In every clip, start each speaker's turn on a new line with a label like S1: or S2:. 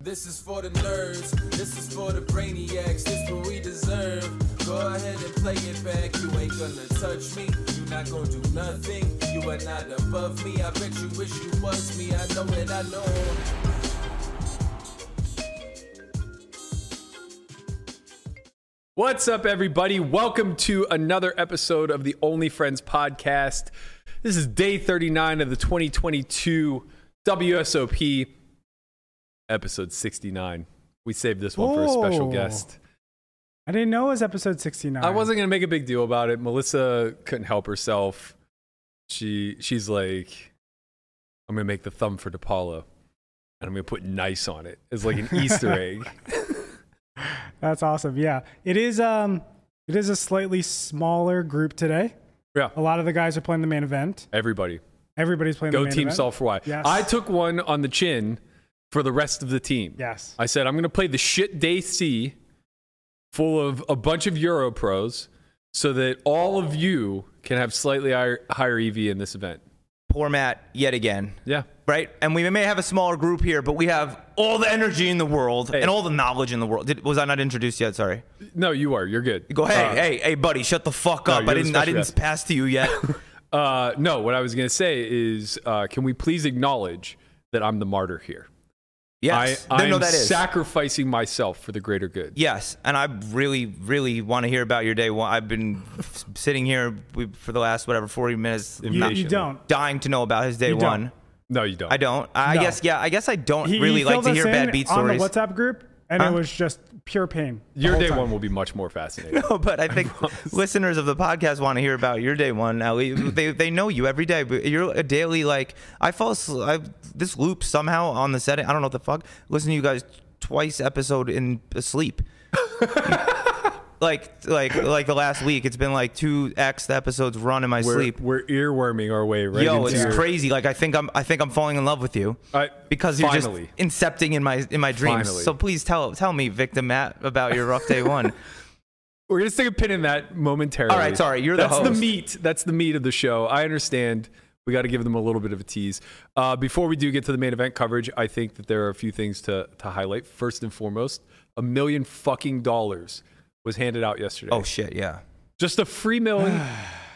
S1: This is for the nerds. This is for the brainiacs. This what we deserve. Go ahead and play it back. You ain't gonna touch me. You not gonna do nothing. You are not above me. I bet you wish you was me. I know it. I know.
S2: What's up, everybody? Welcome to another episode of the Only Friends podcast. This is day 39 of the 2022 WSOP, episode 69. We saved this one for a special
S3: Oh.
S2: guest.
S3: I didn't know it was episode 69.
S2: I wasn't going to make a big deal about it. Melissa couldn't help herself. She she's like, I'm going to make the thumb for DePaulo, and I'm going to put nice on it as like an Easter egg.
S3: That's awesome. Yeah. It is um it is a slightly smaller group today.
S2: Yeah,
S3: A lot of the guys are playing the main event.
S2: everybody.
S3: Everybody's playing the
S2: Go
S3: main
S2: team
S3: event.
S2: solve for why.
S3: Yes.
S2: I took one on the chin for the rest of the team.
S3: Yes.
S2: I said I'm going to play the shit day C full of a bunch of Euro pros so that all of you can have slightly higher, higher EV in this event.
S4: poor Matt yet again.
S2: Yeah.
S4: Right? And we may have a smaller group here, but we have all the energy in the world and all the knowledge in the world. Did, was I not introduced yet? Sorry.
S2: No, you are. You're good.
S4: Go, hey,
S2: Uh,
S4: hey, hey, buddy, shut the fuck
S2: No,
S4: up.
S2: you're
S4: I
S2: the
S4: didn't, I
S2: special
S4: didn't
S2: guest.
S4: pass to you yet.
S2: Uh, no, what I was going to say is uh, can we please acknowledge that I'm the martyr here?
S4: yes,
S2: I, I'm
S4: no, that is.
S2: sacrificing myself for the greater good.
S4: yes, and I really, really want to hear about your day. one. I've been s- sitting here we- for the last whatever forty minutes,
S3: You,
S2: Impatient.
S3: you don't.
S4: dying to know about his day
S3: You don't.
S4: one.
S2: No, you don't.
S4: I don't. I
S3: No.
S4: guess, yeah, I guess I don't
S3: He- he
S4: really like
S3: filled
S4: to
S3: us
S4: hear
S3: in
S4: bad beat
S3: on
S4: stories.
S3: the WhatsApp group and
S4: Huh?
S3: it was just pure pain. the
S2: Your
S3: whole
S2: day
S3: time.
S2: one will be much more fascinating.
S4: No, but I think listeners of the podcast want to hear about your day one. Now we- they they know you every day. But you're a daily like I fall. asl- I, this loop somehow on the setting. I don't know what the fuck. Listen to you guys twice episode in sleep. like like like the last week. It's been like two x episodes run in my
S2: We're,
S4: sleep.
S2: we're earworming our way right
S4: Yo,
S2: into
S4: it's
S2: your-
S4: crazy. Like I think I'm I think I'm falling in love with you.
S2: I-
S4: because you're
S2: finally.
S4: just incepting in my in my dreams.
S2: Finally.
S4: So please tell tell me, Victim Matt, about your rough day one.
S2: We're gonna stick a pin in that momentarily.
S4: All right, sorry, you're the
S2: That's the
S4: host.
S2: meat. That's the meat of the show. I understand. We got to give them a little bit of a tease. Uh, before we do get to the main event coverage, I think that there are a few things to, to highlight. First and foremost, a million fucking dollars was handed out yesterday.
S4: oh shit, yeah.
S2: just a free millie,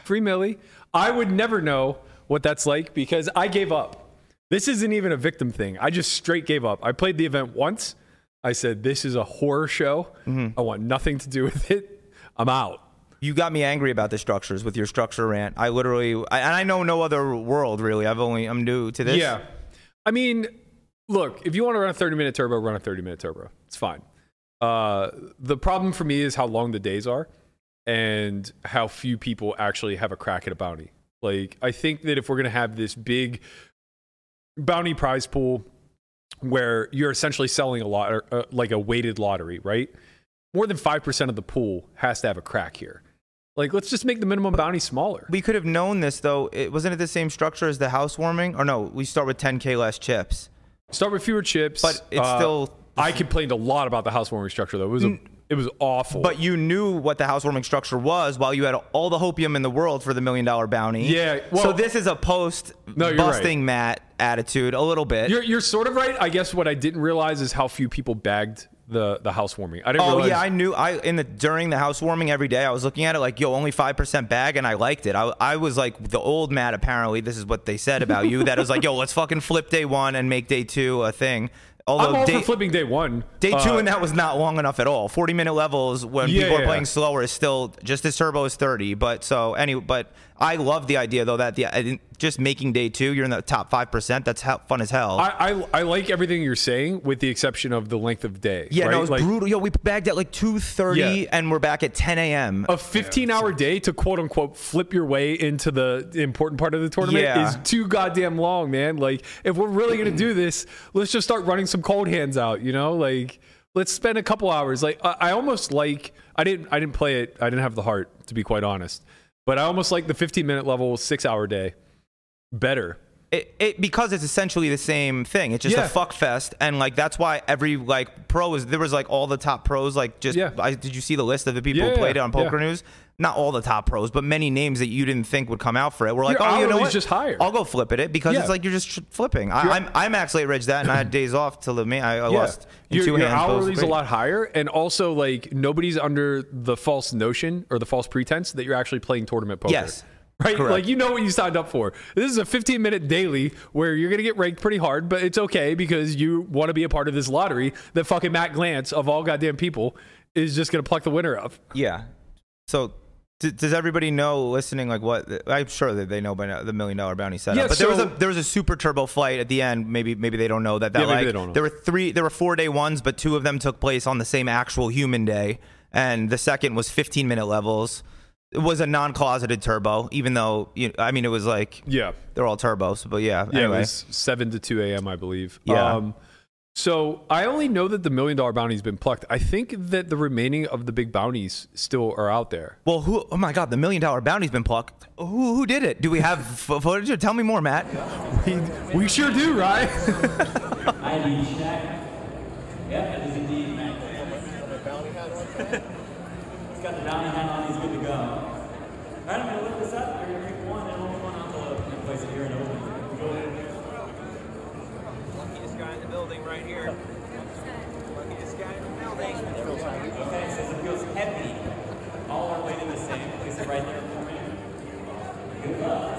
S2: free millie. I would never know what that's like because I gave up. This isn't even a victim thing. I just straight gave up. I played the event once. I said, "This is a horror show. I want nothing to do with it. I'm out."
S4: You got me angry about the structures with your structure rant. I literally, I, and I know no other world really. I've only, I'm new to this.
S2: Yeah. I mean, look, if you want to run a 30 minute turbo, run a 30 minute turbo. It's fine. Uh, the problem for me is how long the days are and how few people actually have a crack at a bounty. Like, I think that if we're going to have this big bounty prize pool where you're essentially selling a lot, uh, like a weighted lottery, right? More than 5% of the pool has to have a crack here. Like, let's just make the minimum bounty smaller.
S4: We could have known this though. It wasn't it the same structure as the housewarming? Or no, we start with 10k less chips.
S2: Start with fewer chips, Uh,
S4: But it's still-
S2: I complained a lot about the housewarming structure, though. It was a, it was awful.
S4: But you knew what the housewarming structure was while you had all the hopium in the world for the million dollar bounty.
S2: Yeah,
S4: so
S2: well-
S4: this is a post
S2: No, you're right.
S4: busting Matt attitude a little bit.
S2: you're you're sort of right. I guess what I didn't realize is how few people bagged the the housewarming. I didn't.
S4: Oh
S2: realize,
S4: yeah, I knew. I in the during the housewarming every day, I was looking at it like, yo, only five percent bag, and I liked it. I, I was like the old Matt. Apparently, this is what they said about you. That it was like, yo, let's fucking flip day one and make day two a thing.
S2: am
S4: Although
S2: all
S4: day,
S2: for flipping day one.
S4: day two
S2: Uh,
S4: and that was not long enough at all. Forty minute levels when
S2: Yeah,
S4: people
S2: yeah.
S4: are playing slower is still just as turbo is thirty. But so anyway, but I love the idea though that the I didn't- just making day two, you're in the top five percent. That's how, fun as hell.
S2: I, I I like everything you're saying, with the exception of the length of day.
S4: yeah,
S2: right?
S4: no, it was
S2: Like,
S4: brutal. Yo, we bagged at like two thirty,
S2: Yeah.
S4: and we're back at ten a.m.
S2: A 15 hour day to quote unquote flip your way into the important part of the tournament
S4: Yeah.
S2: is too goddamn long, man. Like, if we're really going to do this, let's just start running some cold hands out, you know? Like, let's spend a couple hours. Like, I, I almost like, I didn't, I didn't play it. I didn't have the heart, to be quite honest. But I almost like the 15 minute level, six hour day better
S4: it, it because it's essentially the same thing. It's just
S2: Yeah.
S4: a fuck fest, and like that's why every like pro is there was like all the top pros like just
S2: Yeah.
S4: I, did you see the list of the people
S2: Yeah,
S4: who played it on
S2: yeah.
S4: Poker News? Not all the top pros, but many names that you didn't think would come out for it. We're like,
S2: Your
S4: oh, you know
S2: hourly's
S4: what?
S2: just higher.
S4: I'll go flip at it because
S2: Yeah.
S4: it's like you're just tr- flipping. I, I'm I'm actually at Reg that, and I had days off to live me. I, I lost in
S2: Your,
S4: two
S2: your
S4: hands. but it was
S2: hourly's a
S4: great.
S2: lot higher, and also like nobody's under the false notion or the false pretense that you're actually playing tournament poker.
S4: Yes.
S2: Right?
S4: Correct.
S2: Like you know what you signed up for. This is a 15 minute daily where you're gonna get ranked pretty hard, but it's okay because you want to be a part of this lottery that fucking Matt Glantz of all goddamn people is just gonna pluck the winner of.
S4: Yeah. So d- does everybody know listening like what I'm sure that they know by now the million dollar bounty setup.
S2: Yeah,
S4: but there was
S2: so-
S4: a there was a super turbo flight at the end. Maybe maybe they don't know that that
S2: Yeah, maybe
S4: like
S2: they don't know.
S4: there were three there were four day ones, but two of them took place on the same actual human day. And the second was 15 minute levels. It was a non closeted turbo, even though you know, I mean it was like
S2: Yeah.
S4: they're all turbos, but yeah.
S2: Yeah,
S4: anyway.
S2: it was seven to two a.m. I believe. Um,
S4: Yeah.
S2: so I only know that the million dollar bounty's been plucked. I think that the remaining of the big bounties still are out there.
S4: well, who? Oh my God! The million dollar bounty's been plucked. Who? Who did it? Do we have f- footage? Or Tell me more, Matt.
S2: We, we sure do, right?
S5: I reached Shaq. Yeah, that is indeed Matt. He's got the bounty hat on, he's good to go. Alright, I'm gonna lift this up. We're gonna pick one and only one envelope and place it here in open. Go ahead.
S6: Luckiest guy in the building right here. Luckiest guy in the building.
S5: Okay, since it feels heavy, all our weight in the same. Place it right there for me. Good luck.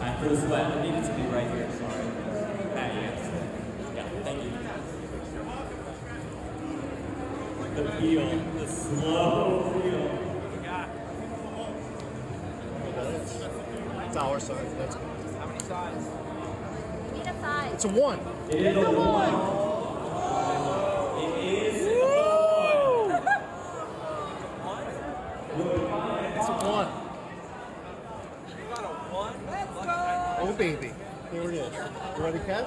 S5: I feel sweat. I needed to be right here. Sorry. Ah, yes. Yeah, thank you. The feel, the slow feel.
S7: It's our size. That's good.
S6: How many sides?
S8: We need a five.
S7: It's a one. It's a one.
S6: You got a one?
S7: Oh baby. Here it is. You ready, Kev?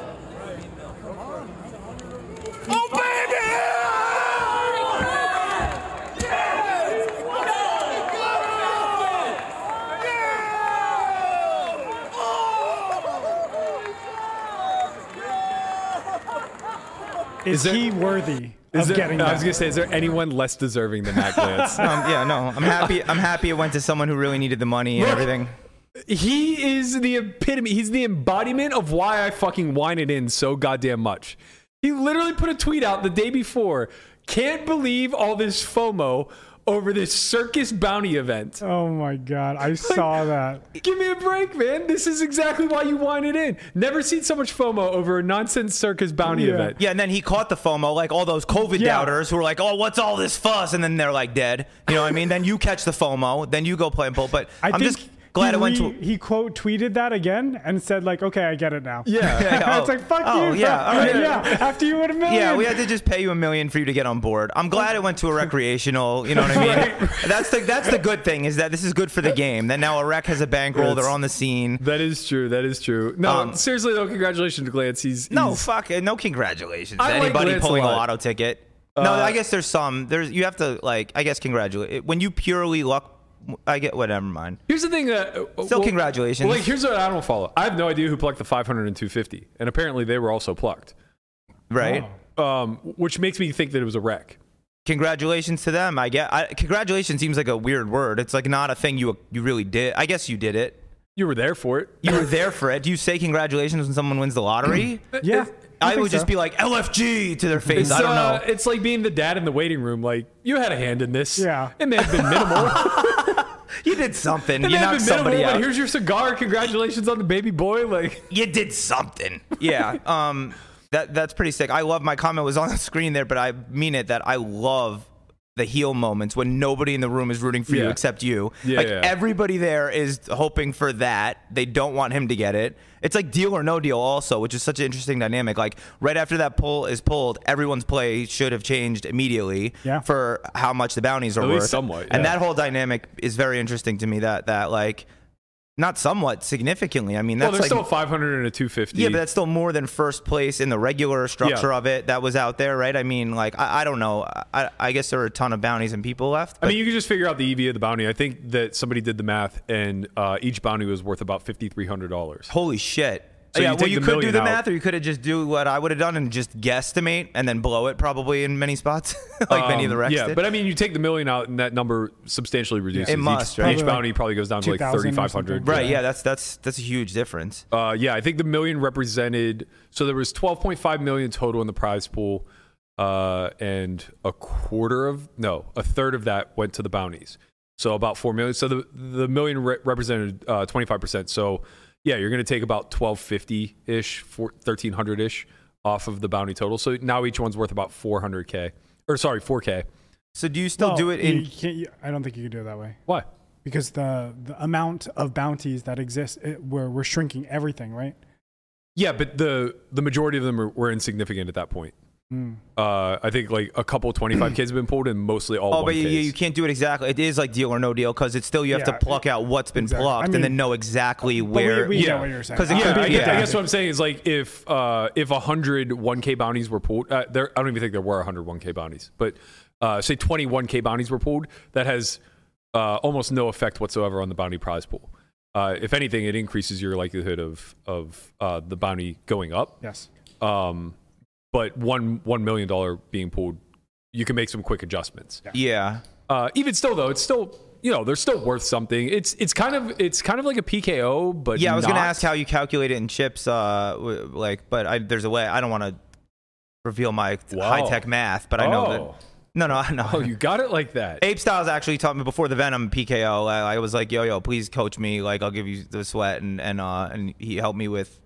S3: Is,
S2: there-
S3: he worthy
S2: Is
S3: of
S2: there-
S3: getting
S2: I was
S3: that?
S2: gonna say, is there anyone less deserving than Matt Glantz?
S4: Um, yeah, no, I'm happy. I'm happy it went to someone who really needed the money and
S2: Look.
S4: everything.
S2: he is the epitome. He's the embodiment of why I fucking whine it in so goddamn much. He literally put a tweet out the day before. Can't believe all this FOMO over this circus bounty event.
S3: oh my god, I saw that.
S2: Give me a break, man. This is exactly why you whine it in. Never seen so much FOMO over a nonsense circus bounty
S3: Yeah.
S2: event.
S4: Yeah, and then he caught the FOMO, like all those COVID
S3: Yeah.
S4: doubters who were like, "Oh, what's all this fuss?" And then they're like dead. You know what I mean? then you catch the FOMO, then you go play and pull. But I
S3: I
S4: am
S3: think
S4: just glad
S3: he
S4: it went
S3: re-
S4: to.
S3: He quote tweeted that again and said like, "Okay, I get it now."
S2: Yeah.
S4: Yeah,
S3: it's
S4: oh.
S3: like fuck
S4: Oh,
S3: you.
S4: yeah,
S3: bro.
S4: all right.
S3: yeah. After you win a million.
S4: Yeah, we had to just pay you a million for you to get on board. I'm glad it went to a recreational. You know what I mean? That's the that's the good thing is that this is good for the game. That now a rec has a bankroll. They're
S2: That's-
S4: on the scene.
S2: That is true. That is true. No,
S4: Um,
S2: seriously though, congratulations to Glantz. He's
S4: No,
S2: he's-
S4: fuck it. No, congratulations.
S2: I
S4: to
S2: like Uh,
S4: Anybody
S2: Lance a
S4: pulling a
S2: lot.
S4: lotto ticket. no, I guess there's some. There's you have to like. I guess congratulate when you purely luck. I get what. Never mind.
S2: Here's the thing that uh,
S4: Still congratulations.
S2: Well, like here's what I don't follow. I have no idea who plucked the 500 and 250, and apparently they were also plucked,
S4: Right.
S2: um, which makes me think that it was a wreck.
S4: Congratulations to them. I get. I, congratulations seems like a weird word. It's like not a thing you you really did. I guess you did it.
S2: You were there for it.
S4: You were there for it. Do you say congratulations when someone wins the lottery?
S3: Yeah.
S4: I
S3: think
S4: would just
S3: so.
S4: be like LFG to their face.
S2: It's,
S4: I don't
S2: uh,
S4: know.
S2: it's like being the dad in the waiting room. Like you had a hand in this.
S3: Yeah.
S2: it may have been minimal.
S4: You did something.
S2: it
S4: You
S2: may have
S4: knocked
S2: been minimal.
S4: somebody
S2: But
S4: out.
S2: here's your cigar. Congratulations on the baby boy. Like
S4: you did something. Yeah. Um. That that's pretty sick. I love my comment was on the screen there, but I mean it that I love the heel moments when nobody in the room is rooting for you
S2: Yeah.
S4: except you.
S2: Yeah,
S4: like
S2: yeah.
S4: everybody there is hoping for that. They don't want him to get it. It's like deal or no deal also, which is such an interesting dynamic. Like right after that pull is pulled, everyone's play should have changed immediately
S3: Yeah.
S4: for how much the bounties are
S2: At
S4: worth.
S2: least somewhat,
S4: And
S2: yeah.
S4: that whole dynamic is very interesting to me that that like Not somewhat significantly. I mean,
S2: Well,
S4: that's
S2: there's
S4: like
S2: still a 500 and a 250.
S4: yeah, but that's still more than first place in the regular structure
S2: Yeah.
S4: of it that was out there, right? I mean, like I, I don't know. I, I guess there are a ton of bounties and people left.
S2: I
S4: but-
S2: mean, you can just figure out the EV of the bounty. I think that somebody did the math, and uh, each bounty was worth about fifty three hundred dollars.
S4: Holy shit.
S2: So
S4: yeah,
S2: you
S4: well,
S2: take
S4: you
S2: the
S4: could do
S2: million
S4: the
S2: out.
S4: math, or you could have just do what I would have done and just guesstimate and then blow it probably in many spots, like many of the wrecks
S2: Um, Yeah,
S4: did.
S2: but I mean, you take the million out, and that number substantially reduces.
S4: It must,
S2: each,
S4: right?
S2: each
S3: Probably like
S2: bounty probably goes down to like
S3: 2,000 or
S2: thirty five hundred.
S3: something.
S4: right, yeah, that's that's that's a huge difference.
S2: Uh, yeah, I think the million represented. So there was twelve point five million total in the prize pool, uh, and a quarter of no, a third of that went to the bounties. So about four million. So the the million re- represented twenty five percent. So yeah, you're going to take about twelve fifty ish, thirteen hundred ish off of the bounty total. So now each one's worth about four hundred k, or sorry, four k.
S4: So do you still
S3: Well,
S4: do it
S3: you-
S4: in?
S3: you can't, you, I don't think you can do it that way
S2: Why?
S3: because the the amount of bounties that exist, it, we're we're shrinking everything, right?
S2: Yeah, but the the majority of them were, were insignificant at that point. Uh, I think like a couple twenty five kids have been pulled, and mostly all.
S4: Oh, but you,
S2: 1Ks.
S4: you can't do it exactly. It is like deal or no deal because it's still you have
S3: Yeah,
S4: to pluck out what's been
S3: exactly.
S4: plucked
S3: I
S4: and then
S3: mean-
S4: know exactly
S3: But
S4: where.
S3: we, we
S2: yeah.
S3: know what you're saying.
S4: 'Cause it
S3: I-
S2: Yeah,
S4: could be
S2: I, guess, I
S4: bad.
S2: guess what I'm saying is like if uh, if 100 1K bounties were pulled, uh, there I don't even think there were 100 1K bounties, but uh, say 21 k bounties were pulled, that has uh, almost no effect whatsoever on the bounty prize pool. Uh, if anything, it increases your likelihood of of uh, the bounty going up.
S3: yes.
S2: Um, but one one million dollar being pulled, you can make some quick adjustments.
S4: yeah.
S2: Uh, even still, though, it's still you know they're still worth something. It's it's kind of it's kind of like a PKO, but
S4: Yeah, I was going to
S2: not.
S4: ask how you calculate it in chips, uh, w- like, but I, there's a way. I don't want to reveal my
S2: Wow.
S4: high tech math, but I know
S2: Oh.
S4: that. No, no, no.
S2: Oh, you got it like that.
S4: Ape Styles actually taught me before the Venom PKO. I, I was like, "Yo, yo, please coach me. Like, I'll give you the sweat." And and uh, and he helped me with.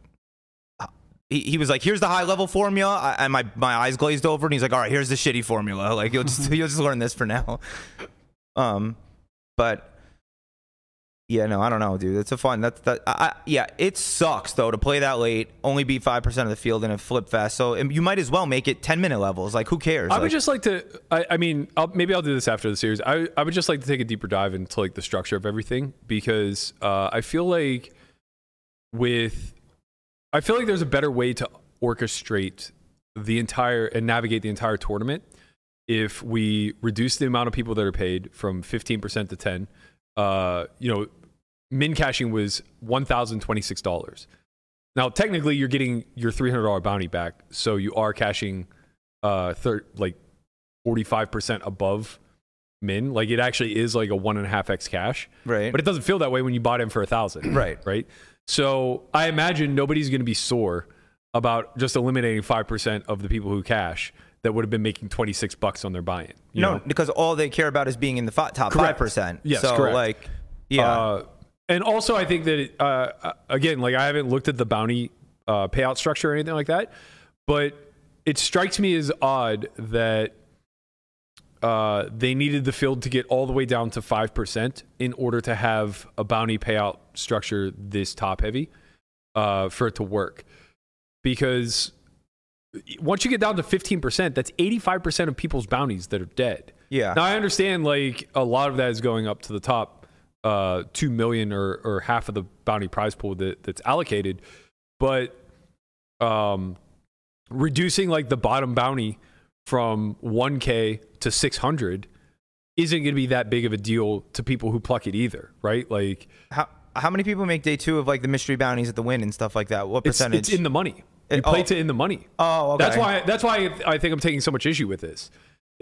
S4: uh, He, he was like, "Here's the high level formula," I, and my my eyes glazed over. And he's like, "All right, here's the shitty formula. Like, you'll just you'll just learn this for now." Um, but yeah, no, I don't know, dude. It's a fun. That's that. I, I, yeah, it sucks though to play that late, only be five percent of the field in a flip fest. So and you might as well make it ten minute levels. Like, who cares?
S2: I would
S4: Like-
S2: just like to. I, I mean, I'll, maybe I'll do this after the series. I, I would just like to take a deeper dive into like the structure of everything because uh, I feel like with, I feel like there's a better way to orchestrate the entire and navigate the entire tournament if we reduce the amount of people that are paid from 15% to 10. Uh, you know, min cashing was one thousand twenty six dollars. Now, technically, you're getting your three hundred dollar bounty back, so you are cashing uh, thir- like forty five percent above min. Like it actually is like a one and a half x cash,
S4: Right.
S2: But it doesn't feel that way when you bought in for a thousand,
S4: Right.
S2: Right. So I imagine nobody's going to be sore about just eliminating five percent of the people who cash that would have been making twenty six bucks on their buy in.
S4: No, because all they care about is being in the fi- top five
S2: Correct.
S4: percent.
S2: Yes,
S4: so
S2: correct.
S4: like, yeah,
S2: Uh, and also, I think that it, uh, uh, again, like I haven't looked at the bounty uh, payout structure or anything like that, but it strikes me as odd that uh, they needed the field to get all the way down to five percent in order to have a bounty payout structure this top heavy uh, for it to work, because once you get down to fifteen percent, that's eighty-five percent of people's bounties that are dead.
S4: yeah.
S2: Now I understand like a lot of that is going up to the top uh, two million or or half of the bounty prize pool that, that's allocated, but um, reducing like the bottom bounty from 1k to 600 isn't going to be that big of a deal to people who pluck it either, right? Like
S4: how how many people make day two of like the mystery bounties at the win and stuff like that? What
S2: it's,
S4: percentage?
S2: it's in the money. You
S4: It-
S2: play
S4: oh.
S2: to in the money.
S4: oh, okay.
S2: That's why that's why I think I'm taking so much issue with this.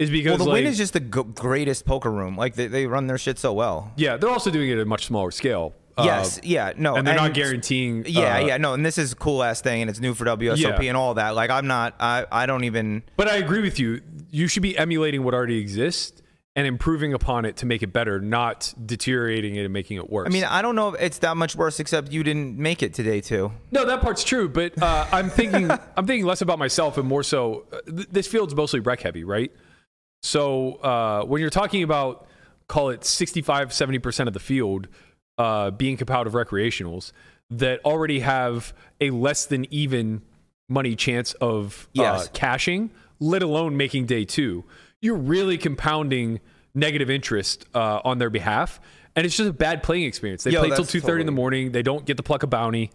S2: Is because
S4: Well, the
S2: like,
S4: win is just the g- greatest poker room. Like they, they run their shit so well.
S2: yeah, they're also doing it at a much smaller scale. Uh,
S4: yes. Yeah. No.
S2: and they're not guaranteeing.
S4: Yeah.
S2: uh,
S4: yeah. No. And this is cool ass thing, and it's new for WSOP
S2: Yeah.
S4: and all that. Like I'm not. I I don't even.
S2: But I agree with you. You should be emulating what already exists and improving upon it to make it better, not deteriorating it and making it worse.
S4: I mean, I don't know if it's that much worse. Except you didn't make it today too.
S2: no, that part's true. But uh, I'm thinking, I'm thinking less about myself and more so. uh, Th- this field's mostly wreck heavy, right? So uh, when you're talking about, call it 65, 70 percent of the field uh, being compound of recreationals that already have a less than even money chance of
S4: Yes.
S2: uh, cashing, let alone making day two, you're really compounding negative interest uh, on their behalf. and it's just a bad playing experience. They
S4: Yo,
S2: play till
S4: that's
S2: two thirty in the
S4: totally-
S2: morning. They don't get to pluck a bounty.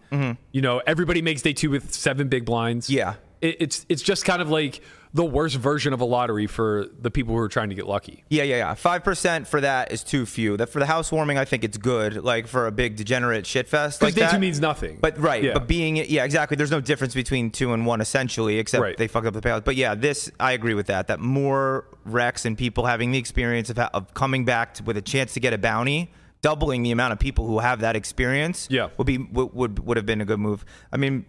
S2: You know, everybody makes day two with seven big blinds.
S4: Mm-hmm. Yeah.
S2: it, it's it's just kind of like the worst version of a lottery for the people who are trying to get lucky.
S4: Yeah, yeah, yeah. Five percent for that is too few. That for the housewarming, I think it's good. Like for a big degenerate shit fest,
S2: Because
S4: like
S2: day
S4: that
S2: two means nothing.
S4: But right,
S2: Yeah.
S4: but being yeah, exactly. There's no difference between two and one essentially, except
S2: Right.
S4: they fucked up the payouts. But yeah, this I agree with that. That more wrecks and people having the experience of, ha- of coming back to, with a chance to get a bounty, doubling the amount of people who have that experience.
S2: Yeah.
S4: would be would would, would have been a good move. I mean.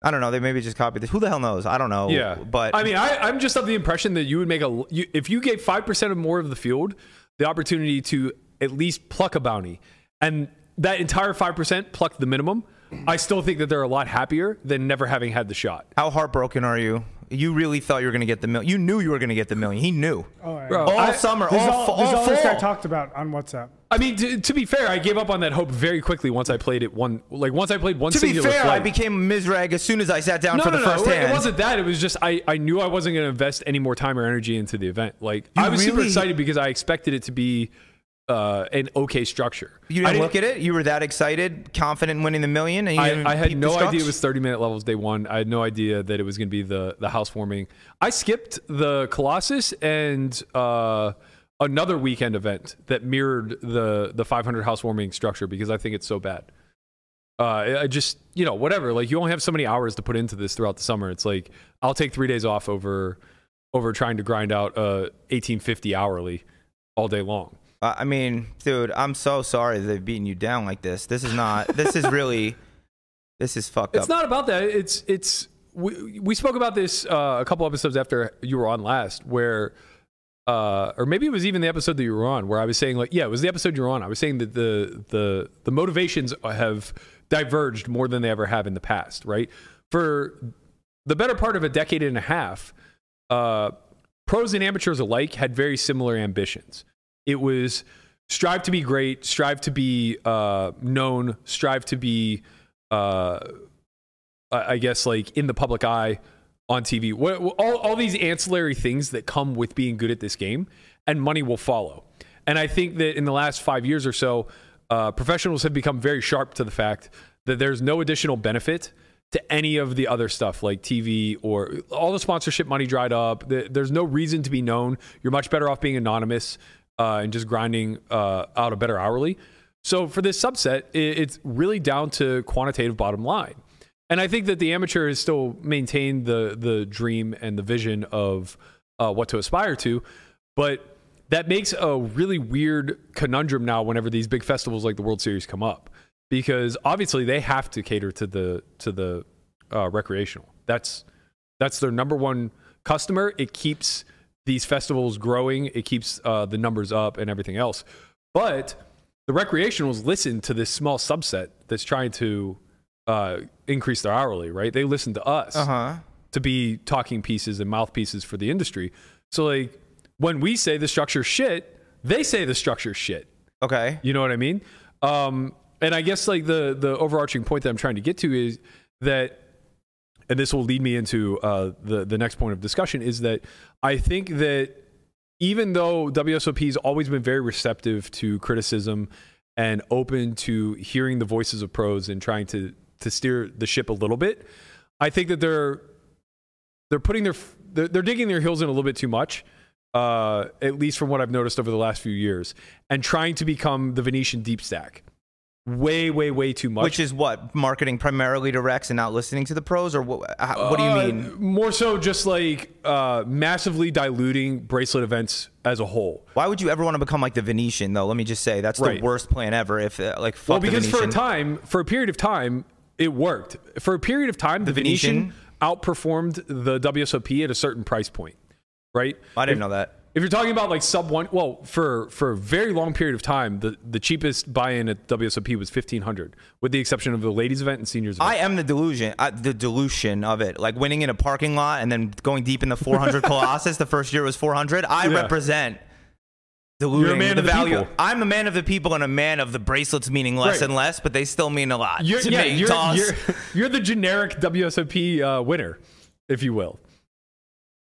S4: I don't know. They maybe just copied this. Who the hell knows? I don't know.
S2: Yeah,
S4: but
S2: I mean, I, I'm just of the impression that you would make a you, if you gave five percent or more of the field the opportunity to at least pluck a bounty, and that entire five percent plucked the minimum. I still think that they're a lot happier than never having had the shot.
S4: How heartbroken are you? You really thought you were going to get the million. You knew you were going to get the million. He knew.
S3: All right.
S2: Bro,
S4: all
S2: I-
S4: summer, all,
S3: This is all,
S4: fa-
S3: this, is
S4: all
S3: all this guy
S4: fall.
S3: talked about on WhatsApp.
S2: I mean, to, to be fair, I gave up on that hope very quickly once I played it one. Like once I played one.
S4: to be
S2: singular
S4: fair, I
S2: flight.
S4: became Mizrag as soon as I sat down
S2: no,
S4: for
S2: no,
S4: the
S2: no.
S4: first
S2: it-
S4: hand.
S2: It wasn't that. It was just I, I knew I wasn't going to invest any more time or energy into the event. Like I was super
S4: really-
S2: excited because I expected it to be uh, an okay structure.
S4: you
S2: I
S4: didn't look at it. You were that excited, confident in winning the million, and you didn't
S2: I, I had
S4: peep
S2: no
S4: the
S2: idea
S4: stocks?
S2: it was 30 minute levels day one. I had no idea that it was going to be the the housewarming. I skipped the Colossus and uh, another weekend event that mirrored the the 500 housewarming structure because I think it's so bad. Uh, I I just you know whatever. Like you only have so many hours to put into this throughout the summer. It's like I'll take three days off over over trying to grind out uh 1850 hourly all day long.
S4: Uh, I mean, dude, I'm so sorry they've beaten you down like this. This is not. This is really. This is fucked
S2: It's
S4: up.
S2: not about that. It's it's we, we spoke about this uh, a couple episodes after you were on last, where uh, or maybe it was even the episode that you were on, where I was saying like, yeah, it was the episode you were on. I was saying that the the the motivations have diverged more than they ever have in the past, right? For the better part of a decade and a half, uh, pros and amateurs alike had very similar ambitions. It was strive to be great, strive to be uh, known, strive to be, uh, I I guess, like in the public eye on TV. What, what- all, all these ancillary things that come with being good at this game, and money will follow. And I think that in the last five years or so, uh, professionals have become very sharp to the fact that there's no additional benefit to any of the other stuff like TV or all the sponsorship money dried up. Th- There's no reason to be known. You're much better off being anonymous uh, and just grinding uh, out a better hourly. So for this subset, i- it's really down to quantitative bottom line. And I think that the amateur has still maintained the the dream and the vision of uh, what to aspire to, but that makes a really weird conundrum now whenever these big festivals like the World Series come up because obviously they have to cater to the to the uh, recreational. That's that's their number one customer. It keeps these festivals growing. It keeps uh, the numbers up and everything else. But the recreationals listen to this small subset that's trying to uh, increase their hourly. Right? They listen to us
S4: Uh huh.
S2: to be talking pieces and mouthpieces for the industry. So like when we say the structure shit, they say the structure shit.
S4: Okay.
S2: You know what I mean? Um, and I guess like the the overarching point that I'm trying to get to is that, and this will lead me into uh, the the next point of discussion is that I think that even though WSOP has always been very receptive to criticism and open to hearing the voices of pros and trying to to steer the ship a little bit, I think that they're they're putting their f- they're, they're digging their heels in a little bit too much uh at least from what i've noticed over the last few years and trying to become the venetian deep stack way way way too much
S4: Which is what marketing primarily to Rex and not listening to the pros, or what? uh, What do you
S2: Uh,
S4: mean?
S2: more so just like uh massively diluting bracelet events as a whole
S4: Why would you ever want to become like the Venetian though? Let me just say that's
S2: Right.
S4: the worst plan ever. If uh, like fuck
S2: well because
S4: the
S2: for a
S4: Venetian.
S2: time for a period of time it worked for a period of time the, venetian,
S4: Venetian?
S2: outperformed the wsop at a certain price point right
S4: I didn't know that.
S2: if you're talking about like sub one, well, for for a very long period of time, the, the cheapest buy-in at WSOP was fifteen hundred, with the exception of the ladies event and seniors event.
S4: I am the delusion, I, the delusion of it. Like winning in a parking lot and then going deep in the 400 Colossus. The first year was 400. I
S2: Yeah.
S4: represent delusion.
S2: You're a man
S4: the
S2: of the
S4: value.
S2: people.
S4: I'm a man of the people and a man of the bracelets meaning less
S2: Right.
S4: and less, but they still mean a lot.
S2: you're,
S4: to
S2: yeah,
S4: me,
S2: you're,
S4: to us.
S2: you're, you're the generic WSOP uh, winner, if you will.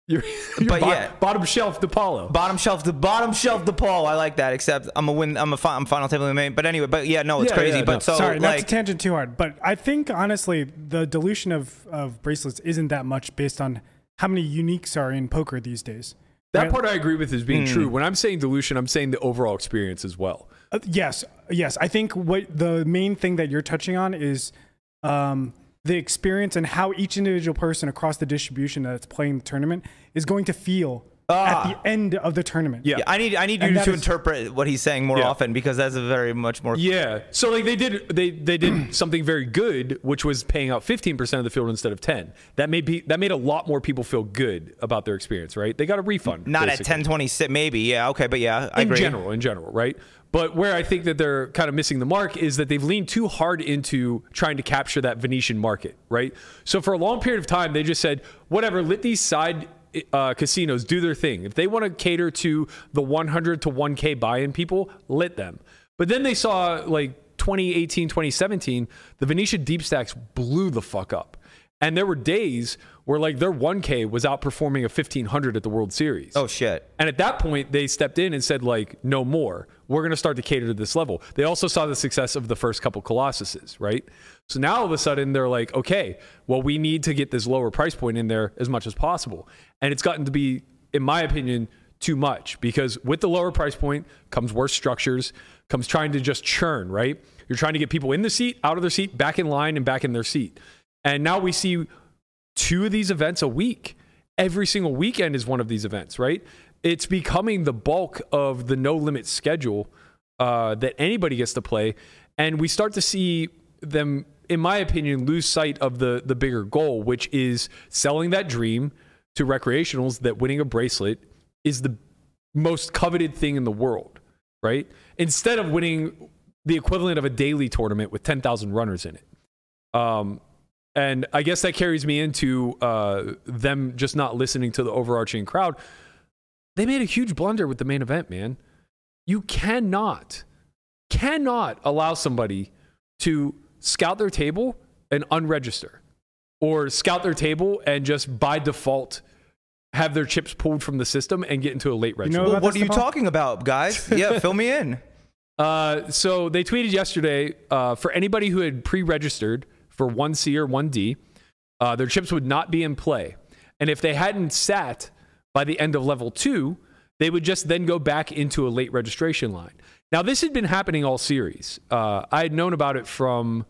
S2: Your, your
S4: But
S2: bot-
S4: yeah.
S2: bottom shelf DePaulo.
S4: Bottom shelf, the bottom shelf, the Paul. I like that. Except I'm a win. I'm a fi- I'm final table in the main. But anyway, but yeah, no, it's
S2: Yeah,
S4: crazy.
S2: yeah,
S4: but
S2: no.
S4: so
S3: Sorry, not to
S4: Oh, like,
S3: tangent too hard, but I think honestly the dilution of, of bracelets isn't that much based on how many uniques are in poker these days.
S2: that part I agree with is being true.
S4: Hmm.
S2: When I'm saying dilution, I'm saying the overall experience as well.
S3: Uh, yes, yes. I think what the main thing that you're touching on is um, the experience and how each individual person across the distribution that's playing the tournament is going to feel
S4: Ah.
S3: at the end of the tournament.
S2: Yeah.
S4: Yeah, I need I need
S3: And
S4: you
S3: that
S4: to
S3: is-
S4: interpret what he's saying more
S2: Yeah.
S4: often because that's a very much more.
S2: Yeah. So like they did they they did something very good, which was paying out 15% of the field instead of 10. That made be, that made a lot more people feel good about their experience, right? They got a refund.
S4: Not at
S2: basically.
S4: 1026, maybe. Yeah, okay, but yeah, I
S2: in
S4: agree.
S2: general, in general, right? But where I think that they're kind of missing the mark is that they've leaned too hard into trying to capture that Venetian market, right? So for a long period of time, they just said, whatever, let these side uh, casinos do their thing. If they want to cater to the 100 to 1K buy in people, let them. But then they saw like 2018, 2017, the Venetian deep stacks blew the fuck up. And there were days where like their 1K was outperforming a 1500 at the World Series.
S4: Oh shit.
S2: And at that point, they stepped in and said, like, no more. We're going to start to cater to this level. They also saw the success of the first couple Colossuses, right? So now all of a sudden, they're like, okay, well, we need to get this lower price point in there as much as possible. And it's gotten to be, in my opinion, too much because with the lower price point comes worse structures, comes trying to just churn, right? You're trying to get people in the seat, out of their seat, back in line, and back in their seat. And now we see two of these events a week. Every single weekend is one of these events, right? It's becoming the bulk of the no limit schedule uh, that anybody gets to play. And we start to see them, in my opinion, lose sight of the, the bigger goal, which is selling that dream to recreationals that winning a bracelet is the most coveted thing in the world, right? Instead of winning the equivalent of a daily tournament with 10,000 runners in it. Um, and I guess that carries me into uh, them just not listening to the overarching crowd. They made a huge blunder with the main event, man. You cannot, cannot allow somebody to scout their table and unregister or scout their table and just by default have their chips pulled from the system and get into a late register.
S3: know
S4: Well,
S3: about
S4: what
S3: this,
S4: are you
S3: Stefan?
S4: talking about, guys? Yeah, fill me in.
S2: Uh, so they tweeted yesterday uh, for anybody who had pre-registered for 1C or 1D, uh, their chips would not be in play, and if they hadn't sat by the end of level two, they would just then go back into a late registration line. Now this had been happening all series. Uh, I had known about it from.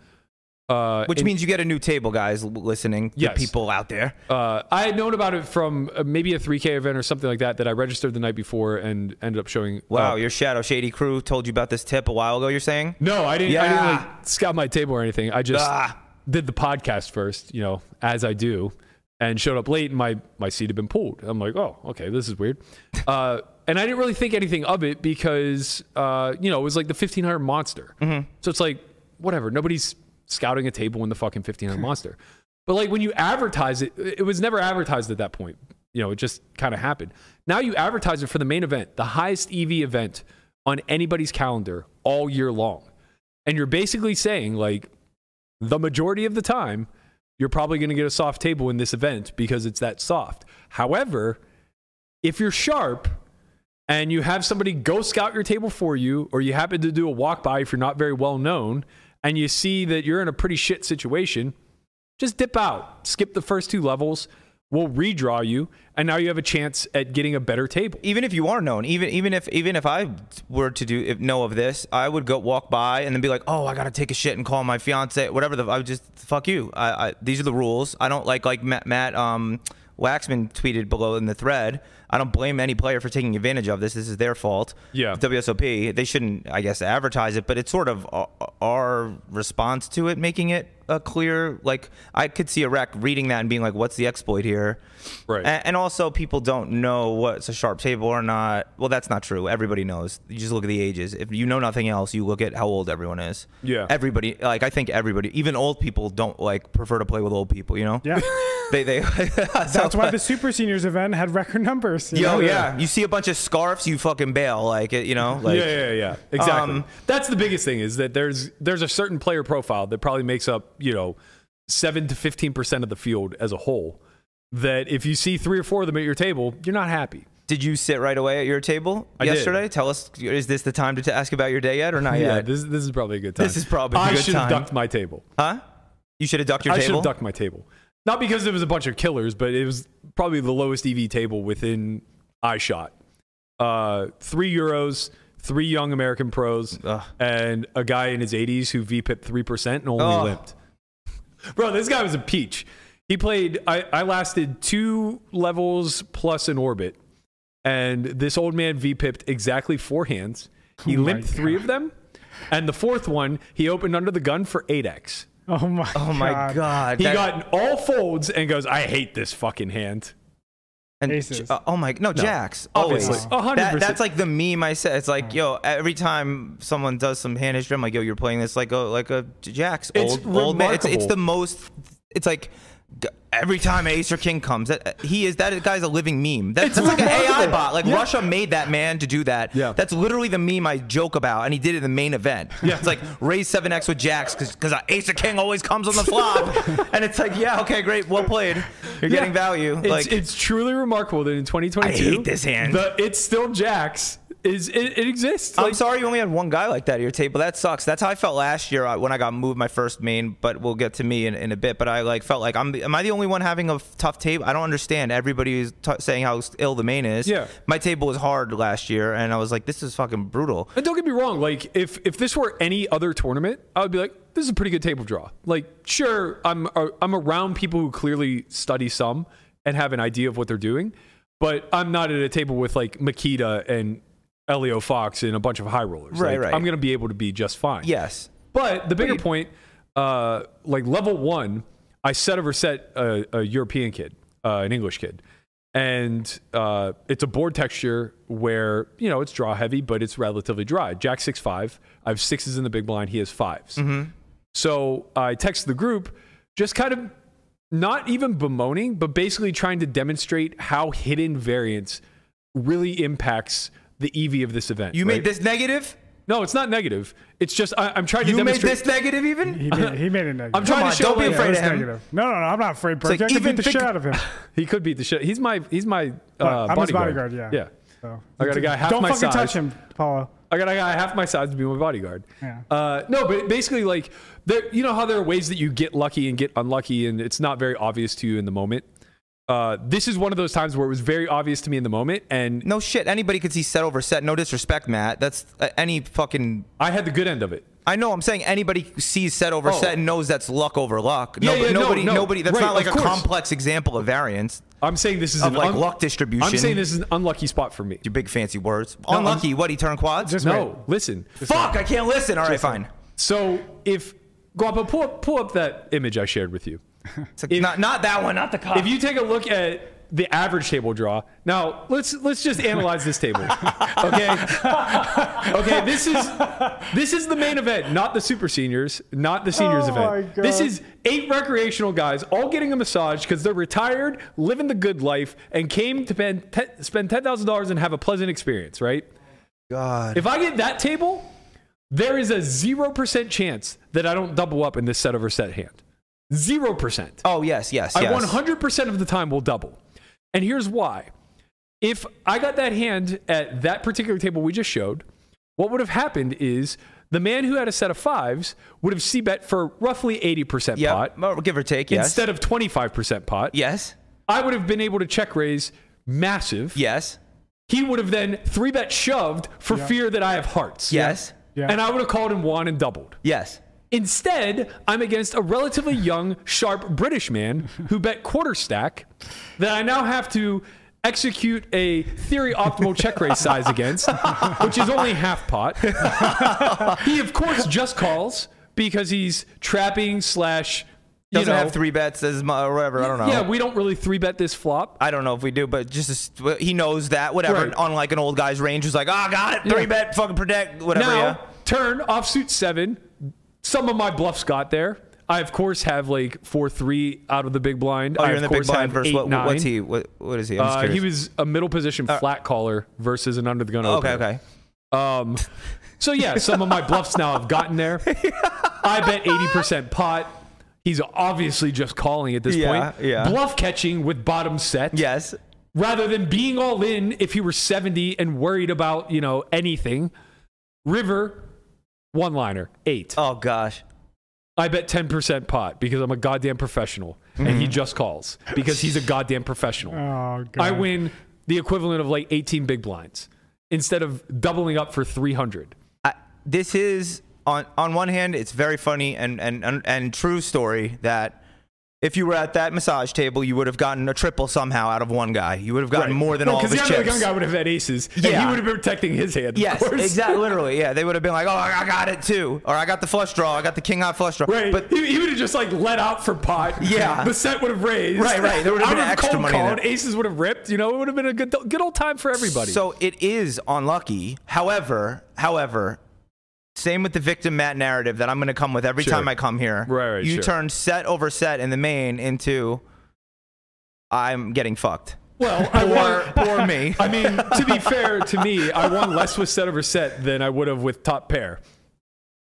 S2: Uh,
S4: Which
S2: in-
S4: means you get a new table, guys, l- listening. the
S2: Yes.
S4: people out there.
S2: uh, I had known about it from uh, maybe a 3K event or something like that that I registered the night before and ended up showing. uh,
S4: Wow,
S2: up.
S4: your Shadow Shady crew told you about this tip a while ago, you're saying?
S2: No, I didn't. I didn't
S4: Yeah.
S2: like scout my table or anything. I just
S4: Ah.
S2: did the podcast first, you know, as I do, and showed up late, and my my seat had been pulled. I'm like, oh, okay, this is weird. Uh, and I didn't really think anything of it because, uh, you know, it was like the 1500 monster. So it's like whatever. Nobody's scouting a table in the fucking 1500 monster. But like when you advertise it, it was never advertised at that point. You know, it just kind of happened. Now you advertise it for the main event, the highest EV event on anybody's calendar all year long. And you're basically saying, like, the majority of the time, you're probably going to get a soft table in this event because it's that soft. However, if you're sharp and you have somebody go scout your table for you, or you happen to do a walk by if you're not very well known, and you see that you're in a pretty shit situation, just dip out, skip the first two levels. We'll redraw you, and now you have a chance at getting a better table.
S4: even if you are known, even even if even if I were to do if, know of this, I would go walk by and then be like, "Oh, I gotta take a shit and call my fiance." Whatever the I would just fuck you. I, I these are the rules. I don't like like Matt, Matt um, Waxman tweeted below in the thread. I don't blame any player for taking advantage of this. This is their fault.
S2: Yeah.
S4: WSOP. They shouldn't, I guess, advertise it, but it's sort of o- our response to it, making it a clear. Like I could see a rec reading that and being like, "What's the exploit here?"
S2: Right.
S4: A- and also people don't know what's a sharp table or not. Well, that's not true. Everybody knows. You just look at the ages. If you know nothing else, you look at how old everyone is.
S2: Yeah.
S4: Everybody, like I think everybody, even old people don't like prefer to play with old people. You know.
S3: Yeah.
S4: They they.
S3: That's why the super seniors event had record numbers. you
S4: Yo,
S3: know?
S4: yeah. You see a bunch of scarves, you fucking bail. Like it, you know. Like,
S2: yeah, yeah, yeah, exactly.
S4: Um,
S2: That's the biggest thing is that there's there's a certain player profile that probably makes up you know seven to fifteen percent of the field as a whole, that if you see three or four of them at your table, you're not happy.
S4: Did you sit right away at your table
S2: I did.
S4: yesterday? Tell us, is this the time to t- ask about your day yet or not
S2: Yeah,
S4: yet?
S2: this, this is probably a good time.
S4: This is probably a
S2: I
S4: good
S2: should have
S4: time.
S2: ducked my table.
S4: huh? You should have ducked your
S2: I should
S4: table.
S2: have ducked my table. Not because it was a bunch of killers, but it was probably the lowest EV table within eye shot. Uh, three euros, three young American pros,
S4: Ugh.
S2: and a guy in his 80s who VPIP 3% and only
S4: Ugh.
S2: limped. Bro, this guy was a peach. He played, I, I lasted two levels plus an orbit, and this old man VPIPed exactly four hands. He
S3: Oh my
S2: limped three of them, and the fourth one, he opened under the gun for 8x.
S3: Oh my.
S4: oh my god.
S2: He
S4: that-
S2: got in all folds and goes, I hate this fucking hand.
S4: And
S3: Aces.
S4: J- uh, oh my no, Jax always.
S2: obviously. A hundred
S4: That-
S2: percent.
S4: that's like the meme I said. It's like yo, every time someone does some hand history, I'm like yo, you're playing this like a like a Jax
S2: It's
S4: old old man. It's, it's
S2: remarkable.
S4: the most. It's like g- every time Ace or King comes, that uh, he is that guy's a living meme. That,
S2: It's
S4: that's like an AI
S2: remarkable.
S4: bot. Like Russia made that man to do that.
S2: Yeah.
S4: that's literally the meme I joke about, and he did it in the main event.
S2: Yeah.
S4: it's like raise seven X with Jax because Ace or King always comes on the flop, and it's like yeah, okay, great, well played. You're getting
S2: Yeah.
S4: value.
S2: It's,
S4: like
S2: it's truly remarkable that in 2022,
S4: I hate this hand.
S2: The it's still Jax. Is it, it exists?
S4: I'm sorry you only had one guy like that at your table. That sucks. That's how I felt last year uh, when I got moved my first main, but we'll get to me in, in a bit. But I like felt like I'm am I the only one having a f- tough table? I don't understand. Everybody is t- saying how ill the main is.
S2: Yeah.
S4: My table was hard last year and I was like this is fucking brutal.
S2: And don't get me wrong. Like if if this were any other tournament, I would be like, this is a pretty good table draw. Like sure, I'm uh, I'm around people who clearly study some and have an idea of what they're doing, but I'm not at a table with like Makita and Elio Fox and a bunch of high rollers.
S4: Right,
S2: Like,
S4: right.
S2: I'm gonna be able to be just fine.
S4: Yes.
S2: But the bigger point, uh, like level one, I set over set a, a European kid, uh, an English kid, and uh, it's a board texture where you know it's draw heavy, but it's relatively dry. Jack six five. I have sixes in the big blind. He has 5s
S4: Mm-hmm.
S2: So I text the group, just kind of not even bemoaning, but basically trying to demonstrate how hidden variance really impacts the EV of this event.
S4: You
S2: right?
S4: made this negative?
S2: No, it's not negative. It's just I, I'm trying to
S4: You made
S2: demonstrate.
S4: this negative even?
S3: He made, he made it negative.
S2: I'm trying to
S4: Come on,
S2: show
S4: don't be
S2: like-
S3: Yeah, it
S4: afraid
S3: was
S4: of him.
S3: negative. No, no, no. I'm not afraid.
S4: like,
S3: Project like,
S4: even
S3: beat the
S4: think-
S3: shit out of him.
S2: He could beat the shit. He's my he's my uh,
S3: I'm his
S2: bodyguard.
S3: bodyguard. Yeah.
S2: yeah.
S3: So,
S2: I got a guy half
S3: Don't
S2: my
S3: fucking
S2: size.
S3: touch him, Paulo.
S2: I got a guy half my size to be my bodyguard.
S3: Yeah.
S2: Uh, no, but basically, like there, you know how there are ways that you get lucky and get unlucky, and it's not very obvious to you in the moment. Uh, this is one of those times where it was very obvious to me in the moment, and
S4: No shit. Anybody could see set over set. No disrespect, Matt. That's uh, any fucking
S2: I had the good end of it.
S4: I know. I'm saying anybody sees set over set and knows that's luck over luck.
S2: Oh. Yeah,
S4: Nobo-
S2: yeah, no,
S4: nobody,
S2: no.
S4: nobody. That's
S2: Right,
S4: not like a
S2: of course.
S4: complex example of variance.
S2: I'm saying this is
S4: Of
S2: an
S4: like luck distribution.
S2: I'm saying this is an unlucky spot for me.
S4: Your big fancy words.
S2: I'm-
S4: Unlucky. what? He turned quads.
S3: Just
S2: No,
S3: wait.
S2: listen.
S4: Fuck. I can't listen. All right, fine.
S2: So if Guapo, pull up, pull up that image I shared with you.
S4: It's like, not not that one. Not the cop.
S2: if you take a look at the average table draw now let's let's just analyze this table okay okay this is this is the main event not the super seniors not the seniors
S3: Oh
S2: event
S3: my God.
S2: this is eight recreational guys all getting a massage because they're retired living the good life and came to spend, te- spend $10000 and have a pleasant experience right
S4: God.
S2: if i get that table there is a 0% chance that i don't double up in this set over set hand 0%
S4: oh yes, yes, yes.
S2: I 100% of the time will double. And here's why. If I got that hand at that particular table we just showed, what would have happened is the man who had a set of fives would have C bet for roughly 80%
S4: Yep.
S2: pot
S4: Well, Give or take. Yes.
S2: instead of 25% pot.
S4: Yes.
S2: I would have been able to check raise massive.
S4: Yes.
S2: He would have then three bet shoved for fear that I have hearts.
S4: Yes.
S3: Yeah.
S2: And I would have called him one and doubled.
S4: Yes.
S2: Instead, I'm against a relatively young, sharp British man who bet quarter stack that I now have to execute a theory optimal check raise size against, which is only half pot. he, of course, just calls because he's trapping slash. You
S4: Doesn't
S2: know,
S4: have three bets as mu- or whatever. I don't know.
S2: Yeah, we don't really three bet this flop.
S4: I don't know if we do, but just he knows that whatever.
S2: Right.
S4: Unlike an old guy's range, who's like, ah, got it, three
S2: Yeah.
S4: bet, fucking protect, whatever.
S2: now,
S4: yeah.
S2: turn offsuit seven. Some of my bluffs got there. I of course have like four three out of the big blind.
S4: Oh,
S2: I,
S4: you're
S2: of
S4: in the
S2: course,
S4: big
S2: have
S4: blind versus
S2: eight,
S4: what,
S2: nine.
S4: what's he? What, what is he? I'm just
S2: Uh, he
S4: curious.
S2: was a middle position flat caller versus an under the gun.
S4: Uh, okay,
S2: opener.
S4: okay.
S2: Um, so yeah, some of my bluffs now have gotten there. I bet eighty percent pot. He's obviously just calling at this
S4: Yeah,
S2: point.
S4: yeah.
S2: Bluff catching with bottom set.
S4: Yes.
S2: Rather than being all in if he were 70 and worried about, you know, anything. River, one liner, eight.
S4: Oh gosh.
S2: I bet 10% pot because I'm a goddamn professional. And
S4: Mm-hmm.
S2: he just calls because he's a goddamn professional.
S3: Oh, God.
S2: I win the equivalent of like 18 big blinds instead of doubling up for 300.
S4: I, this is on on one hand, it's very funny and and and, and true story that. If you were at that massage table, you would have gotten a triple somehow out of one guy. You would have gotten more than
S2: No,
S4: all of his
S2: the
S4: chips.
S2: other gun guy would have had aces. And he
S4: Yeah.
S2: would have been protecting his hand. of
S4: Yes,
S2: course.
S4: exactly. Literally, yeah. They would have been like, "Oh, I I got it too," or "I got the flush draw. I got the king high flush draw."
S2: Right,
S4: But
S2: but he, he would have just like let out for pot.
S4: Yeah.
S2: the set would have raised.
S4: Right, right. There would have
S2: I
S4: been
S2: would've
S4: extra
S2: cold
S4: money in
S2: called,
S4: it.
S2: Aces would have ripped. You know, it would have been a good good old time for everybody.
S4: so it is unlucky. However, however, same with the victim Matt narrative that I'm going to come with every
S2: Sure.
S4: time I come here.
S2: Right, right,
S4: You
S2: sure.
S4: turn set over set in the main into I'm getting fucked.
S2: well, I
S4: Or,
S2: won.
S4: or me.
S2: I mean, to be fair to me, I won less with set over set than I would have with top pair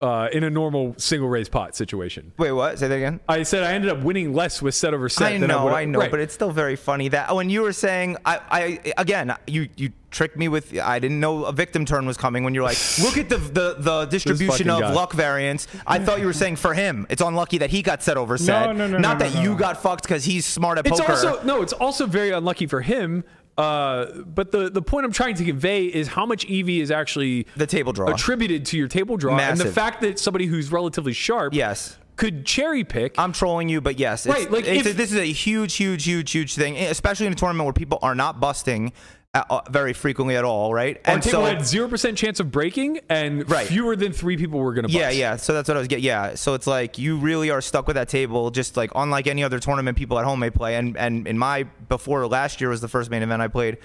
S2: uh, in a normal single raise pot situation.
S4: Wait, what? Say that again.
S2: I said I ended up winning less with set over set.
S4: I
S2: than I,
S4: know,
S2: would've-
S4: I, know,
S2: right.
S4: but it's still very funny that when you were saying, I, I again, you you tricked me with, I didn't know a victim turn was coming when you're like, look at the the, the distribution
S2: fucking
S4: of
S2: guy.
S4: luck variance. I thought you were saying for him, it's unlucky that he got set over set.
S3: no, no,
S4: not
S3: no,
S4: that
S3: no,
S4: you
S3: no.
S4: got fucked because he's smart at
S2: It's
S4: poker.
S2: also no. It's also very unlucky for him. Uh, but the the point I'm trying to convey is how much EV is actually
S4: The table draw.
S2: attributed to your table draw, and the
S4: Massive.
S2: fact that somebody who's relatively sharp,
S4: Yes. Uh,
S2: could cherry pick.
S4: I'm trolling you, but yes, it's,
S2: Right, like,
S4: it's-
S2: if-
S4: this is a huge, huge, huge, huge thing, especially in a tournament where people are not busting at, uh, very frequently at all, right?
S2: Our table had zero percent chance of breaking, and
S4: Right.
S2: fewer than three people were going to.
S4: Yeah, yeah. So that's what I was getting. Yeah. So it's like you really are stuck with that table, just like unlike any other tournament people at home may play. And and in my before last year was the first main event I played.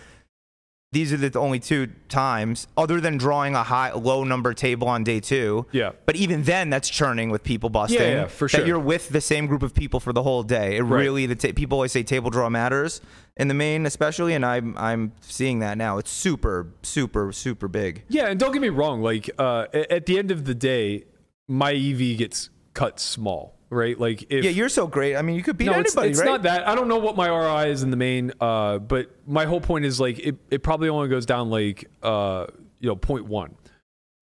S4: These are the only two times, other than drawing a high low number table on day two.
S2: Yeah.
S4: But even then, that's churning with people busting.
S2: yeah, for sure.
S4: That you're with the same group of people for the whole day. It
S2: Right.
S4: really the ta- people always say table draw matters in the main, especially, and I'm I'm seeing that now. It's super, super, super big.
S2: Yeah, and don't get me wrong. Like uh, a- at the end of the day, my EV gets cut small, right? Like if
S4: Yeah, you're so great. I mean, you could beat
S2: no,
S4: anybody,
S2: it's, it's
S4: right?
S2: not that. I don't know what my ROI is in the main, uh, but my whole point is like it, it probably only goes down like uh, you know point one.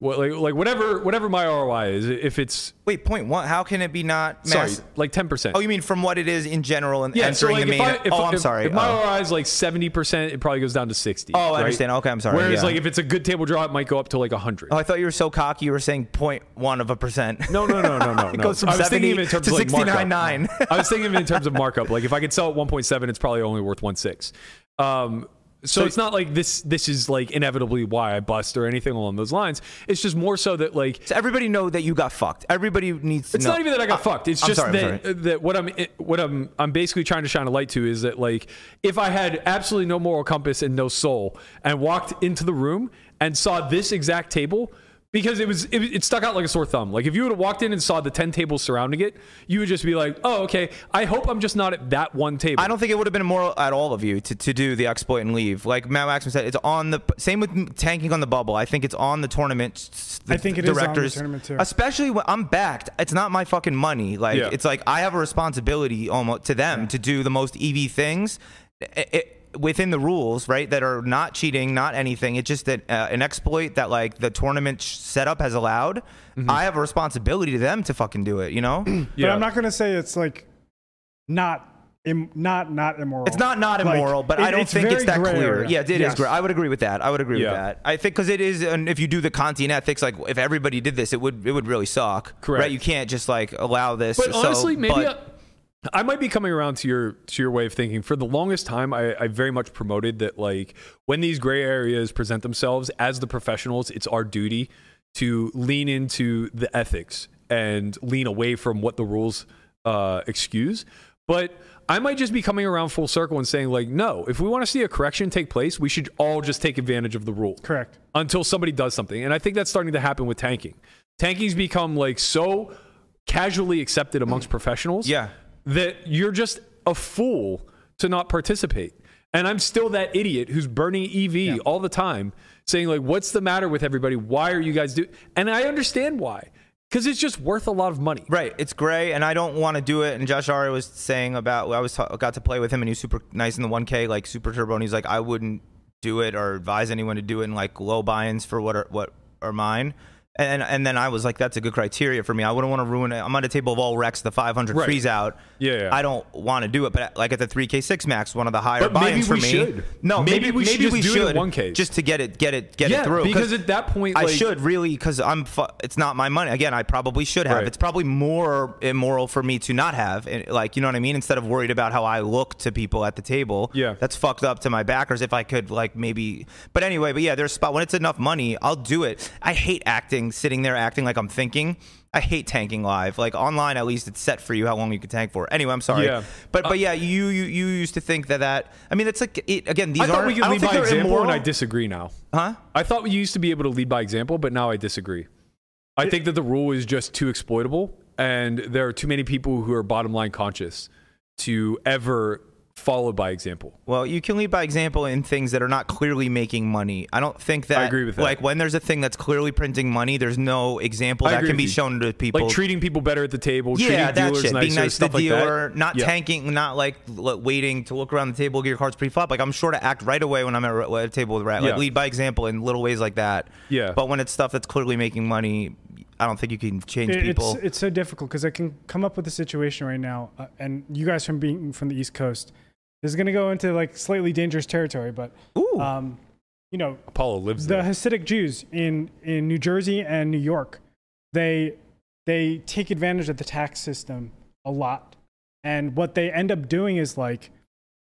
S2: What, like, like whatever whatever my ROI is, if it's
S4: Wait, point one. How can it be not
S2: sorry,
S4: mass?
S2: like ten percent.
S4: Oh, you mean from what it is in general and
S2: yeah, so
S4: entering
S2: like
S4: the main?
S2: if I, if,
S4: oh, I'm
S2: if-
S4: sorry.
S2: If my
S4: oh.
S2: ROI is like seventy percent, it probably goes down to sixty.
S4: Oh, I
S2: right?
S4: understand. Okay, I'm sorry.
S2: Whereas
S4: Yeah.
S2: like if it's a good table draw, it might go up to like hundred.
S4: Oh, I thought you were so cocky. You were saying point one of a percent.
S2: no, no, no, no, no.
S4: it
S2: no.
S4: goes from
S2: I was thinking
S4: 70
S2: even in terms
S4: to
S2: of like markup.
S4: 69.9.
S2: I was thinking of it in terms of markup. Like if I could sell at 1.7, it's probably only worth 1.6. Um, so, it's not like this. This is like inevitably why I bust or anything along those lines. It's just more so that like
S4: So everybody know that you got fucked. Everybody needs to
S2: it's
S4: know. Uh,
S2: not even that I got fucked. It's
S4: I'm
S2: just
S4: sorry, I'm
S2: that
S4: sorry.
S2: that what I'm what I'm I'm basically trying to shine a light to is that like if I had absolutely no moral compass and no soul and walked into the room and saw this exact table because it was it, it stuck out like a sore thumb. Like if you would have walked in and saw the ten tables surrounding it, you would just be like, oh okay. I hope I'm just not at that one table.
S4: I don't think it would have been immoral at all of you to, to do the exploit and leave. Like Matt Maxim said, it's on the same with tanking on the bubble. I think it's on the tournament. s- The
S3: I think it is on the
S4: directors,
S3: tournament, too.
S4: Especially when I'm backed, it's not my fucking money. Like
S2: Yeah.
S4: it's like I have a responsibility almost to them to do the most EV things. i- i- within the rules, right, that are not cheating, not anything. It's just that uh, an exploit that like the tournament sh- setup has allowed.
S3: Mm-hmm.
S4: I have a responsibility to them to fucking do it. You know,
S3: But I'm not gonna say it's like not. Im- not not immoral.
S4: It's not not
S3: Like,
S4: immoral, but
S3: it-
S4: I don't think
S3: very
S4: it's that
S3: gray
S4: clear.
S3: area.
S4: Yeah, it is
S3: Yes.
S4: gray. I would agree with that. I would agree
S2: Yeah.
S4: with that. I think because it is, and if you do the Kantian ethics, like if everybody did this, it would it would really suck.
S2: Correct.
S4: Right? You can't just like allow this.
S2: But
S4: so-
S2: honestly, maybe
S4: but-
S2: I, I might be coming around to your to your way of thinking. For the longest time, I, I very much promoted that like when these gray areas present themselves as the professionals, it's our duty to lean into the ethics and lean away from what the rules uh, excuse. But I might just be coming around full circle and saying like, no, if we want to see a correction take place, we should all just take advantage of the rule
S3: correct.
S2: until somebody does something. And I think that's starting to happen with tanking. Tanking's become like so casually accepted amongst professionals
S4: Mm. Yeah.
S2: that you're just a fool to not participate. And I'm still that idiot who's burning EV all the time saying like what's the matter with everybody? Why are you guys do? And I understand why. because it's just worth a lot of money.
S4: Right, it's gray, and I don't want to do it. And Josh Ari was saying about I was ta- got to play with him, and he's super nice in the 1K, like super turbo. And he's like, I wouldn't do it or advise anyone to do it in like low buy-ins for what are what are mine. And and then I was like, that's a good criteria for me. I wouldn't want to ruin it. I'm on a table of all Rex, the 500
S2: Right.
S4: freeze out.
S2: Yeah, yeah.
S4: I don't want to do it. But like at the 3K6 max, one of the higher
S2: But maybe
S4: buy-ins for
S2: we
S4: me.
S2: should.
S4: No,
S2: Maybe
S4: maybe
S2: we should just
S4: we
S2: do it in
S4: should,
S2: 1Ks.
S4: just to get it get it get
S2: Yeah,
S4: it through.
S2: because at that point,
S4: I
S2: like-
S4: should really because I'm fu- it's not my money again I probably should have
S2: Right.
S4: it's probably more immoral for me to not have and, like you know what I mean instead of worried about how I look to people at the table
S2: Yeah.
S4: that's fucked up to my backers if I could like maybe but anyway but yeah there's spot when it's enough money I'll do it I hate acting sitting there acting like I'm thinking I hate tanking live like online at least it's set for you how long you can tank for anyway I'm sorry
S2: Yeah. Uh,
S4: but but yeah you you you used to think that that I mean it's like it, again these
S2: I thought
S4: aren't-
S2: we could
S4: I don't
S2: lead
S4: think
S2: by
S4: they're
S2: example,
S4: immoral
S2: and I disagree now.
S4: huh
S2: I thought we used to be able to lead by example, but now I disagree. I think that the rule is just too exploitable, and there are too many people who are bottom line conscious to ever follow by example.
S4: Well, you can lead by example in things that are not clearly making money. I don't think that.
S2: agree with that.
S4: Like when there's a thing that's clearly printing money, there's no example
S2: I
S4: that
S2: agree
S4: can
S2: with
S4: be
S2: you.
S4: shown to people.
S2: Like treating people better at the table,
S4: yeah,
S2: treating
S4: that
S2: dealers
S4: shit.
S2: nicer,
S4: Being nice to
S2: stuff
S4: the dealer,
S2: like that.
S4: not
S2: Yeah.
S4: tanking, not like l- waiting to look around the table, get your cards pre-flop. Like I'm sure to act right away when I'm at a- at a table with Rat. Like
S2: Yeah.
S4: lead by example in little ways like that.
S2: Yeah.
S4: But when it's stuff that's clearly making money, I don't think you can change
S3: It-
S4: people.
S3: It's, it's so difficult because I can come up with a situation right now, uh, and you guys from being from the East Coast, this is going to go into like slightly dangerous territory, but
S4: Ooh.
S3: um, you know,
S2: Apollo lives
S3: the
S2: there.
S3: Hasidic Jews in in New Jersey and New York, they they take advantage of the tax system a lot, and what they end up doing is like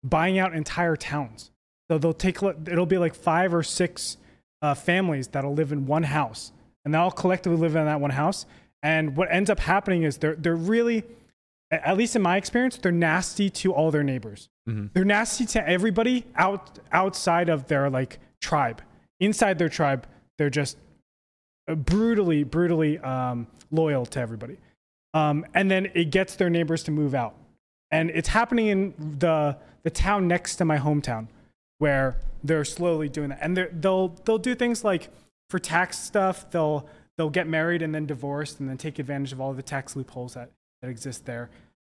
S3: buying out entire towns. So they'll take li- it'll be like five or six uh, families that'll live in one house, and they'll all collectively live in that one house. And what ends up happening is they're they're really a- at least in my experience, they're nasty to all their neighbors.
S2: Mm-hmm.
S3: They're nasty to everybody out outside of their like tribe. Inside their tribe, they're just uh, brutally, brutally um, loyal to everybody. Um, and then it gets their neighbors to move out. And it's happening in the the town next to my hometown, where they're slowly doing that. And they're- they'll they'll do things like for tax stuff, they'll they'll get married and then divorced and then take advantage of all the tax loopholes that that exist there.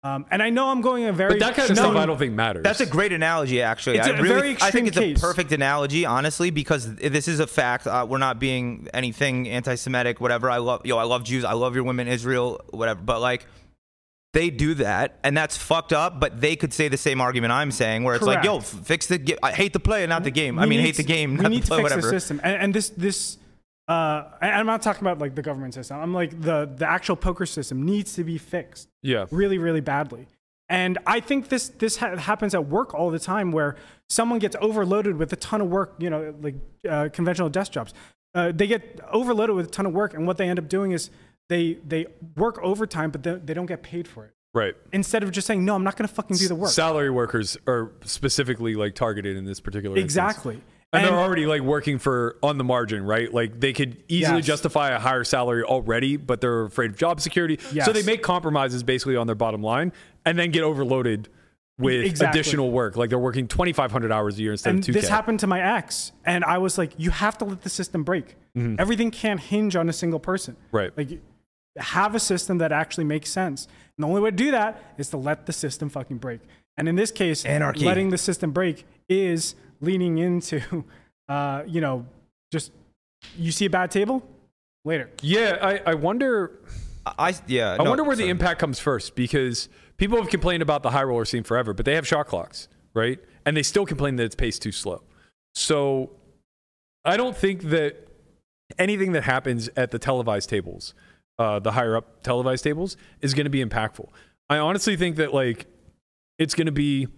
S3: Um, and I know I'm going a very
S2: but that kind of
S3: no,
S2: stuff I don't think matters.
S4: That's a great analogy, actually.
S3: It's
S4: I
S3: a
S4: really,
S3: very
S4: I think it's
S3: extreme
S4: a
S3: case.
S4: perfect analogy, honestly, because this is a fact. Uh, we're not being anything anti-Semitic, whatever. I love, yo, I love Jews. I love your women, Israel, whatever. But like, they do that, and that's fucked up. But they could say the same argument I'm saying, where it's like, yo, f-
S3: Correct.
S4: fix the. Ge- I hate the play, and not the game. I
S3: We
S4: mean,
S3: need
S4: hate the
S3: to-
S4: game,
S3: We
S4: not
S3: need
S4: the
S3: to
S4: play,
S3: fix
S4: whatever.
S3: the system, and, and this this. Uh, I, I'm not talking about like the government system. I'm like the the actual poker system needs to be fixed
S2: yeah.
S3: really really badly. And I think this this ha- happens at work all the time, where someone gets overloaded with a ton of work. You know, like uh, conventional desk jobs, uh, they get overloaded with a ton of work, and what they end up doing is they they work overtime, but they, they don't get paid for it.
S2: Right.
S3: Instead of just saying, no, I'm not going to fucking do the work.
S2: Salary workers are specifically like targeted in this particular instance.
S3: Exactly.
S2: And,
S3: And-
S2: they're already like working for on the margin, right? Like they could easily
S3: Yes.
S2: justify a higher salary already, but they're afraid of job security. So
S3: Yes.
S2: they make compromises basically on their bottom line and then get overloaded with
S3: Exactly.
S2: additional work. Like they're working 2500 hours a year instead
S3: and
S2: of 2k.
S3: this happened to my ex and i was like you have to let the system break everything can't hinge on a single person
S2: Right.
S3: like have a system that actually makes sense and the only way to do that is to let the system fucking break and in this case
S4: Anarchy.
S3: letting the system break is leaning into uh, you know just you see a bad table later
S2: yeah, I, I wonder
S4: I yeah.
S2: I wonder where the impact comes first because people have complained about the high roller scene forever, but they have shot clocks, right? And they still complain that it's paced too slow. So I don't think that anything that happens at the televised tables, uh, the higher up televised tables, is going to be impactful. I honestly think that like it's going to be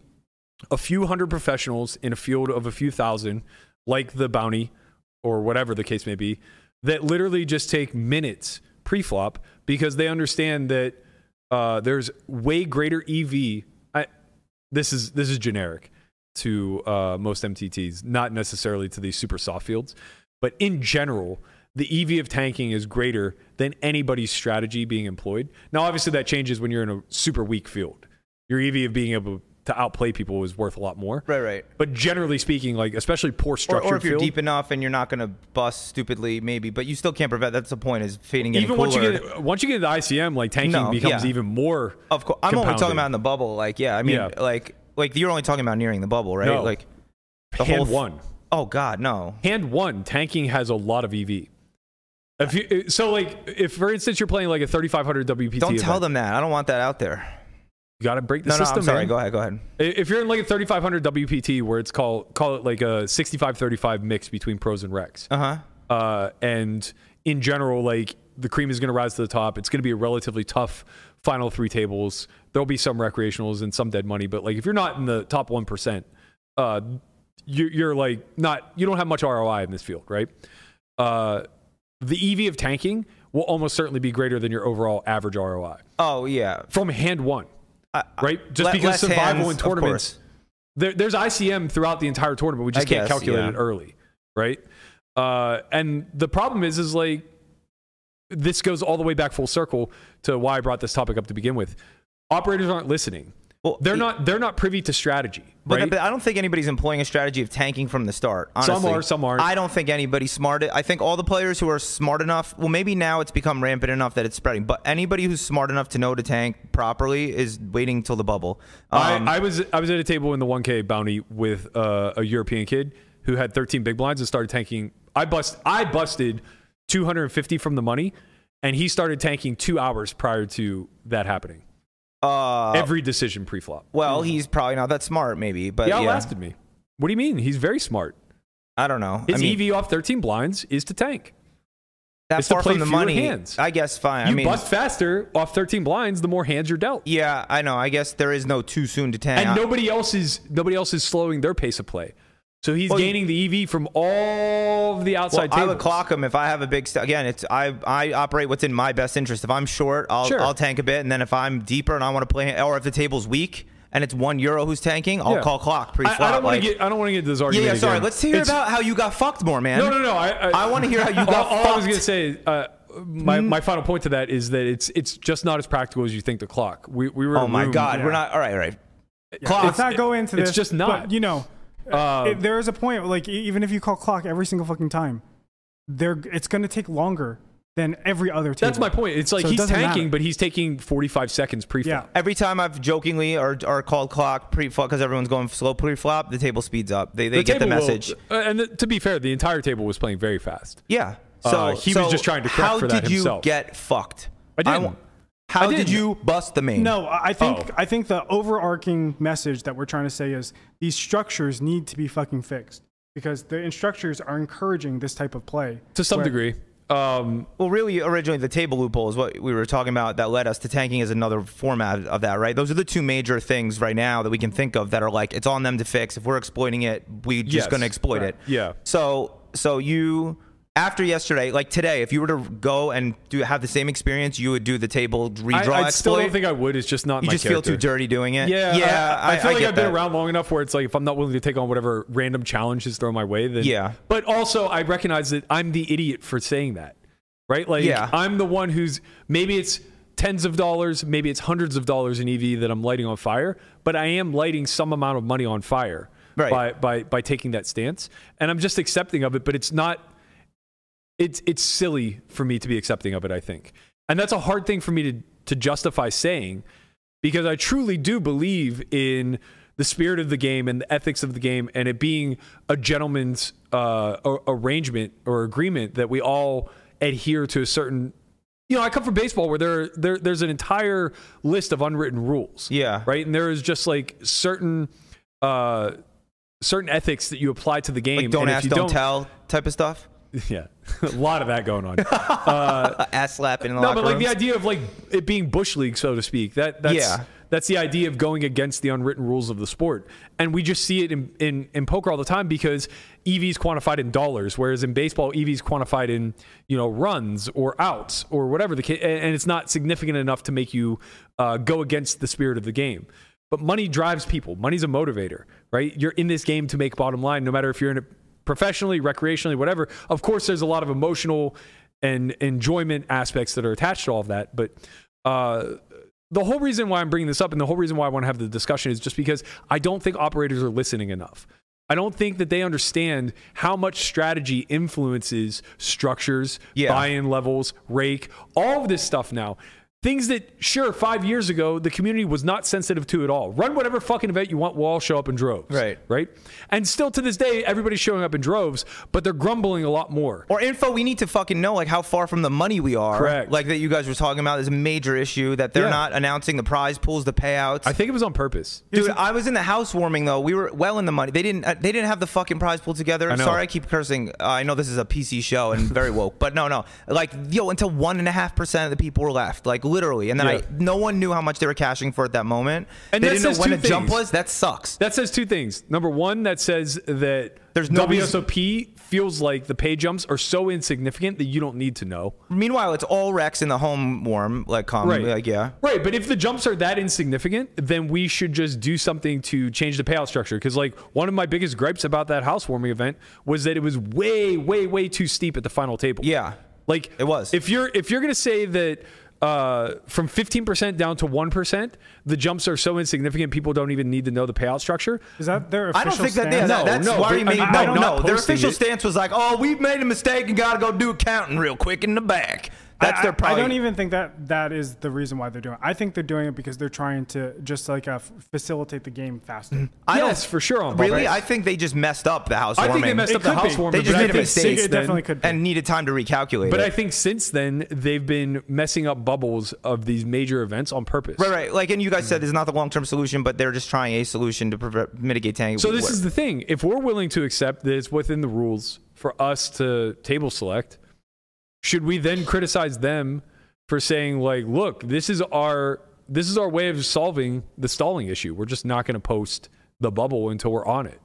S2: a few hundred professionals in a field of a few thousand, like the bounty or whatever the case may be, that literally just take minutes pre-flop because they understand that uh, there's way greater EV. I, this is this is generic to uh, most MTTs, not necessarily to these super soft fields, but in general, the EV of tanking is greater than anybody's strategy being employed. Now, obviously, that changes when you're in a super weak field. Your EV E of being able to outplay people is worth a lot more.
S4: Right, right.
S2: But generally speaking, like especially poor
S4: Or,
S2: structured
S4: or if you're
S2: field,
S4: deep enough and you're not going to bust stupidly, maybe, but you still can't prevent. That's the point is fading getting
S2: even
S4: cooler.
S2: once you get once you get into ICM, like tanking
S4: No,
S2: becomes
S4: yeah.
S2: even more.
S4: Of course, I'm only talking
S2: compounded.
S4: about in the bubble. Like, yeah, I mean,
S2: Yeah.
S4: like, like you're only talking about nearing the bubble, right?
S2: No.
S4: Like, the
S2: hand
S4: whole th-
S2: one.
S4: Oh God, no.
S2: hand one tanking has a lot of EV. If you so like if for instance you're playing like a 3500 WPT,
S4: Don't tell
S2: event,
S4: them that. I don't want that out there.
S2: you gotta break the
S4: No, no.
S2: system.
S4: I'm sorry.
S2: man.
S4: Go ahead. Go ahead.
S2: I- If you're in like a 3500 WPT where it's called call it like a 65 35 mix between pros and recs,
S4: Uh huh.
S2: uh, and in general, like the cream is going to rise to the top. It's going to be a relatively tough final three tables. There'll be some recreationals and some dead money, but like if you're not in the top one percent, uh, you're, you're like not you don't have much ROI in this field, right? Uh, the EV of tanking will almost certainly be greater than your overall average ROI
S4: Oh yeah.
S2: from hand one,
S4: I- I-
S2: right? Just
S4: Uh, le-
S2: because
S4: less
S2: survival
S4: hands,
S2: in
S4: of
S2: tournaments,
S4: course.
S2: there, there's ICM throughout the entire tournament. We just
S4: I
S2: can't
S4: guess,
S2: calculate
S4: yeah.
S2: it early, right? Uh, and the problem is, is like this goes all the way back full circle to why I brought this topic up to begin with. Operators aren't listening.
S4: Well,
S2: they're
S4: it-
S2: not. They're not privy to strategy,
S4: But,
S2: right?
S4: but I don't think anybody's employing a strategy of tanking from the start.
S2: Some
S4: Honestly.
S2: are, some aren't.
S4: I don't think anybody's smart. I think all the players who are smart enough, well, maybe now it's become rampant enough that it's spreading. But anybody who's smart enough to know to tank properly is waiting till the bubble. Um,
S2: I, I was I was at a table in the 1K bounty with uh, a European kid who had 13 big blinds and started tanking. I bust I busted 250 from the money, and he started tanking two hours prior to that happening.
S4: uh,
S2: Every decision pre-flop.
S4: well, he's probably not that smart, maybe. But
S2: He
S4: uh, yeah,
S2: outlasted me. What do you mean? He's very smart.
S4: I don't know.
S2: His
S4: I mean,
S2: EV off 13 blinds is to tank.
S4: that
S2: is to
S4: far
S2: play
S4: from the
S2: fewer
S4: money.
S2: hands.
S4: I guess fine.
S2: You
S4: I mean,
S2: bust faster off 13 blinds, the more hands you're dealt.
S4: yeah, I know. I guess there is no too soon to tank.
S2: and nobody else is nobody else is slowing their pace of play. So he's
S4: Well,
S2: gaining the EV from all of the outside
S4: well, I
S2: tables.
S4: would clock him if I have a big. St- again, it's I I operate what's in my best interest. If I'm short, I'll
S2: Sure.
S4: I'll tank a bit, and then if I'm deeper and I want to play, or if the table's weak and it's one euro who's tanking, I'll
S2: Yeah.
S4: call clock
S2: I-
S4: pre flop.
S2: I, don't want
S4: like-
S2: to get. I don't want to get into this
S4: Yeah,
S2: argument.
S4: yeah. Sorry.
S2: again.
S4: Let's hear
S2: It's-
S4: about how you got fucked more, man.
S2: No, no, no. I, I,
S4: I wanna hear how you got
S2: All, all I was
S4: fucked. Mm.
S2: gonna say. Uh, my, my final point to that is that it's it's just not as practical as you think. The clock. We we were. in
S4: Oh
S2: a
S4: my
S2: room-
S4: god, we're not. All right, all right.
S3: Let's not go into
S2: it's
S3: this.
S2: just not.
S3: But, you know,
S2: Um,
S3: it- there is a point. Like e- even if you call clock every single fucking time, there it's gonna take longer than every other table.
S2: that's my point. It's like
S3: So it
S2: he's
S3: doesn't
S2: tanking,
S3: matter.
S2: but he's taking forty five seconds pre
S3: yeah.
S2: flop.
S4: Every time I've jokingly or, or called clock pre flop because everyone's going slow pre flop, the table speeds up. They they get the message.
S2: uh, and th- to be fair, the entire table was playing very fast.
S4: Yeah. So
S2: Uh, he was
S4: so
S2: just trying to prep
S4: how
S2: for that
S4: did
S2: himself.
S4: you get fucked?
S2: I didn't.
S4: wa- how did
S2: didn't.
S4: you bust the main?
S3: No, I I think
S2: Oh.
S3: I think the overarching message that we're trying to say is these structures need to be fucking fixed because the instructors are encouraging this type of play
S2: To some
S3: where-
S2: degree. Um,
S4: Well, really, originally the table loophole is what we were talking about that led us to tanking is another format of that, right? Those are the two major things right now that we can think of that are like it's on them to fix. If we're exploiting it, we just
S2: Yes,
S4: going to exploit
S2: right.
S4: it.
S2: Yeah.
S4: So, so you after yesterday, like today, if you were to go and do have the same experience, you would do the table
S2: I,
S4: redraw
S2: I
S4: exploit.
S2: still don't think I would. It's just not.
S4: you
S2: my
S4: just
S2: character.
S4: feel too dirty doing it.
S2: Yeah,
S4: yeah.
S2: I, I feel like
S4: get
S2: I've been
S4: that.
S2: around long enough where it's like if I'm not willing to take on whatever random challenge is thrown my way, then
S4: Yeah.
S2: But also, I recognize that I'm the idiot for saying that, right? Like,
S4: Yeah.
S2: I'm the one who's maybe it's tens of dollars, maybe it's hundreds of dollars in EV that I'm lighting on fire, but I am lighting some amount of money on fire
S4: Right.
S2: by by by taking that stance, and I'm just accepting of it. But it's not. It's it's silly for me to be accepting of it. I think, and that's a hard thing for me to to justify saying because I truly do believe in the spirit of the game and the ethics of the game and it being a gentleman's uh, a- arrangement or agreement that we all adhere to a certain. You know, I come from baseball where there, there there's an entire list of unwritten rules.
S4: Yeah.
S2: Right, and there is just like certain. Uh, Certain ethics that you apply to the game.
S4: Like, don't
S2: and if
S4: ask,
S2: you
S4: don't, tell type of stuff.
S2: Yeah, a lot of that going on.
S4: Uh, ass slapping. in the
S2: No,
S4: locker
S2: but like the
S4: rooms.
S2: idea of like it being bush league, so to speak. That that's
S4: Yeah.
S2: that's the idea of going against the unwritten rules of the sport, and we just see it in in, in poker all the time because EV is quantified in dollars, whereas in baseball EV is quantified in you know runs or outs or whatever the case, and it's not significant enough to make you uh, go against the spirit of the game. But money drives people. Money's a motivator, right? You're in this game to make bottom line, no matter if you're in it professionally, recreationally, whatever. Of course, there's a lot of emotional and enjoyment aspects that are attached to all of that, but uh, the whole reason why I'm bringing this up and the whole reason why I want to have the discussion is just because I don't think operators are listening enough. I don't think that they understand how much strategy influences structures,
S4: Yeah.
S2: buy-in levels, rake, all of this stuff now. Things that, sure, five years ago, the community was not sensitive to at all. Run whatever fucking event you want, we'll all show up in droves.
S4: Right.
S2: Right? And still to this day, everybody's showing up in droves, but they're grumbling a lot more.
S4: or info we need to fucking know like how far from the money we are
S2: Correct.
S4: like that you guys were talking about is a major issue that they're
S2: Yeah.
S4: not announcing the prize pools the payouts
S2: I think it was on purpose.
S4: Dude, I was in the housewarming though. We were well in the money. They didn't. Uh, they didn't have the fucking prize pool together.
S2: know.
S4: Sorry, I keep cursing. Uh, I know this is a PC show and very woke, but no, no. Like yo, until one and a half percent of the people were left, like literally, and then
S2: Yeah.
S4: I no one knew how much they were cashing for at that moment.
S2: And
S4: they
S2: that
S4: didn't know
S2: says
S4: when
S2: two
S4: the jump
S2: things.
S4: was. That sucks.
S2: That says two things. Number one, that says that
S4: There's no reason-
S2: WSOP feels like the pay jumps are so insignificant that you don't need to know.
S4: Meanwhile, it's all Rex in the home warm, like com, like yeah.
S2: Right. But if the jumps are that insignificant, then we should just do something to change the payout structure. Because like one of my biggest gripes about that housewarming event was that it was way, way, way too steep at the final table.
S4: Yeah.
S2: Like
S4: It was.
S2: If you're if you're gonna say that uh, from 15% down to 1%, the jumps are so insignificant people don't even need to know the payout structure.
S3: Is that their
S4: I
S3: official
S4: don't think that
S3: stance?
S4: yeah,
S2: No,
S4: that, that's
S2: no,
S4: why
S2: but-
S4: you mean
S2: I-
S4: no,
S2: I'm
S4: no.
S2: not
S4: Their
S2: posting
S4: official
S2: it.
S4: stance was like, "Oh, we've made a mistake and gotta go do accounting real quick in the back." That's
S3: I-
S4: their
S3: I-
S4: probably.
S3: I don't even think that that is the reason why they're doing it. I think they're doing it because they're trying to just like uh, f- facilitate the game faster.
S4: I don't-
S2: yes, for sure. on
S4: Really,
S2: purpose.
S4: I think they just messed up the
S2: I
S4: housewarming.
S2: think they messed
S3: It
S2: up the
S3: could be.
S2: housewarming.
S4: They just
S2: but I
S4: made a
S2: think-
S4: mistake
S3: it
S4: then
S3: definitely could be.
S4: and needed time to recalculate.
S2: But
S4: it.
S2: I think since then they've been messing up bubbles of these major events on purpose.
S4: right, right. Like, and you guys said this is not the long term solution, but they're just trying a solution to prevent, mitigate tanking.
S2: So this is the thing: if we're willing to accept that it's within the rules for us to table select, should we then criticize them for saying like, "Look, this is our this is our way of solving the stalling issue. We're just not going to post the bubble until we're on it."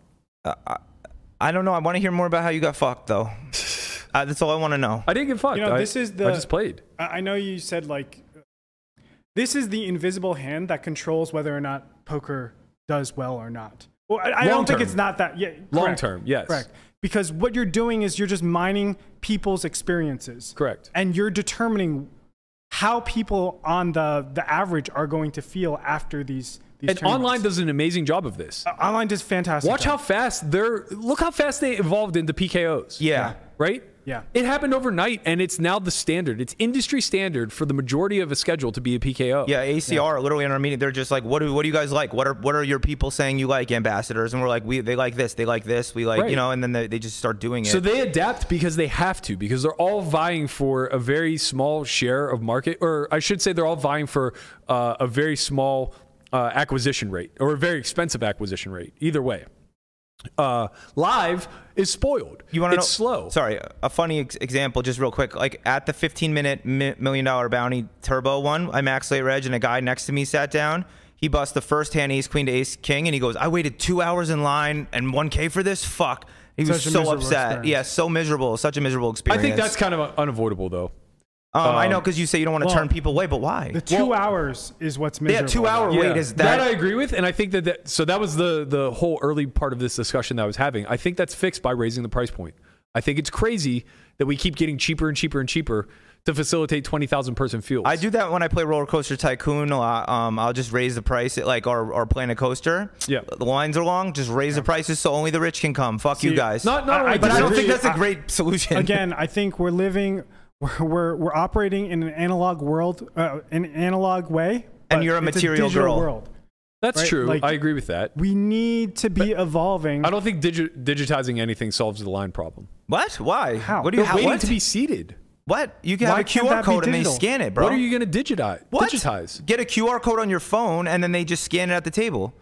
S4: I don't know. I want to hear more about how you got fucked, though. uh, that's all I want to know.
S2: I didn't get fucked.
S3: You know,
S2: I,
S3: this is the-
S2: I just played.
S3: I I know you said like this is the invisible hand that controls whether or not poker does well or not. Well, I, I don't think
S2: Long-term.
S3: it's not that. Yeah,
S2: Long
S3: correct,
S2: term, yes.
S3: correct. Because what you're doing is you're just mining people's experiences,
S2: Correct.
S3: and you're determining how people on the the average are going to feel after these. these
S2: And
S3: tournaments.
S2: online does an amazing job of this.
S3: online does fantastic.
S2: Watch how fast they're. Look how fast they evolved into PKOs.
S4: yeah.
S2: right?
S3: Yeah.
S2: It happened overnight and it's now the standard. It's industry standard for the majority of a schedule to be a PKO.
S4: Yeah, ACR literally in our meeting, they're just like, "What do what do you guys like? What are what are your people saying you like, ambassadors?" And we're like, "We they like this, they like this, we like
S2: Right.
S4: you know." And then they, they just start doing it.
S2: So they adapt because they have to, because they're all vying for a very small share of market, or I should say, they're all vying for uh, a very small uh, acquisition rate or a very expensive acquisition rate. Either way, uh, live is spoiled.
S4: You want to
S2: it's
S4: know,
S2: slow.
S4: Sorry, a funny ex- example, just real quick. Like at the 15 minute mi- million dollar bounty turbo one, I max late reg, and a guy next to me sat down. He busts the first hand ace queen to ace king, and he goes, "I waited two hours in line and 1k for this. Fuck." He was
S3: Such a
S4: so
S3: miserable
S4: upset.
S3: experience.
S4: Yeah, so miserable. Such a miserable
S2: I
S4: experience.
S2: think that's kind of unavoidable, though.
S4: Um, I know because you say you don't want to
S3: well,
S4: turn people away, but why?
S3: The two hours is what's
S4: Yeah,
S3: miserable.
S4: two hour wait
S2: Yeah.
S4: is that?
S2: I agree with, and I think that, that so that was the the whole early part of this discussion that I was having. I think that's fixed by raising the price point. I think it's crazy that we keep getting cheaper and cheaper and cheaper to facilitate twenty thousand person fields.
S4: I do that when I play Roller Coaster Tycoon a lot. Um, I'll just raise the price, at, like, or, or playing a coaster.
S2: Yeah.
S4: The lines are long. Just raise the prices so only the rich can come. Fuck you
S3: See,
S4: guys.
S2: Not not
S3: I-
S2: only
S3: I
S4: but I don't
S3: disagree.
S4: think that's a
S3: I-
S4: great solution.
S3: again i think we're living we're we're, we're operating in an analog world uh, an analog way
S4: And
S3: but
S4: you're a
S3: it's
S4: material
S3: digital
S4: girl.
S3: world
S2: that's
S3: right,
S2: true.
S3: like-
S2: I agree with that.
S3: we need to be evolving
S2: I don't think digi- digitizing anything solves the line problem.
S4: what? Why?
S3: How?
S4: What do you
S2: They're
S4: have?
S2: waiting
S4: What?
S2: to be seated.
S4: what? You can have
S3: Why
S4: a
S3: can't
S4: QR
S3: that be
S4: code and they
S3: digital?
S4: scan it, bro.
S2: What are you going to digitize?
S4: What?
S2: Digitize.
S4: Get a QR code on your phone and then they just scan it at the table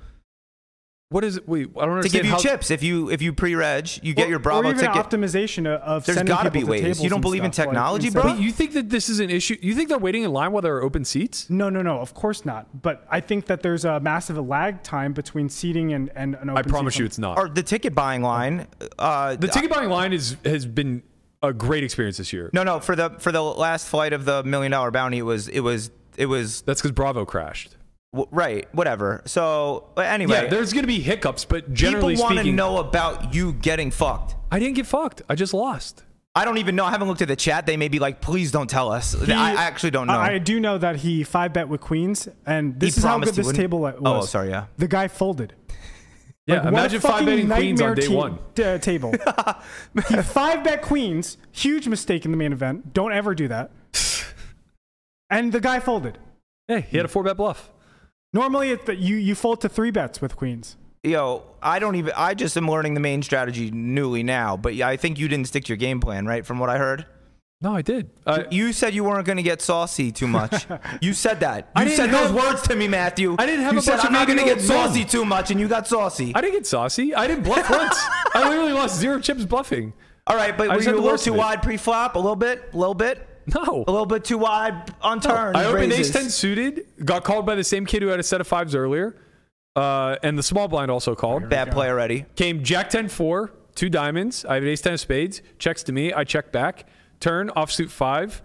S2: What is it? Wait, I don't
S4: to
S2: understand.
S4: give you
S2: how-
S4: chips. If you if you pre-reg, you get
S3: Or-
S4: your Bravo
S3: or even
S4: ticket.
S3: optimization of- of
S4: There's
S3: got
S4: gotta
S3: to
S4: be ways. You
S3: tables
S4: don't
S3: and
S4: believe in
S3: stuff, like,
S4: technology,
S3: instead-
S4: bro?
S2: Wait, you think that this is an issue? You think they're waiting in line while there are open seats?
S3: no no no of course not but i think that there's a massive lag time between seating and and an open
S2: I promise you, it's not.
S4: or the ticket buying line. Uh,
S2: The ticket buying line is has been a great experience this year.
S4: No, no. For the for the last flight of the million dollar bounty, it was it was it was
S2: That's because Bravo crashed.
S4: w- right. Whatever. So but
S2: Yeah,
S4: anyway,
S2: there's going to be hiccups, but
S4: people
S2: generally
S4: want to
S2: speaking,
S4: know about you getting fucked.
S2: I didn't get fucked. I just lost.
S4: I don't even know. I haven't looked at the chat. They may be like, please don't tell us. I, I actually don't know.
S3: I, I do know that he five bet with queens, and this is how
S4: promised
S3: good
S4: he
S3: this
S4: wouldn't.
S3: table was.
S4: Oh, sorry, yeah.
S3: The guy folded.
S2: Yeah,
S3: What a
S2: imagine five
S3: fucking
S2: betting queens on
S3: nightmare
S2: day
S3: te-
S2: one.
S3: t- uh, table. he five bet queens. Huge mistake in the main event. Don't ever do that. and the guy folded.
S2: Hey, he had a four bet bluff.
S3: Normally, it, you you fold to three bets with queens.
S4: Yo, I don't even. I just am learning the main strategy newly now. But yeah, I think you didn't stick to your game plan, right? From what I heard,
S2: No, I did. I,
S4: you said you weren't going to get saucy too much. you said that.
S2: I
S4: You
S2: didn't
S4: said
S2: have-
S4: those words to me, Matthew.
S2: I didn't have
S4: You
S2: a
S4: said
S2: bunch of
S4: I'm not going to get
S2: eighty-year-old men."
S4: saucy too much, and you got saucy.
S2: I didn't get saucy. I didn't bluff once. I literally lost zero chips bluffing.
S4: All right, but
S2: I
S4: were
S2: just
S4: you
S2: had
S4: a
S2: the
S4: little
S2: worst
S4: too
S2: of it.
S4: wide pre-flop? A little bit, a little bit,
S2: No.
S4: a little bit too wide on turn.
S2: Oh, I opened ace
S4: raises.
S2: 10 suited, got called by the same kid who had a set of fives earlier. Uh, and the small blind also called.
S4: Bad play already.
S2: Came jack 10 4, two diamonds. I have an ace 10 of spades. Checks to me. I check back. Turn, offsuit 5.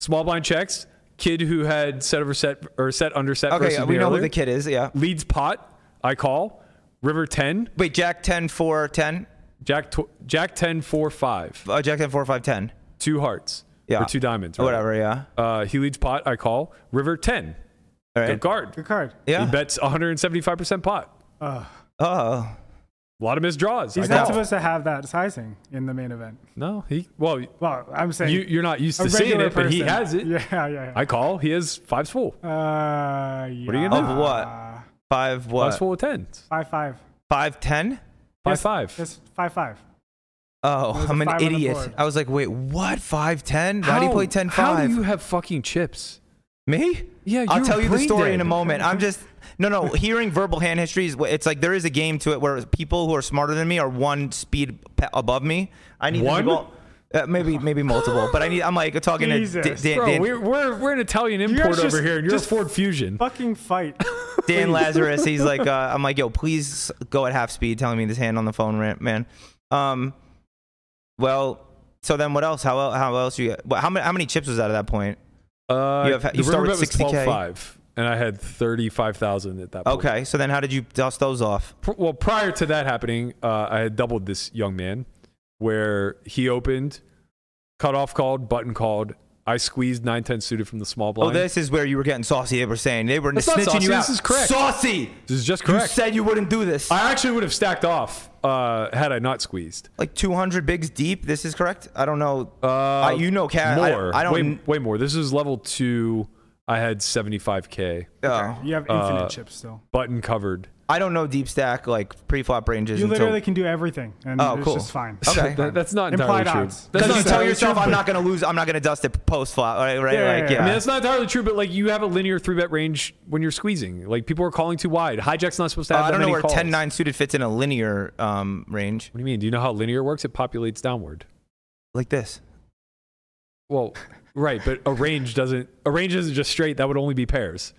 S2: Small blind checks. Kid who had set over set or set under set
S4: Okay,
S2: versus
S4: yeah,
S2: me
S4: we know who
S2: earlier.
S4: the kid is. Yeah.
S2: Leads pot. I call. River 10.
S4: Wait, Jack 10, 4, 10?
S2: Jack tw- Jack 10 4 5.
S4: Uh, Jack 10, 4, 5, 10.
S2: Two hearts.
S4: Yeah.
S2: Or two diamonds. rather.
S4: Whatever, yeah.
S2: Uh, he leads pot. I call. River 10.
S4: All
S2: Good
S4: right.
S2: guard.
S3: Good card.
S2: He
S4: Yeah.
S2: bets 175% pot.
S4: Oh.
S2: A lot of missed draws.
S3: He's
S2: I
S3: not
S2: call.
S3: supposed to have that sizing in the main event.
S2: No, he. Well,
S3: Well, I'm saying
S2: you, you're not used
S3: a
S2: to seeing
S3: regular
S2: it, but he
S3: person.
S2: has it.
S3: Yeah, yeah. yeah.
S2: I call. He has fives full.
S3: Uh, yeah.
S2: What are you gonna
S4: Of what? Five
S2: Fives
S4: what?
S2: full with tens.
S3: Five five.
S4: Five ten?
S2: Five
S3: Yes,
S2: five.
S3: Yes, five five.
S4: Oh,
S3: There's a
S4: I'm an
S3: five on the
S4: idiot.
S3: board.
S4: I was like, wait, what? Five ten? Why do you play ten
S2: How
S4: five?
S2: do you have fucking chips?
S4: Me?
S2: Yeah,
S4: I'll
S2: you're
S4: tell you the
S2: brain
S4: story in
S2: dead.
S4: a moment. I'm just no, no. Hearing verbal hand history is it's like there is a game to it where people who are smarter than me are one speed pe- above me. I need
S2: One?
S4: Them to go, uh, maybe maybe multiple, but I need. I'm like talking
S3: Jesus,
S4: to Dan,
S2: Bro,
S4: Dan,
S2: we're, we're, we're an Italian import
S3: guys just-
S2: over here, and you're a
S3: just
S2: Ford Fusion.
S3: Fucking fight.
S4: Dan Lazarus. He's like, uh, I'm like, yo, please go at half speed. Telling me this hand on the phone, rant, man. Um, well, so then what else? How el- how else you? Well, how many how many chips was that at that point?
S2: Uh,
S4: You have- you
S2: the
S4: start
S2: river
S4: with
S2: bet was
S4: 60K.
S2: 12.5, and I had 35,000 at that point.
S4: Okay, so then how did you dust those off?
S2: pr- well prior to that happening uh, i had doubled this young man where he opened cutoff called button called i squeezed 9-10 suited from the small
S4: Oh,
S2: blind
S4: this is where you were getting saucy. They were saying they were
S2: That's not
S4: snitching
S2: saucy,
S4: you out.
S2: this is correct.
S4: Saucy.
S2: This is just
S4: You
S2: correct
S4: said you wouldn't do this.
S2: i actually would have stacked off uh, had i not squeezed
S4: like 200 bigs deep. This is correct. I don't know.
S2: uh,
S4: I- you know, Cat. I-
S2: more
S4: I, don't.
S2: way, way more this is level 2 i had 75k
S4: oh.
S3: You have infinite
S2: Uh,
S3: chips still.
S2: button covered
S4: I don't know deep stack like pre-flop ranges.
S3: You
S4: until,
S3: literally can do everything, and
S4: Oh,
S3: it's
S4: cool.
S3: just fine.
S4: Okay.
S2: That- that's not entirely
S3: Implied
S2: true
S3: odds.
S2: that's
S4: Because
S2: not
S4: you tell
S2: entirely-
S4: yourself, I'm not going to lose. I'm not going to dust it post flop. Right, right,
S3: Yeah, yeah,
S4: like,
S3: yeah.
S4: yeah.
S2: I mean, that's not entirely true, but like you have a linear three bet range when you're squeezing. Like people are calling too wide. Hijack's not supposed to
S4: Uh,
S2: have
S4: I
S2: that
S4: don't know
S2: many
S4: where
S2: calls.
S4: 10 9 suited fits in a linear um, range
S2: What do you mean? Do you know how linear works? It populates downward.
S4: like this.
S2: Well, right, but a range doesn't. A range isn't just straight. That would only be pairs.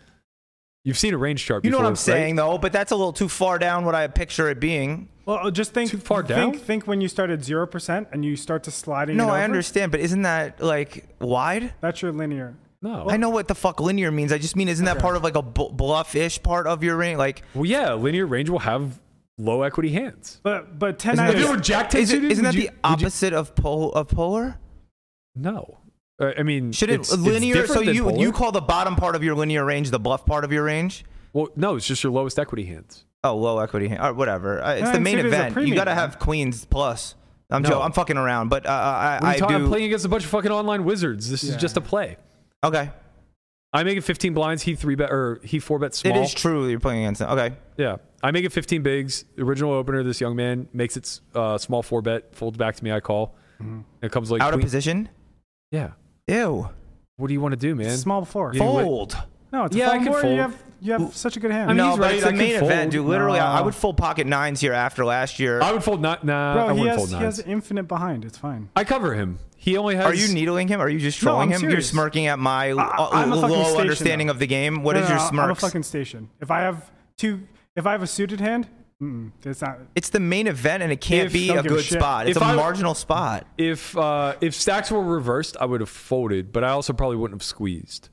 S2: You've seen a range chart.
S4: You know
S2: before,
S4: what I'm
S2: right?
S4: saying, though, but that's a little too far down what I picture it being.
S3: Well, uh, just think.
S2: Too far
S3: Think,
S2: down?
S3: think when you start at zero percent and you start to sliding.
S4: No,
S3: it
S4: I
S3: over,
S4: understand, but isn't that like wide?
S3: That's your linear.
S2: No.
S4: I know what the fuck linear means. I just mean, isn't that part of like a bu- bluff ish part of your range? Like,
S2: Well, yeah, a linear range will have low equity hands.
S3: But but ten.
S4: isn't that,
S2: If it
S4: the-
S2: were jack ten
S4: is it-
S2: suited,
S4: isn't that
S2: would you-
S4: the
S2: would you-
S4: opposite of, pol- of polar?
S2: No. Uh, I mean,
S4: Should it
S2: it's, it's
S4: linear?
S2: different
S4: so
S2: than
S4: you
S2: polar.
S4: you call the bottom part of your linear range the bluff part of your range?
S2: well, no, it's just your lowest equity hands.
S4: Oh, low equity hand. Or whatever. Uh, it's
S3: No,
S4: the
S3: and
S4: main
S3: suited is a
S4: event. You
S3: premium,
S4: gotta
S3: man.
S4: have queens plus. I'm
S2: No.
S4: joking. I'm fucking around, but uh, I
S2: What are you
S4: I,
S2: talking-
S4: I
S2: I'm
S4: do.
S2: playing against a bunch of fucking online wizards. This
S3: Yeah.
S2: is just a play.
S4: Okay,
S2: I make it 15 blinds. He three bet or he four bet
S4: it
S2: small.
S4: is true. You're playing against them. Okay,
S2: Yeah, I make it 15 bigs. Original opener. This young man makes it uh, small four bet, folds back to me. I call.
S3: Mm-hmm.
S2: It comes like
S4: out of
S2: queen-
S4: position.
S2: Yeah.
S4: Ew.
S2: What do you want to do, man?
S3: Small four.
S2: You- Anyway-
S4: Fold.
S3: No, it's
S2: Yeah, I
S3: a
S2: can
S3: four.
S2: fold.
S3: You have you have such a good hand.
S2: I mean,
S4: no,
S2: he's
S4: but
S2: right,
S4: it's
S2: I can
S4: the main event,
S2: fold.
S4: dude. Literally, I, I
S3: No.
S4: would full pocket nines here after last year.
S2: I would fold nine. Nah, I
S3: bro, he
S2: wouldn't
S3: has
S2: fold
S3: he
S2: nines.
S3: has infinite behind. It's fine.
S2: I cover him. He only has.
S4: Are you needling him? Are you just
S3: No,
S4: trolling
S3: I'm
S4: him? You're
S3: serious.
S4: smirking at my uh,
S3: I'm a fucking
S4: low
S3: station,
S4: understanding
S3: though.
S4: of the game. What
S3: No,
S4: is
S3: no,
S4: your
S3: no,
S4: smirks?
S3: I'm a fucking station. If I have two, if I have a suited hand, mm, it's not.
S4: it's the main event, and it can't
S2: If-
S4: be
S3: Don't
S4: a
S3: give a
S4: good
S3: shit.
S4: spot. It's
S2: If
S4: a
S2: I-
S4: marginal spot.
S2: If uh, if stacks were reversed, I would have folded, but I also probably wouldn't have squeezed.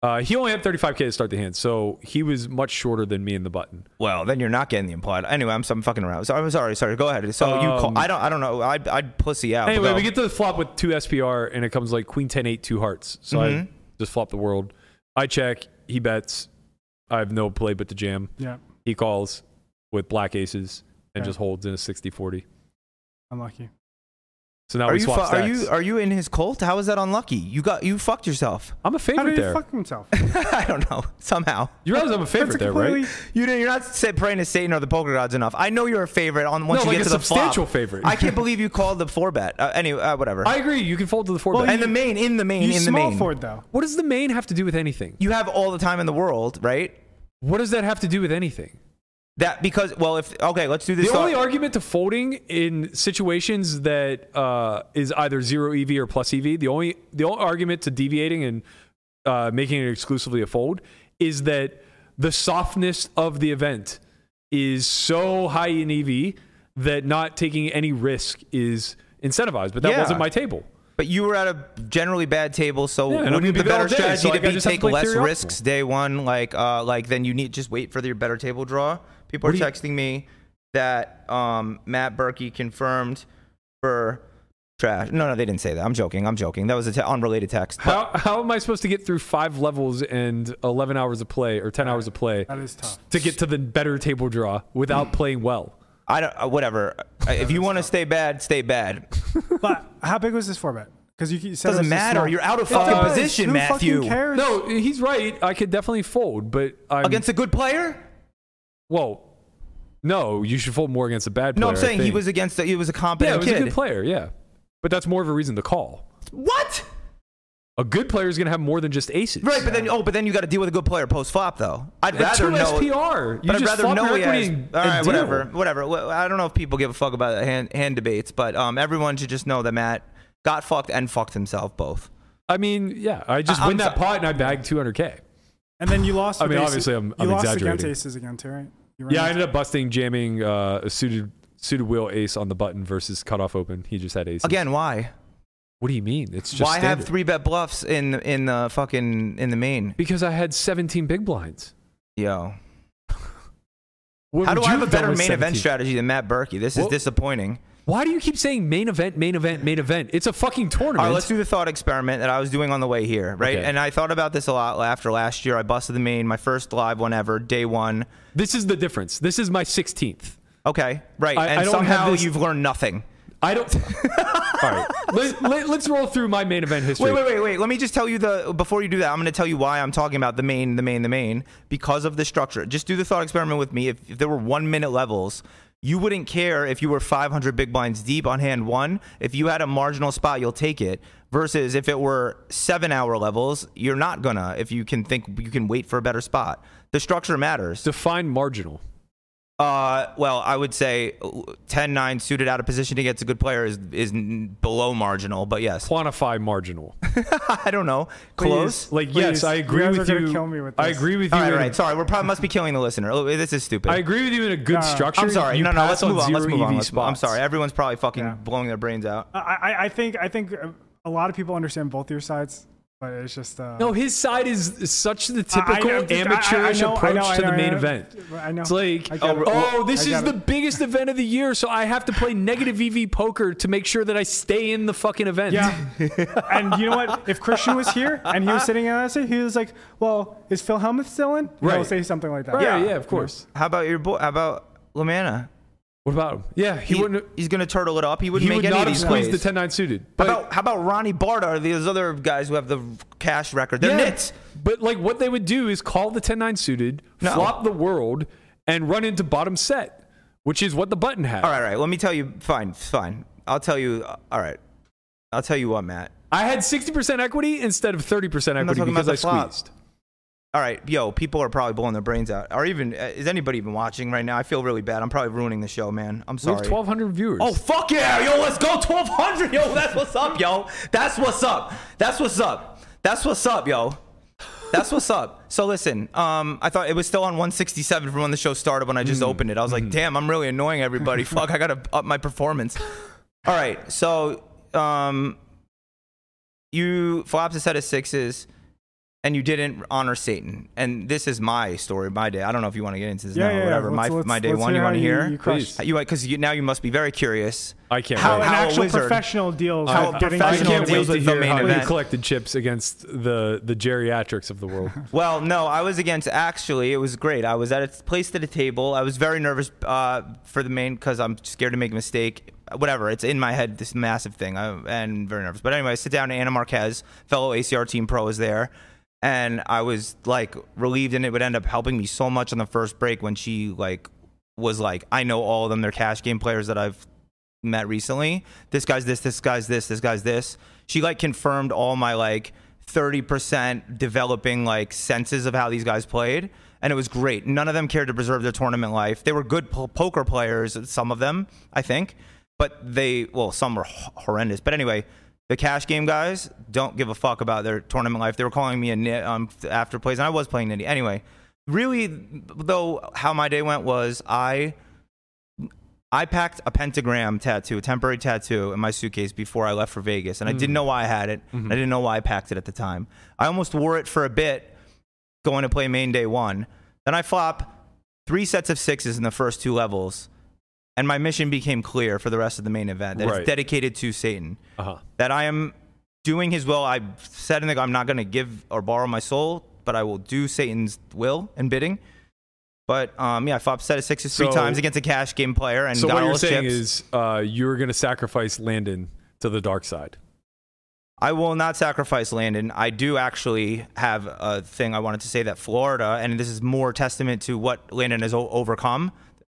S2: Uh, he only had 35k to start the hand, so he was much shorter than me in the button.
S4: Well, then you're not getting the implied. Anyway, I'm, I'm fucking around. So I'm sorry, sorry. Go ahead. So you call,
S3: Um,
S4: I don't I don't know. I'd, I'd pussy out. but
S2: Anyway,
S4: go.
S2: we get to the flop with two SPR, and it comes like queen ten eight two hearts. So I just flop the world. I check. He bets. I have no play but to jam.
S3: Yeah,
S2: He calls with black aces and
S3: Okay.
S2: just holds in a 60-40.
S3: unlucky.
S2: So now
S4: Are
S2: we
S4: you fu-
S2: swap
S4: are
S2: stacks.
S4: you are you in his cult? How is that unlucky? You got you fucked yourself.
S2: I'm a
S3: How
S2: favorite
S3: did he
S2: there.
S3: fuck himself?
S4: I don't know. Somehow.
S2: you realize I'm a
S3: That's a
S2: favorite there,
S3: completely-
S2: right?
S4: You didn't, you're not sa- praying to Satan or the poker gods enough. I know you're a favorite on once
S2: No, like
S4: you get
S2: a
S4: to the flop.
S2: substantial favorite.
S4: I can't believe you called the four bet. Uh, anyway, uh, whatever.
S2: I agree. You can fold to the four.
S3: Well,
S2: bet.
S4: and the main in the main
S3: You
S4: in the
S3: small
S4: main.
S3: forward though.
S2: what does the main have to do with anything?
S4: You have all the time in the world, right?
S2: What does that have to do with anything?
S4: That because well, if okay, let's do this.
S2: The
S4: thought-
S2: only argument to folding in situations that uh, is either zero EV or plus EV, the only the only argument to deviating and uh, making it exclusively a fold is that the softness of the event is so high in EV that not taking any risk is incentivized. But that
S4: Yeah.
S2: wasn't my table.
S4: But you were at a generally bad table, so
S2: Yeah, and I'm
S4: wouldn't
S2: gonna be
S4: the
S2: bad
S4: better
S2: all day,
S4: strategy
S2: so I
S4: to
S2: gotta
S4: be
S2: just have to
S4: take
S2: play
S4: less
S2: theoretical.
S4: risks day one? Like, uh, like then you need just wait for your better table draw. People
S2: What
S4: are
S2: do you-
S4: texting me that um, Matt Berkey confirmed for trash. No, no, they didn't say that. I'm joking. I'm joking. That was an unrelated text. But
S2: How, how am I supposed to get through five levels and 11 hours of play or 10 hours of play
S3: That is tough.
S2: to get to the better table draw without playing well?
S4: I don't. Uh, whatever. Uh, If you want to stay bad, stay bad.
S3: But how big was this four bet? Because you, you said it
S4: Doesn't
S3: was just
S4: matter.
S3: small.
S4: You're out of
S3: It
S4: fucking
S3: does.
S4: position,
S3: Who
S4: Matthew.
S3: Fucking cares?
S2: No, he's right. I could definitely fold, but I'm,
S4: Against a good player?
S2: Well, no, you should fold more against a bad player.
S4: No, I'm
S2: I
S4: saying he
S2: think.
S4: was against. A, he was a
S2: yeah, it
S4: competent
S2: was a
S4: kid.
S2: good player. Yeah, but that's more of a reason to call.
S4: What?
S2: A good player is going to have more than just aces.
S4: Right, but then oh, but then you got to deal with a good player post flop though. I'd
S2: At
S4: rather
S2: two
S4: know.
S2: SPR, you
S4: but I'd
S2: just
S4: rather
S2: flop
S4: know
S2: your
S4: he
S2: equity
S4: has-
S2: and-
S4: all
S2: and
S4: right,
S2: deal.
S4: whatever, whatever. Well, I don't know if people give a fuck about hand hand debates, but um, everyone should just know that Matt got fucked and fucked himself both.
S2: I mean, yeah, I just
S4: I-
S2: win
S4: I'm
S2: that
S4: so-
S2: pot and I bag 200k.
S3: And then you lost.
S2: I
S3: with
S2: mean,
S3: aces-
S2: obviously, I'm-
S3: you
S2: I'm
S3: lost against
S2: exaggerating.
S3: aces again too, right? You ran
S2: Yeah, I
S3: into-
S2: ended up busting jamming uh, a suited suited wheel ace on the button versus cutoff open. He just had aces.
S4: Again, why?
S2: what do you mean? It's just
S4: Why have
S2: standard.
S4: three bet bluffs in in the fucking in the main?
S2: Because I had 17 big blinds.
S4: Yo,
S2: What
S4: how
S2: would
S4: do
S2: you
S4: I have a
S2: done
S4: better
S2: with
S4: main
S2: 17?
S4: event strategy than Matt Berkey? This is
S2: Well-
S4: disappointing.
S2: Why do you keep saying main event, main event, main event? It's a fucking tournament.
S4: All right, let's do the thought experiment that I was doing on the way here, right?
S2: Okay.
S4: And I thought about this a lot after last year. I busted the main, my first live one ever, day one.
S2: This is the difference. This is my 16th.
S4: Okay, right.
S2: I-
S4: and
S2: I don't have
S4: somehow
S2: this-
S4: you've learned nothing.
S2: I don't. All right. Let, let, let's roll through my main event history.
S4: Wait, wait, wait, wait. Let me just tell you the before you do that, I'm going to tell you why I'm talking about the main, the main, the main because of the structure. Just do the thought experiment with me. If, if there were one minute levels, you wouldn't care if you were 500 big blinds deep on hand one. If you had a marginal spot, you'll take it. Versus if it were seven hour levels, you're not gonna. If you can think you can wait for a better spot, the structure matters.
S2: Define marginal.
S4: Uh, well, I would say 10-9 suited out of position against a good player is is n- below marginal, but yes,
S2: Quantify marginal.
S4: I don't know. Close.
S2: Like
S3: Please,
S2: yes, I
S3: you
S2: agree
S3: guys are
S2: with
S3: gonna
S2: you.
S3: kill me with
S2: I
S3: this.
S2: agree with you.
S4: All right,
S2: in
S4: all
S2: a-
S4: right. Sorry, we probably must be killing the listener. Oh, This is stupid.
S2: I agree with you in a good
S3: No,
S2: structure.
S4: I'm sorry.
S2: You
S4: no, no.
S2: pass
S4: Let's
S2: on
S4: move on. Let's
S2: zero
S4: move on.
S2: EV
S4: Let's- I'm
S2: spots.
S4: sorry. Everyone's probably fucking
S3: Yeah.
S4: blowing their brains out.
S3: I, I- I think I think uh, a lot of people understand both your sides, but it's just uh,
S2: No, his side is such the
S3: I- I- I'm
S2: typical
S3: just- I- I- I
S2: amateurish
S3: know, I
S2: approach
S3: know, I
S2: to
S3: know,
S2: the
S3: I
S2: main
S3: know.
S2: event.
S3: I know.
S2: It's like,
S3: I got
S2: oh,
S3: it.
S2: this
S3: I
S2: is
S3: got
S2: the
S3: it.
S2: biggest event of the year, so I have to play negative EV poker to make sure that I stay in the fucking event.
S3: Yeah. and you know what? If Christian was here and he was sitting in that seat, he was like, "Well, is Phil Hellmuth still in?" He'll
S2: Right.
S3: say something like that.
S2: Yeah, yeah, of course.
S4: How about your boy? How about Lamanna?
S2: What about him? Yeah, he, wouldn't.
S4: He's gonna turtle it up. He wouldn't
S2: He
S4: make
S2: would
S4: any
S2: not
S4: of
S2: have
S4: these
S2: squeezed
S4: plays.
S2: the 10-9 suited.
S4: how
S2: But
S4: about how about Ronnie Barda? These other guys who have the cash record. They're
S2: Yeah,
S4: nits.
S2: But like what they would do is call the 10-9 suited,
S4: No.
S2: flop the world, and run into bottom set, which is what the button had.
S4: All right, all right. Let me tell you. Fine, fine. I'll tell you. uh, All right. I'll tell you what, Matt.
S2: I had 60% equity instead of 30%
S4: not
S2: equity
S4: talking about
S2: because
S4: the
S2: I
S4: flop.
S2: squeezed.
S4: All right, yo, people are probably blowing their brains out. Or even uh, is anybody even watching right now? I feel really bad. I'm probably ruining the show, man. I'm
S2: We
S4: sorry.
S2: have 1,200 viewers.
S4: Oh fuck yeah, yo, let's go 1200. Yo, that's what's up, yo. That's what's up. That's what's up. That's what's up, yo. That's what's up. So listen, um, I thought it was still on 167 from when the show started when I just
S3: Mm-hmm.
S4: opened it. I was like, damn, I'm really annoying everybody. Fuck, I gotta up my performance. All right, so um, you flops a set of sixes. and you didn't honor Satan. And this is my story, my day. I don't know if you want to get into this
S3: Yeah,
S4: now
S3: yeah,
S4: or
S3: yeah.
S4: whatever. my
S3: Let's- let's-
S4: my day
S3: let's
S4: one. You
S3: hear
S4: want to
S3: how you-
S4: hear?
S3: you crushed.
S4: Please. You because you, now you must be very curious.
S2: I can't
S4: How-
S2: wait.
S3: an
S4: how a
S3: actual
S4: wizard-
S3: professional deals.
S4: How
S3: with
S4: a
S3: getting
S2: I
S4: professional
S3: money.
S2: can't wait
S4: deals
S2: to
S4: with the
S2: hear
S4: main
S2: how you
S4: event.
S2: collected chips against the the geriatrics of the world.
S4: Well, no, I was against. Actually, it was great. I was at a placed at a table. I was very nervous uh, for the main because I'm scared to make a mistake. Whatever, it's in my head. This massive thing, I, and very nervous. But anyway, I sit down. Anna Marquez, fellow ACR team pro, is there, and I was like relieved, and it would end up helping me so much on the first break when she like was like, I know all of them. They're cash game players that I've met recently. This guy's this, this guy's this, this guy's this. She like confirmed all my like 30% developing like senses of how these guys played. And it was great. None of them cared to preserve their tournament life. They were good po- poker players, some of them, I think. But they, well, some were h- horrendous. But anyway, the cash game guys don't give a fuck about their tournament life. They were calling me a nit um, after plays, and I was playing nitty. Anyway, really, though, how my day went was I I packed a pentagram tattoo, a temporary tattoo, in my suitcase before I left for Vegas, and I
S2: Mm.
S4: didn't know why I had it.
S2: Mm-hmm.
S4: and I didn't know why I packed it at the time. I almost wore it for a bit going to play main day one. Then I flop three sets of sixes in the first two levels, and my mission became clear for the rest of the main event that
S2: Right.
S4: it's dedicated to Satan.
S2: Uh-huh.
S4: That I am doing his will. I said in the I'm not going to give or borrow my soul, but I will do Satan's will and bidding. But um, yeah, I flop set of sixes three
S2: So-
S4: times against a cash game player and
S2: so
S4: got
S2: what
S4: all
S2: you're
S4: his
S2: saying
S4: chips.
S2: is uh, you're going to sacrifice Landon to the dark side.
S4: I will not sacrifice Landon. I do actually have a thing I wanted to say that Florida, and this is more testament to what Landon has o- overcome.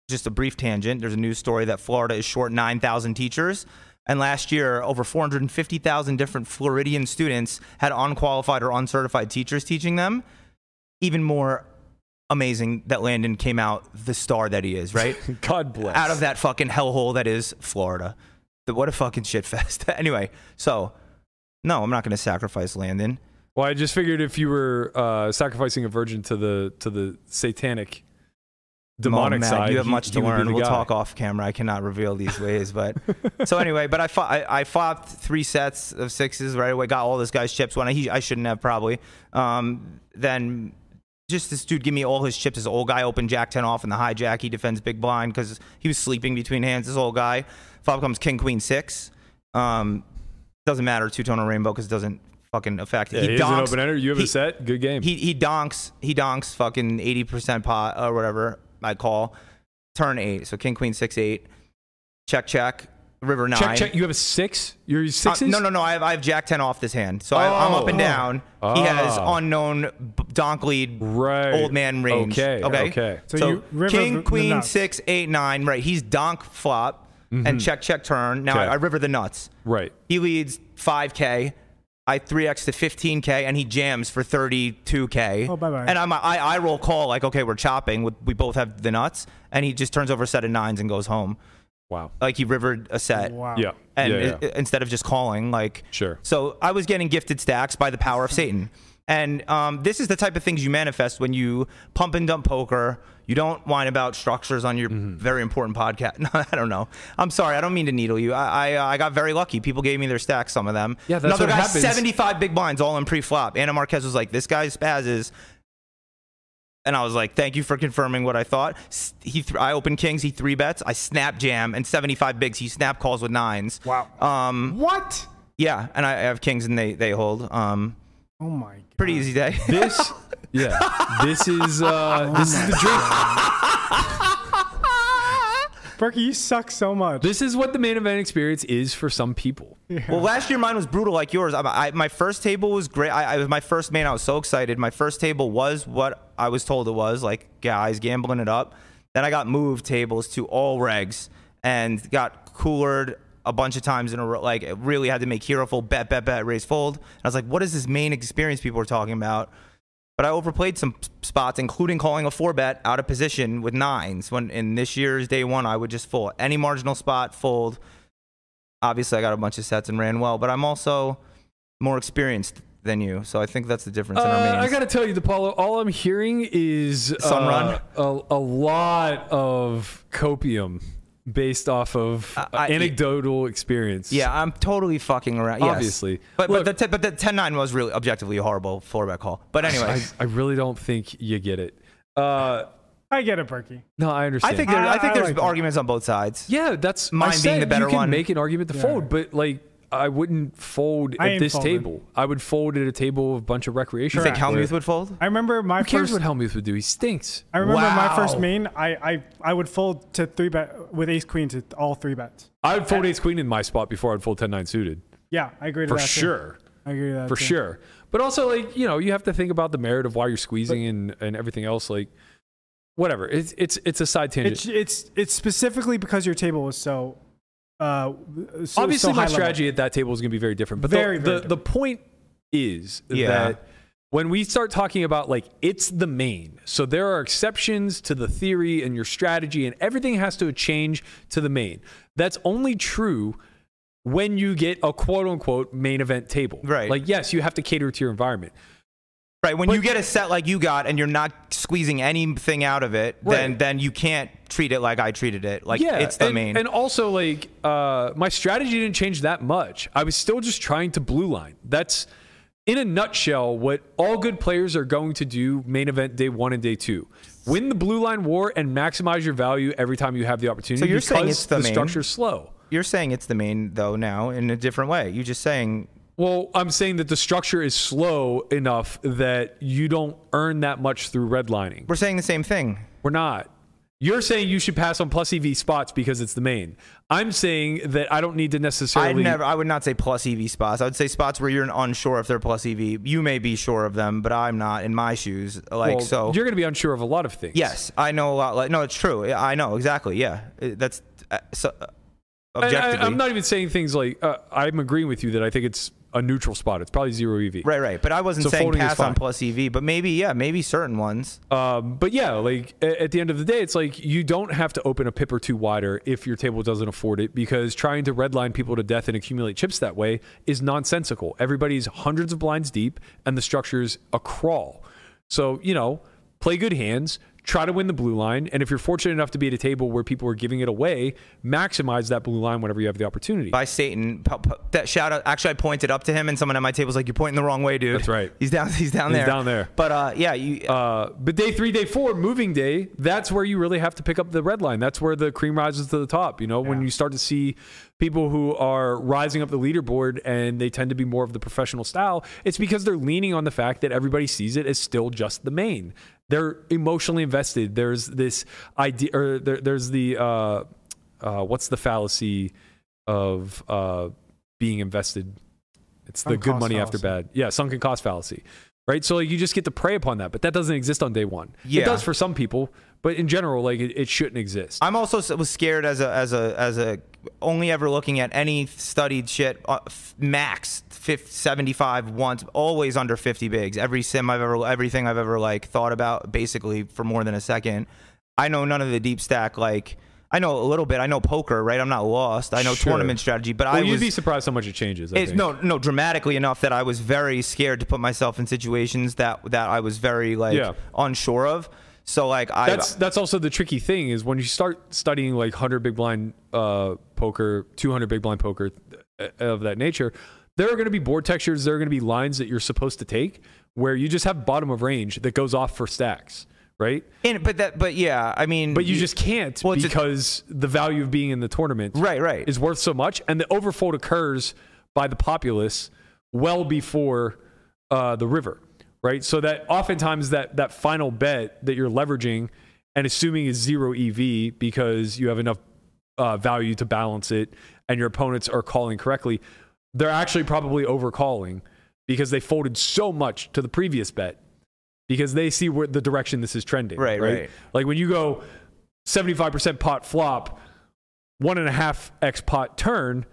S4: Just a brief tangent. There's a news story that Florida is short 9,000 teachers. And last year, over 450,000 different Floridian students had unqualified or uncertified teachers teaching them. Even more amazing that Landon came out the star that he is, right?
S2: God bless.
S4: out of that fucking hellhole that is Florida. The- What a fucking shit fest. anyway, so no, I'm not going to sacrifice Landon.
S2: Well, I just figured if you were uh, sacrificing a virgin to the to the satanic demonic
S4: Mom, Matt,
S2: side,
S4: You have
S2: he-
S4: much
S2: he
S4: to
S2: would be
S4: learn.
S2: the
S4: We'll
S2: guy.
S4: talk off camera. I cannot reveal these ways, but so anyway, but I fought, I, I fought three sets of sixes right away. Got all this guy's chips. When I, he, I shouldn't have probably. Um, then just this dude give me all his chips. This old guy opened Jack ten off in the hijack. He defends big blind because he was sleeping between hands. This old guy. Flop comes king queen six. Um, doesn't matter two tone or rainbow because it doesn't fucking affect.
S2: Yeah, he is an open ender. You have a
S4: he-
S2: set. Good game.
S4: he he donks he donks fucking eighty percent pot or whatever I call turn eight. So king queen six eight check check river nine.
S2: check, check. You have a six. You're
S4: Uh,
S2: sixes.
S4: no no no I have I have jack ten off this hand. So I, I'm up and
S2: Oh.
S4: down. He has
S2: Ah.
S4: unknown b- donk lead.
S2: Right.
S4: Old man range.
S2: Okay,
S4: Okay.
S2: okay.
S4: So,
S3: So you river
S4: king
S3: the
S4: queen
S3: nuts.
S4: six eight nine. Right. He's donk flop and check check turn. Now I,
S2: Mm-hmm. Okay.
S4: I river the nuts.
S2: Right.
S4: He leads 5K. I 3X to 15K and he jams for 32K.
S3: Oh, bye-bye.
S4: And I'm, I, I roll call like, okay, we're chopping. We- We both have the nuts. And he just turns over a set of nines and goes home.
S2: Wow.
S4: Like he rivered a set.
S3: Wow.
S2: Yeah.
S4: And
S2: yeah,
S4: i-
S2: yeah.
S4: i- instead of just calling, like,
S2: Sure.
S4: So I was getting gifted stacks by the power of Satan. And um, this is the type of things you manifest when you pump and dump poker. You don't whine about structures on your
S2: Mm-hmm.
S4: very important podcast. No, I don't know. I'm sorry. I don't mean to needle you. I, uh, I I got very lucky. People gave me their stacks. Some of them.
S2: Yeah, that's
S4: Another
S2: what
S4: guy,
S2: happens.
S4: 75 big blinds, all in pre-flop. Anna Marquez was like, "This guy spazzes." And I was like, "Thank you for confirming what I thought." S- He, th- I opened kings. He three bets. I snap jam and 75 bigs. He snap calls with nines.
S3: Wow.
S4: Um,
S3: Oh. What?
S4: yeah, and I I have kings and they they hold. Um,
S3: Oh my god.
S4: pretty easy day.
S2: this. Yeah. This is uh, this is the dream.
S3: Berkey, you suck so much.
S2: This is what the main event experience is for some people.
S4: well, last year mine was brutal like yours. I, I, my first table was great. I, I was my first main. I was so excited. My first table was what I was told it was. Like guys gambling it up. Then I got moved tables to all regs and got coolered a bunch of times in a row. Like really had to make hero fold, bet, bet, bet, raise fold. And I was like, what is this main experience people are talking about? But I overplayed some s- spots, including calling a four bet out of position with nines. When in this year's day one, I would just fold any marginal spot, fold. Obviously, I got a bunch of sets and ran well, but I'm also more experienced than you, so I think that's the difference in
S2: Uh,
S4: our
S2: I
S4: mains.
S2: gotta tell you, DePaulo, all I'm hearing is uh,
S4: Sunrun?
S2: a, a lot of copium based off of uh,
S4: I- I-
S2: anecdotal experience.
S4: Yeah, I'm totally fucking around. Yes.
S2: Obviously.
S4: but
S2: Look-
S4: but the, t- but the 10-9 was really objectively a horrible four-back call. But anyway,
S2: I, I really don't think you get it. Uh,
S3: I get it, Berkey.
S2: no, I
S4: I
S2: understand.
S4: think there, I, think
S3: I- I
S4: there's
S3: like that.
S4: arguments on both sides.
S2: yeah, that's
S4: Mine
S2: I
S4: being
S2: said
S4: the better
S2: you can
S4: one.
S2: Make an argument to fold, but like I wouldn't fold
S3: I
S2: at
S3: ain't
S2: this
S3: folding.
S2: table. I would fold at a table of a bunch of recreation.
S4: You think
S3: Correct.
S4: Helmuth would fold?
S3: I remember my
S2: Who cares
S3: first.
S2: what Helmuth would do? He stinks.
S3: I remember my
S4: Wow.
S3: first main. I, I I would fold to three bet with ace queen to all three bets.
S2: I would fold ace queen in my spot before I'd fold 10 9 suited.
S3: Yeah, I agree to
S2: For
S3: that. too.
S2: sure.
S3: I agree to that
S2: For
S3: too.
S2: sure. But also, like, you know, you have to think about the merit of why you're squeezing and, and everything else. Like, whatever. It's, it's, it's a side tangent.
S3: It's it's it's specifically because your table was so. Uh, so,
S2: Obviously,
S3: so high
S2: my
S3: level.
S2: strategy at that table is going to be very different. But
S3: Very,
S2: the,
S3: very
S2: the, the point is
S4: Yeah.
S2: that when we start talking about like it's the main, so there are exceptions to the theory and your strategy, and everything has to change to the main. That's only true when you get a quote unquote main event table.
S4: Right.
S2: Like, yes, you have to cater to your environment.
S4: Right. When you get a set like you got and you're not squeezing anything out of it, then
S2: Right.
S4: then you can't treat it like I treated it. Like
S2: yeah,
S4: it's the
S2: and,
S4: main.
S2: And also, like, uh, my strategy didn't change that much. I was still just trying to blue line. That's, in a nutshell, what all good players are going to do main event day one and day two. Win the blue line war and maximize your value every time you have the opportunity.
S4: So you're saying
S2: because
S4: it's the main?
S2: structure's slow.
S4: you're saying it's the main though now in a different way. You're just saying
S2: Well, I'm saying that the structure is slow enough that you don't earn that much through redlining.
S4: we're saying the same thing.
S2: We're not. You're saying you should pass on plus EV spots because it's the main. I'm saying that I don't need to
S4: I
S2: necessarily.
S4: never. I would not say plus EV spots. I would say spots where you're unsure if they're plus EV. You may be sure of them, but I'm not in my shoes. Like
S2: Well,
S4: so.
S2: you're going to be unsure of a lot of things.
S4: Yes, I know a lot. Like no, it's true. Yeah, I know exactly. Yeah, It- that's uh, so. Uh,
S2: And
S4: objectively,
S2: I, am not even saying things like uh, I'm agreeing with you that I think it's a neutral spot. It's probably zero E EV.
S4: right, right. But I wasn't
S2: So
S4: saying
S2: folding is
S4: pass on
S2: fine.
S4: plus EV, but maybe yeah, maybe certain ones.
S2: Um, but yeah, like a- at the end of the day, it's like you don't have to open a pip or two wider if your table doesn't afford it because trying to redline people to death and accumulate chips that way is nonsensical. Everybody's hundreds of blinds deep and the structure's a crawl. So, you know, play good hands, try to win the blue line. And if you're fortunate enough to be at a table where people are giving it away, maximize that blue line whenever you have the opportunity.
S4: by Satan. P- p- that shout out. Actually, I pointed up to him, and someone at my table was like, "You're pointing the wrong way, dude."
S2: That's right.
S4: He's down. He's down
S2: He's
S4: there.
S2: down there.
S4: But uh, yeah, you,
S2: Uh, but day three, day four, moving day, that's where you really have to pick up the red line. That's where the cream rises to the top. You know, when you start to see people who are rising up the leaderboard and they tend to be more of the professional style, it's because they're leaning on the fact that everybody sees it as still just the main. They're emotionally invested. There's this idea, or there, there's the uh, uh, what's the fallacy of uh, being invested? It's the
S3: Sunk
S2: good
S3: cost
S2: money after
S3: fallacy.
S2: bad. Yeah, sunken cost fallacy right? So like you just get to prey upon that, but that doesn't exist on day one.
S4: Yeah.
S2: It does for some people, but in general, like it, it shouldn't exist.
S4: I'm also s- was scared as a as a as a only ever looking at any studied shit uh, f- max fif- 75 once always under 50 bigs every sim I've ever everything I've ever like thought about basically for more than a second I know none of the deep stack like I know a little bit I know poker right I'm not lost I know
S2: Sure.
S4: tournament strategy but
S2: well,
S4: I
S2: you'd
S4: was
S2: be surprised how much it changes. I
S4: It's
S2: think.
S4: no, no, dramatically enough that I was very scared to put myself in situations that that I was very like
S2: Yeah.
S4: unsure of. So like I,
S2: that's that's also the tricky thing is when you start studying like 100 big blind uh, poker 200 big blind poker uh, of that nature there are going to be board textures there are going to be lines that you're supposed to take where you just have bottom of range that goes off for stacks right
S4: and, but that, but yeah, I mean,
S2: but you just can't
S4: Well, it's a-
S2: because the value of being in the tournament
S4: Right, right.
S2: is worth so much and the overfold occurs by the populace well before uh, the river right so that oftentimes that that final bet that you're leveraging and assuming is zero ev because you have enough uh, value to balance it and your opponents are calling correctly they're actually probably overcalling because they folded so much to the previous bet because they see where the direction this is trending
S4: Right, right.
S2: like when you go 75% pot flop, one and a half X pot turn,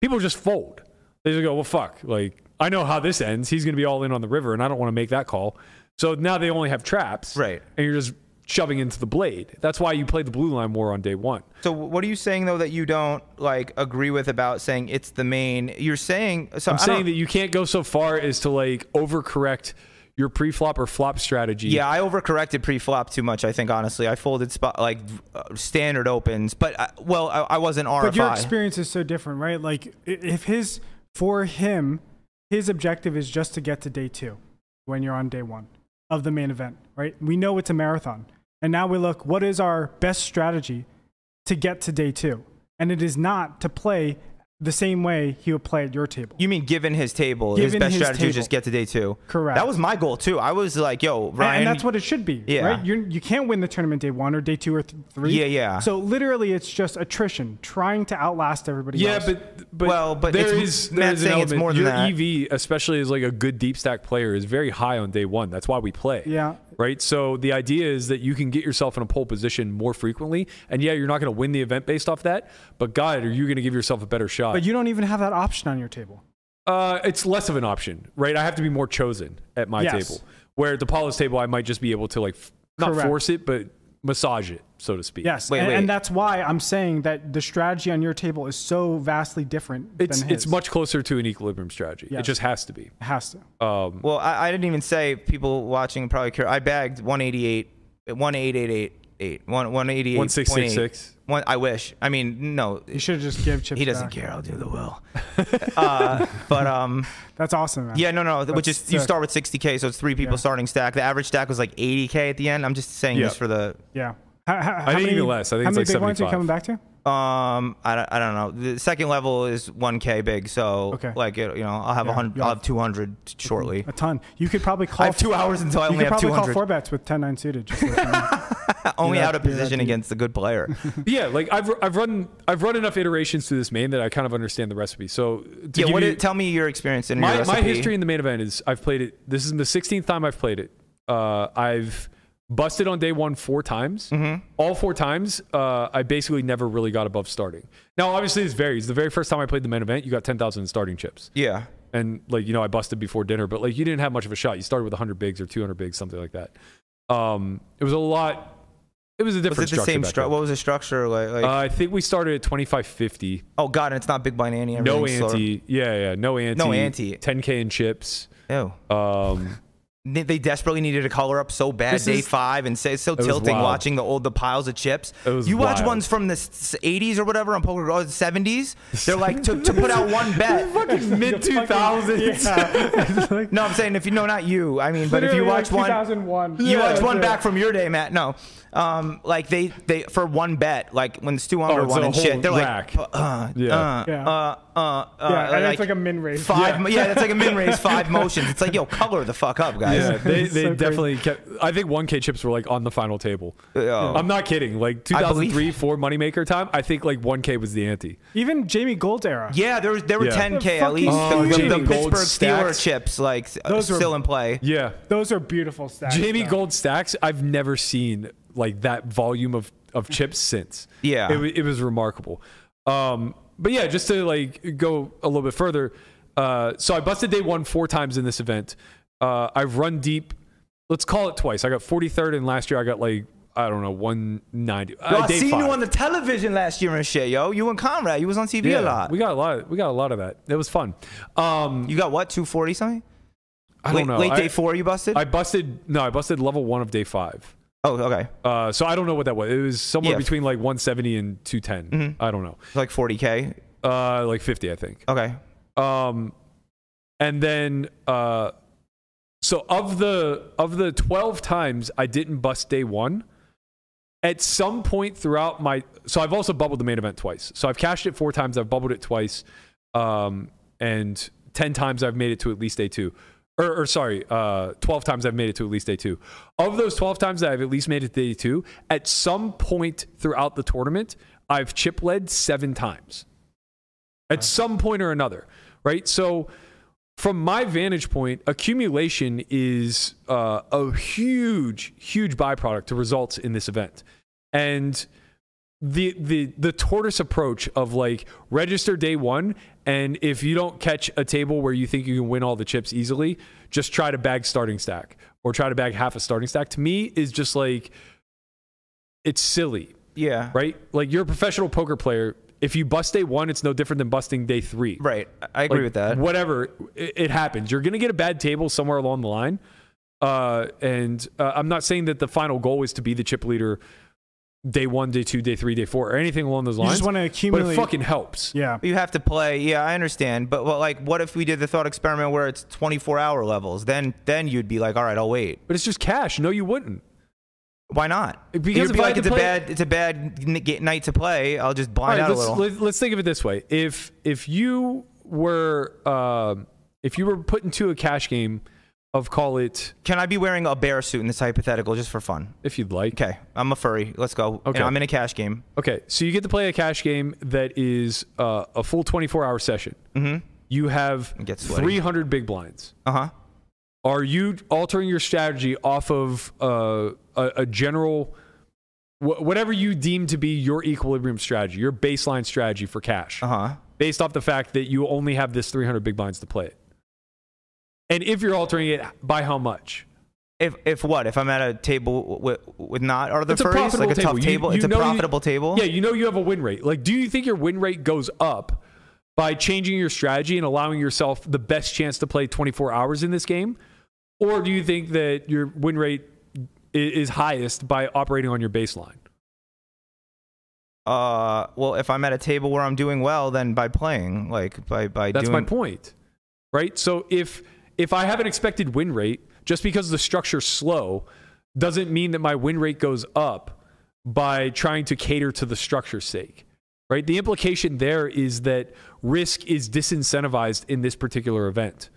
S2: people just fold. They just go, well, fuck. Like, I know how this ends. He's going to be all in on the river, and I don't want to make that call. So now they only have traps.
S4: Right.
S2: And you're just shoving into the blade. That's why you play the blue line war on day one.
S4: So what are you saying though that you don't like agree with about saying it's the main? You're saying so
S2: I'm saying that you can't go so far as to like overcorrect your pre-flop or flop strategy.
S4: Yeah, I overcorrected pre-flop too much. I think honestly, I folded spot like uh, standard opens, but I, well, I, I wasn't RFI.
S3: But your experience is so different, right? Like i- if his for him, his objective is just to get to day two when you're on day one of the main event, right? We know it's a marathon. And now we look, what is our best strategy to get to day two? And it is not to play the same way he would play at your table.
S4: You mean given his table, his
S3: Given
S4: best
S3: his
S4: strategy was
S3: table.
S4: just get to day two.
S3: Correct.
S4: That was my goal too. I was like, yo,
S3: And-
S4: Ryan.
S3: and that's what it should be,
S4: Yeah.
S3: right? You you can't win the tournament day one or day two or th- three.
S4: Yeah, yeah.
S3: So literally, it's just attrition, trying to outlast everybody.
S2: Yeah,
S3: else.
S2: but but
S4: Well, but
S2: there
S4: it's-
S2: is there
S4: Matt's
S2: is an
S4: saying it's
S2: element.
S4: more than
S2: Your
S4: that.
S2: EV, especially as like a good deep stack player, is very high on day one. That's why we play.
S3: Yeah.
S2: Right. So the idea is that you can get yourself in a pole position more frequently, and yeah, you're not going to win the event based off that. But God, are you going to give yourself a better shot?
S3: but you don't even have that option on your table.
S2: uh, it's less of an option, right? I have to be more chosen at my
S3: Yes.
S2: table. Where at the Paula's table, I might just be able to like f- not
S3: Correct.
S2: force it, but massage it, so to speak.
S3: Yes,
S4: Wait,
S3: and,
S4: wait.
S3: and that's why I'm saying that the strategy on your table is so vastly different.
S2: It's
S3: than his.
S2: it's much closer to an equilibrium strategy. It
S3: Yes.
S2: just has to be.
S3: It has to.
S4: Oh. well, I, I didn't even say people watching probably care. I bagged 188, 18888, 188,
S2: 1666.
S4: One, I wish. I mean, no,
S3: You should just give chips.
S4: he doesn't
S3: back.
S4: care. I'll do the will. uh, but um,
S3: That's awesome. Man.
S4: yeah, no, no. Which is
S3: That's
S4: you
S3: sick.
S4: start with 60k, so it's three people
S3: Yeah.
S4: starting stack. The average stack was like 80k at the end. I'm just saying
S2: Yeah.
S4: this for the
S3: yeah. How, how, how
S2: think
S3: many,
S2: even less. I think
S3: how
S2: it's
S3: many
S2: like
S3: big ones are
S2: 75.
S3: you coming back to?
S4: Um, I don't, I don't know. The second level is 1K big, so
S3: Okay.
S4: like it, you know, I'll have a
S3: Yeah,
S4: 100,
S3: you'll
S4: I'll
S3: have-
S4: have 200 shortly.
S3: A ton. You could probably call.
S4: I have two hours until I
S3: You
S4: only
S3: could
S4: have
S3: probably
S4: 200.
S3: call four bets with 10-9 suited. Just like, um,
S4: only
S3: You're
S4: out of
S3: that- you're that
S4: position
S3: deep.
S4: against a good player.
S2: Yeah, like I've I've run I've run enough iterations through this main that I kind of understand the recipe. So to
S4: yeah,
S2: give
S4: what
S2: you,
S4: did, tell me your experience in your
S2: my,
S4: recipe.
S2: my history in the main event is I've played it. This is the 16th time I've played it. Uh, I've busted on day one four times.
S4: Mm-hmm.
S2: All four times, uh, I basically never really got above starting. Now, obviously, this varies. The very first time I played the main event, you got 10,000 in starting chips,
S4: Yeah,
S2: and like you know, I busted before dinner, but like you didn't have much of a shot. You started with 100 bigs or 200 bigs, something like that. Um, it was a lot. It was a different
S4: was it the
S2: structure
S4: same
S2: back
S4: structure?
S2: then.
S4: What was the structure like? like
S2: Uh, I think we started at 2550.
S4: oh God, and it's not big blind ante.
S2: No
S4: everything's slower.
S2: ante. Yeah, yeah. No ante.
S4: No ante.
S2: 10K in chips.
S4: Ew.
S2: Um,
S4: They, they desperately needed a color up so bad
S2: This
S4: day
S2: is-
S4: five, and say it's so
S2: was
S4: tilting
S2: wild.
S4: watching the old the piles of chips.
S2: It was
S4: you watch
S2: wild.
S4: ones from the s- 80s or whatever on poker, or the 70s. They're like to, to put out one bet.
S2: Mid 2000s.
S4: No, I'm saying if you no, not you. I mean, but if
S3: literally,
S4: you watch
S3: like
S4: one,
S3: 2001.
S4: you watch
S3: Yeah,
S4: one
S3: yeah.
S4: back from your day, Matt. No, um, like they they for one bet, like when it's two under
S2: Oh, it's
S4: one
S2: a
S4: and
S2: whole
S4: shit, they're
S2: rack.
S4: like, uh,
S2: Yeah.
S4: uh,
S3: Yeah.
S4: uh, uh, uh,
S3: Yeah, and it's like a min raise.
S4: five. mo- Yeah, that's like a min raise five motions. It's like yo, color the fuck up,
S2: Yeah,
S4: guys.
S2: they,
S3: It's
S2: they
S3: so crazy.
S2: definitely kept. I think 1K chips were like on the final table. I'm not kidding. Like
S4: I believe-
S2: 2003, four moneymaker time. I think like 1K was the ante.
S3: Even Jamie Gold era.
S4: Yeah, there was there were
S2: Yeah.
S4: 10k at
S3: Fucking
S4: least. The- the-
S2: Jamie
S4: the
S2: Gold
S4: Pittsburgh
S2: stacks.
S4: Steeler chips like s-
S3: Those were-
S4: still in play.
S2: Yeah.
S3: Those are beautiful stacks.
S2: Jamie
S3: though.
S2: Gold stacks. I've never seen like that volume of of chips since.
S4: Yeah.
S2: it, wa- it was remarkable. Um, but yeah, just to like go a little bit further. Uh, so I busted day one four times in this event. Uh, I've run deep. Let's call it twice. I got 43rd, and last year I got like I don't know 190.
S4: Yo,
S2: Uh,
S4: I
S2: day
S4: seen
S2: five.
S4: you on the television last year and shit, yo. You and Conrad, you was on TV
S2: yeah,
S4: a lot.
S2: We got a lot. We got a lot of that. It was fun. Um,
S4: you got what 240 something?
S2: I
S4: late,
S2: don't know.
S4: Late
S2: I,
S4: day four, you busted?
S2: I busted. No, I busted level one of day five.
S4: oh, okay.
S2: Uh, so I don't know what that was. It was somewhere
S4: Yeah.
S2: between like 170 and 210. I don't know.
S4: Like 40k.
S2: Uh, like 50, I think.
S4: Okay.
S2: Um, and then uh, so of the of the 12 times I didn't bust day one. At some point throughout my, so I've also bubbled the main event twice. So I've cashed it four times. I've bubbled it twice, um, and 10 times I've made it to at least day two. Or, or sorry, uh, 12 times I've made it to at least day two. Of those 12 times that I've at least made it to day two, at some point throughout the tournament, I've chip led seven times at some point or another, right? So, from my vantage point, accumulation is uh, a huge, huge byproduct to results in this event, and the the the tortoise approach of like register day one, and if you don't catch a table where you think you can win all the chips easily, just try to bag starting stack or try to bag half a starting stack. To me, is just like it's silly
S4: Yeah.
S2: right? Like you're a professional poker player. If you bust day one, it's no different than busting day three.
S4: Right. I- I agree
S2: Like,
S4: with that.
S2: Whatever, it, it happens. You're gonna get a bad table somewhere along the line. Uh, and uh, I'm not saying that the final goal is to be the chip leader day one, day two, day three, day four, or anything along those
S3: just
S2: lines.
S3: wanna
S2: But
S3: accumulate-
S2: it fucking helps.
S3: Yeah.
S4: You have to play. Yeah, I understand. But well, like, what if we did the thought experiment where it's 24 hour levels? Then then you'd be like, all right, I'll wait.
S2: But it's just cash. No, you wouldn't.
S4: Why not?
S2: Because
S4: you'd
S2: if
S4: be
S2: I
S4: like,
S2: had
S4: it's
S2: to
S4: a
S2: play-
S4: bad it's a bad n- g- night to play. I'll just blind out a
S2: let's,
S4: little.
S2: let- let's think of it this way: if if you were um, if you were put into a cash game of call it
S4: Can I be wearing a bear suit in this hypothetical just for fun?
S2: if you'd like.
S4: Okay, I'm a furry. Let's go. And
S2: Okay.
S4: I'm in a cash game.
S2: Okay, so you get to play a cash game that is uh, a full 24 hour session. Mm-hmm. You have
S4: It gets sweaty.
S2: 300 big blinds.
S4: Uh huh.
S2: Are you altering your strategy off of uh, a, a general, wh- whatever you deem to be your equilibrium strategy, your baseline strategy for cash,
S4: Uh huh.
S2: based off the fact that you only have this 300 big blinds to play it? And if you're altering it, by how much?
S4: If if what? If I'm at a table with, with not are the
S2: It's a
S4: furries
S2: profitable
S4: like a
S2: table.
S4: tough
S2: You-
S4: table?
S2: you
S4: it's a
S2: know you-
S4: profitable table.
S2: Yeah, you know you have a win rate. Like, do you think your win rate goes up by changing your strategy and allowing yourself the best chance to play 24 hours in this game? Or do you think that your win rate i- is highest by operating on your baseline?
S4: Uh, well, if I'm at a table where I'm doing well, then by playing, like by by
S2: That's
S4: doing.
S2: my point. Right? So if if I have an expected win rate, just because the structure's slow doesn't mean that my win rate goes up by trying to cater to the structure's sake. Right? The implication there is that risk is disincentivized in this particular event.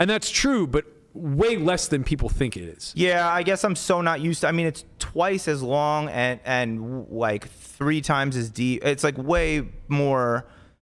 S2: And that's true, but way less than people think it is.
S4: Yeah, I guess I'm so not used to. I mean, it's twice as long and and like three times as deep. It's like way more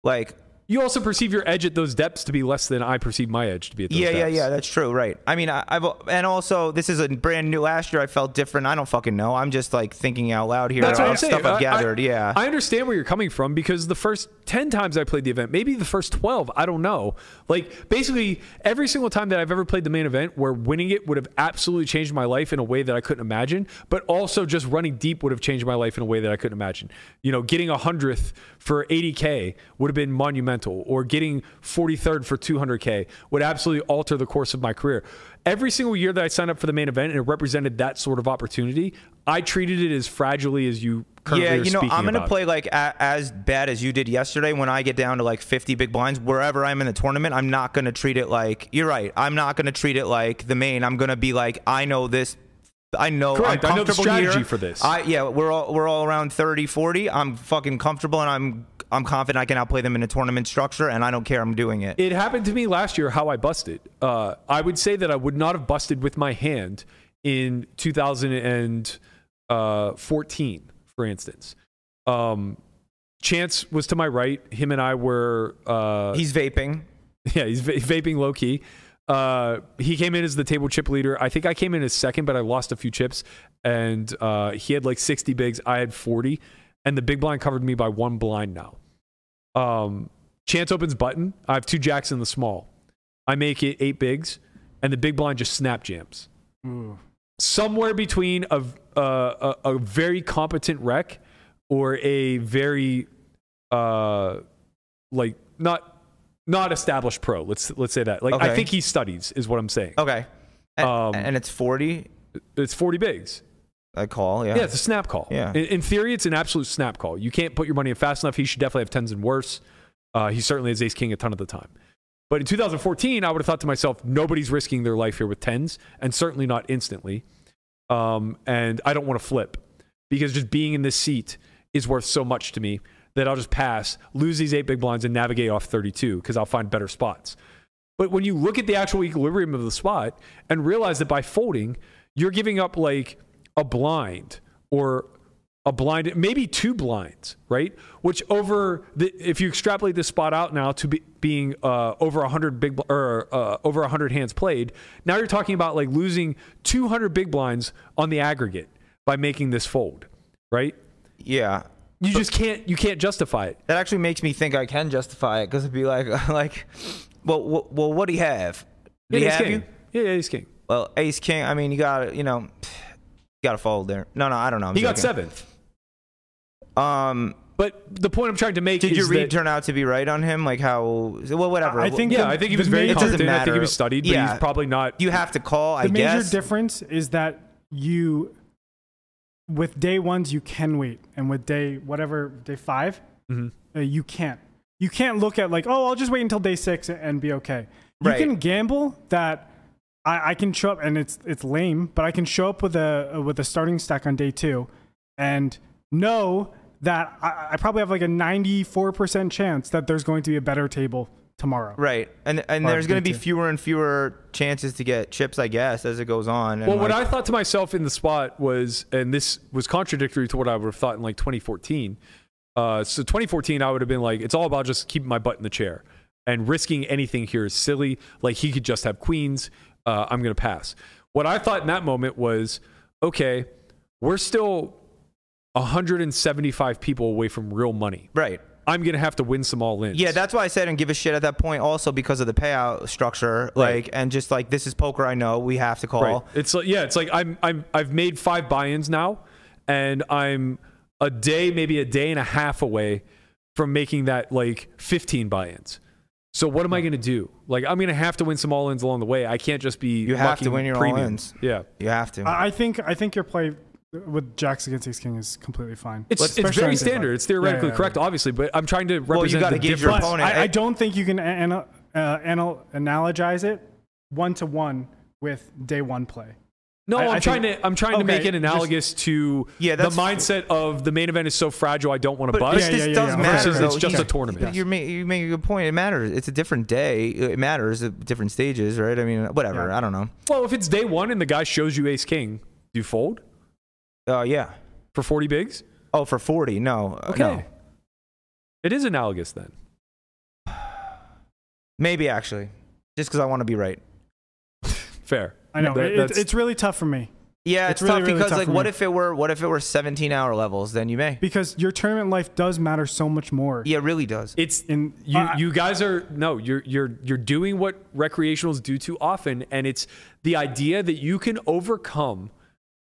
S4: like
S2: You also perceive your edge at those depths to be less than I perceive my edge to be at those
S4: yeah,
S2: depths.
S4: yeah, yeah. That's true, right? I mean, I, I've and also this is a brand new. Last year, I felt different. I don't fucking know. I'm just like thinking out loud here.
S2: That's what
S4: on
S2: I'm saying.
S4: Stuff I've
S2: I-
S4: gathered.
S2: I,
S4: yeah.
S2: I understand where you're coming from because the first 10 times I played the event, maybe the first 12, I don't know. Like, basically, every single time that I've ever played the main event where winning it would have absolutely changed my life in a way that I couldn't imagine, but also just running deep would have changed my life in a way that I couldn't imagine. You know, getting a hundredth for 80K would have been monumental, or getting 43rd for 200K would absolutely alter the course of my career. Every single year that I signed up for the main event and it represented that sort of opportunity, I treated it as fragilely as you currently
S4: yeah,
S2: are
S4: you know,
S2: speaking
S4: I'm gonna
S2: about.
S4: play like a, as bad as you did yesterday. When I get down to like 50 big blinds, wherever I'm in the tournament, I'm not gonna treat it like you're right. I'm not gonna treat it like the main. I'm gonna be like, I know this. I know
S2: Correct.
S4: I'm
S2: I know the
S4: comfortable
S2: strategy
S4: here.
S2: for this.
S4: I yeah, we're all we're all around 30, 40. I'm fucking comfortable and I'm I'm confident I can outplay them in a tournament structure, and I don't care. I'm doing it.
S2: It happened to me last year how I busted. Uh, I would say that I would not have busted with my hand in 2014, uh, for instance. Um, Chance was to my right. Him and I were. Uh,
S4: He's vaping.
S2: yeah, he's va- vaping low key. Uh, he came in as the table chip leader. I think I came in as second, but I lost a few chips. And uh, he had like 60 bigs. I had 40. And the big blind covered me by one blind now. Um, chance opens button. I have two jacks in the small. I make it eight bigs. And the big blind just snap jams. Somewhere between a, uh, a, a very competent wreck or a very, uh, like, not. Not established pro. Let's let's say that. Like I
S4: Okay. Oh.
S2: think he studies is what I'm saying.
S4: Okay. And,
S2: Um,
S4: and it's 40.
S2: It's 40 bigs.
S4: I call. Yeah.
S2: Yeah, it's a snap call.
S4: Yeah.
S2: In, in theory, it's an absolute snap call. You can't put your money in fast enough. He should definitely have tens and worse. Uh, he certainly has ace king a ton of the time. But in 2014, I would have thought to myself, nobody's risking their life here with tens, and certainly not instantly. Um, and I don't want to flip because just being in this seat is worth so much to me that I'll just pass, lose these eight big blinds, and navigate off 32 because I'll find better spots. But when you look at the actual equilibrium of the spot and realize that by folding, you're giving up like a blind or a blind, maybe two blinds, right? Which over the, if you extrapolate this spot out now to be, being uh, over 100 big bl- or uh, over 100 hands played, now you're talking about like losing 200 big blinds on the aggregate by making this fold, right?
S4: yeah.
S2: You just can't you can't justify it.
S4: that actually makes me think I can justify it because it'd be like, like, well, well, well what do you have? Do
S2: Yeah,
S4: you
S2: ace
S4: have
S2: king.
S4: you?
S2: Yeah, yeah, he's king.
S4: Well, ace king. I mean, you got to, you know, you got to fold there. No, no, I don't know. I'm
S2: He got
S4: joking.
S2: seventh.
S4: Um,
S2: But the point I'm trying to make
S4: Did
S2: is
S4: your read
S2: that,
S4: turn out to be right on him? Like how? Well, whatever.
S3: I think
S2: Yeah,
S3: the-
S2: I think he
S3: the
S2: was very
S3: major-
S4: it doesn't
S2: competent.
S4: matter.
S2: I think he was studied, but
S4: Yeah.
S2: he's probably not.
S4: you have to call. I
S3: the major
S4: guess.
S3: difference is that you with day ones you can wait and with day whatever day 5
S4: Mm-hmm.
S3: uh, you can't you can't look at like oh i'll just wait until day six and be okay you
S4: Right.
S3: can gamble that I, I can show up and it's it's lame but i can show up with a uh, with a starting stack on day two and know that i, I probably have like a 94% chance that there's going to be a better table tomorrow
S4: Right, and and
S3: Or
S4: there's going to be
S3: D2.
S4: fewer and fewer chances to get chips, I guess, as it goes on. And
S2: Well, what
S4: like-
S2: I thought to myself in the spot was, and this was contradictory to what I would have thought in like 2014. Uh, so 2014, I would have been like, it's all about just keeping my butt in the chair and risking anything here is silly. Like he could just have queens. Uh, I'm going to pass. What I thought in that moment was, okay, we're still 175 people away from real money.
S4: right.
S2: I'm going to have to win some all in.
S4: Yeah, that's why I said and give a shit at that point. Also because of the payout structure,
S2: Right.
S4: like and just like this is poker. I know we have to call.
S2: Right. It's like yeah, it's like I'm I'm I've made five buy-ins now, and I'm a day, maybe a day and a half away from making that like 15 buy-ins. So what am I gonna do? Like I'm gonna have to win some all-ins along the way. I can't just be
S4: You have to
S2: mucking
S4: win your
S2: premiums.
S4: all-ins.
S2: Yeah.
S4: You have to.
S3: I I think I think your play with jacks against ace king is completely fine.
S2: It's,
S3: Let's-
S2: it's
S3: especially on
S2: very
S3: day five.
S2: standard. It's
S3: Yeah, yeah,
S2: theoretically
S3: yeah.
S2: correct, obviously, but I'm trying to
S4: you
S2: represent
S4: gotta
S2: the
S4: gauge your
S2: difference.
S4: opponent.
S3: I, I don't think you can an, uh, anal, analogize it one to one with day one play.
S2: No, I,
S3: I- I
S2: am
S3: think-
S2: trying to I'm trying to make
S3: okay,
S2: it
S3: just-
S2: analogous to
S4: Yeah,
S2: the
S4: that's-
S2: mindset of the main event is so fragile I don't want to
S4: but
S2: bust.
S4: this, this
S3: yeah, yeah,
S4: does
S3: yeah.
S4: matter.
S2: Versus
S4: though.
S2: it's just
S4: You-
S2: a tournament.
S4: You make you make a good point. It matters. It's a different day. It matters at different stages, right? I mean, whatever.
S3: Yeah.
S4: I don't know.
S2: Well, if it's day one and the guy shows you ace king, do you fold
S4: Oh yeah.
S2: for 40 bigs?
S4: Oh, for forty? No. Okay. No.
S2: It is analogous then.
S4: Maybe actually, just because I want to be right.
S2: Fair.
S3: I know
S2: That-
S3: it-
S2: that's-
S3: it's really tough for me
S4: Yeah, it's,
S3: It's really,
S4: tough
S3: really
S4: because
S3: tough
S4: like,
S3: for
S4: what
S3: me.
S4: if it were what if it were seventeen hour levels? Then you may.
S3: because your tournament life does matter so much more.
S4: Yeah, it really does.
S2: it's
S3: in-
S2: you
S3: I-
S2: you guys are no, you're you're you're doing what recreationals do too often and it's the idea that you can overcome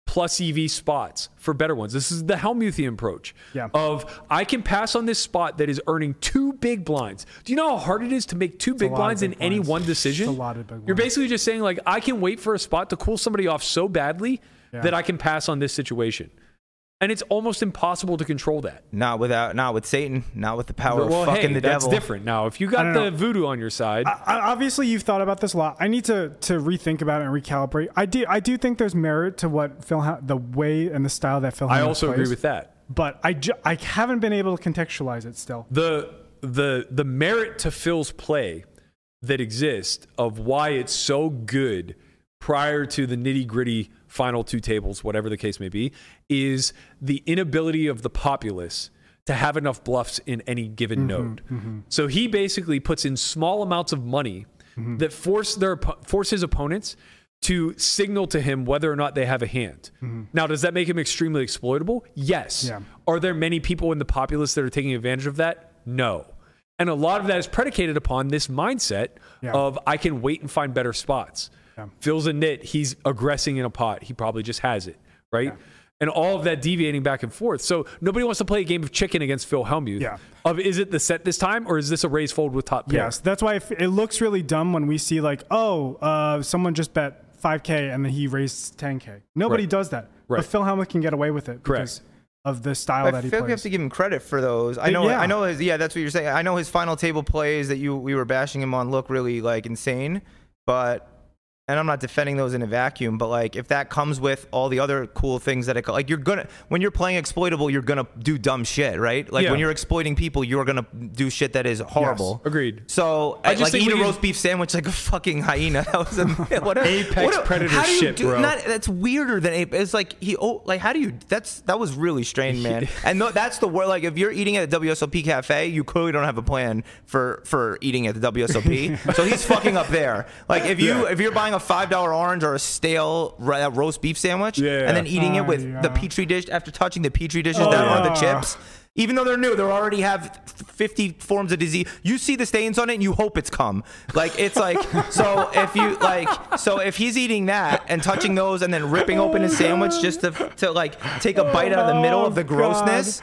S2: plus EV spots for better ones. This is the Helmuthian approach
S3: Yeah.
S2: of I can pass on this spot that is earning two big blinds. Do you know how hard it is to make two
S3: a
S2: big
S3: lot of
S2: blinds in
S3: big
S2: any
S3: blinds.
S2: one decision?
S3: It's a lot of big
S2: You're
S3: blinds.
S2: basically just saying like I can wait for a spot to cool somebody off so badly
S3: Yeah.
S2: that I can pass on this situation. And it's almost impossible to control that.
S4: Not without, not with Satan, not with the power
S2: well,
S4: of fucking
S2: hey,
S4: the
S2: that's
S4: devil.
S2: different. Now, if you got
S3: don't
S2: the
S3: know.
S2: voodoo on your side,
S3: I, I- obviously, you've thought about this a lot. I need to to rethink about it and recalibrate. I do I do think there's merit to what Phil Ha- the way and the style that Phil.
S2: I
S3: Hellmuth
S2: also agree
S3: plays,
S2: with that.
S3: But I ju- I haven't been able to contextualize it still.
S2: The the the merit to Phil's play that exists of why it's so good prior to the nitty gritty final two tables, whatever the case may be, is the inability of the populace to have enough bluffs in any given node. So he basically puts in small amounts of money that force their oppo- force his opponents to signal to him whether or not they have a hand. Now, does that make him extremely exploitable? Yes.
S3: Yeah.
S2: Are there many people in the populace that are taking advantage of that? No. And a lot of that is predicated upon this mindset
S3: Yeah.
S2: of I can wait and find better spots. Phil's a nit, he's aggressing in a pot. He probably just has it, right? And all of that deviating back and forth. So nobody wants to play a game of chicken against Phil Hellmuth.
S3: Yeah.
S2: Of is it the set this time or is this a raise fold with top pair?
S3: Yes, that's why if- it looks really dumb when we see like, oh, uh, someone just bet 5k and then he raised 10k. Nobody
S2: Right.
S3: does that.
S2: Right.
S3: But Phil Helmuth can get away with it because of the style
S4: I
S3: that he
S4: feel like we have
S3: plays.
S4: to give him credit for those. I know,
S3: Yeah.
S4: I know. His, yeah, that's what you're saying. I know his final table plays that you we were bashing him on look really like insane, but and I'm not defending those in a vacuum. But like, if that comes with all the other cool things that it co- like, you're gonna when you're playing exploitable, you're gonna do dumb shit, right? Like
S2: Yeah.
S4: when you're exploiting people, you're gonna do shit that is horrible.
S2: Agreed.
S4: So
S2: I
S4: I
S2: just
S4: just like
S2: think
S4: eat a
S2: we-
S4: roast beef sandwich like a fucking hyena. That was a, what a
S2: Apex
S4: what a-
S2: predator
S4: how do you
S2: shit,
S4: do-
S2: bro.
S4: Not, that's weirder than ape. It's like he oh, like how do you? That's that was really strained, man. and th- that's the word. Like if you're eating at a WSOP cafe, you clearly don't have a plan for for eating at the WSOP. so he's fucking up there. Like if you if you're buying a five dollar orange or a stale ro- roast beef sandwich,
S2: Yeah.
S4: and then eating it
S3: Oh,
S4: with
S3: yeah.
S4: the petri dish after touching the petri dishes
S3: Oh,
S4: that are the
S3: yeah.
S4: chips. Even though they're new, they already have 50 forms of disease. You see the stains on it, and you hope it's cum. Like it's like so. If you like, so if he's eating that and touching
S3: Oh,
S4: those, and then ripping open his sandwich just to to like take a bite out of the middle of the
S3: Oh, God.
S4: grossness.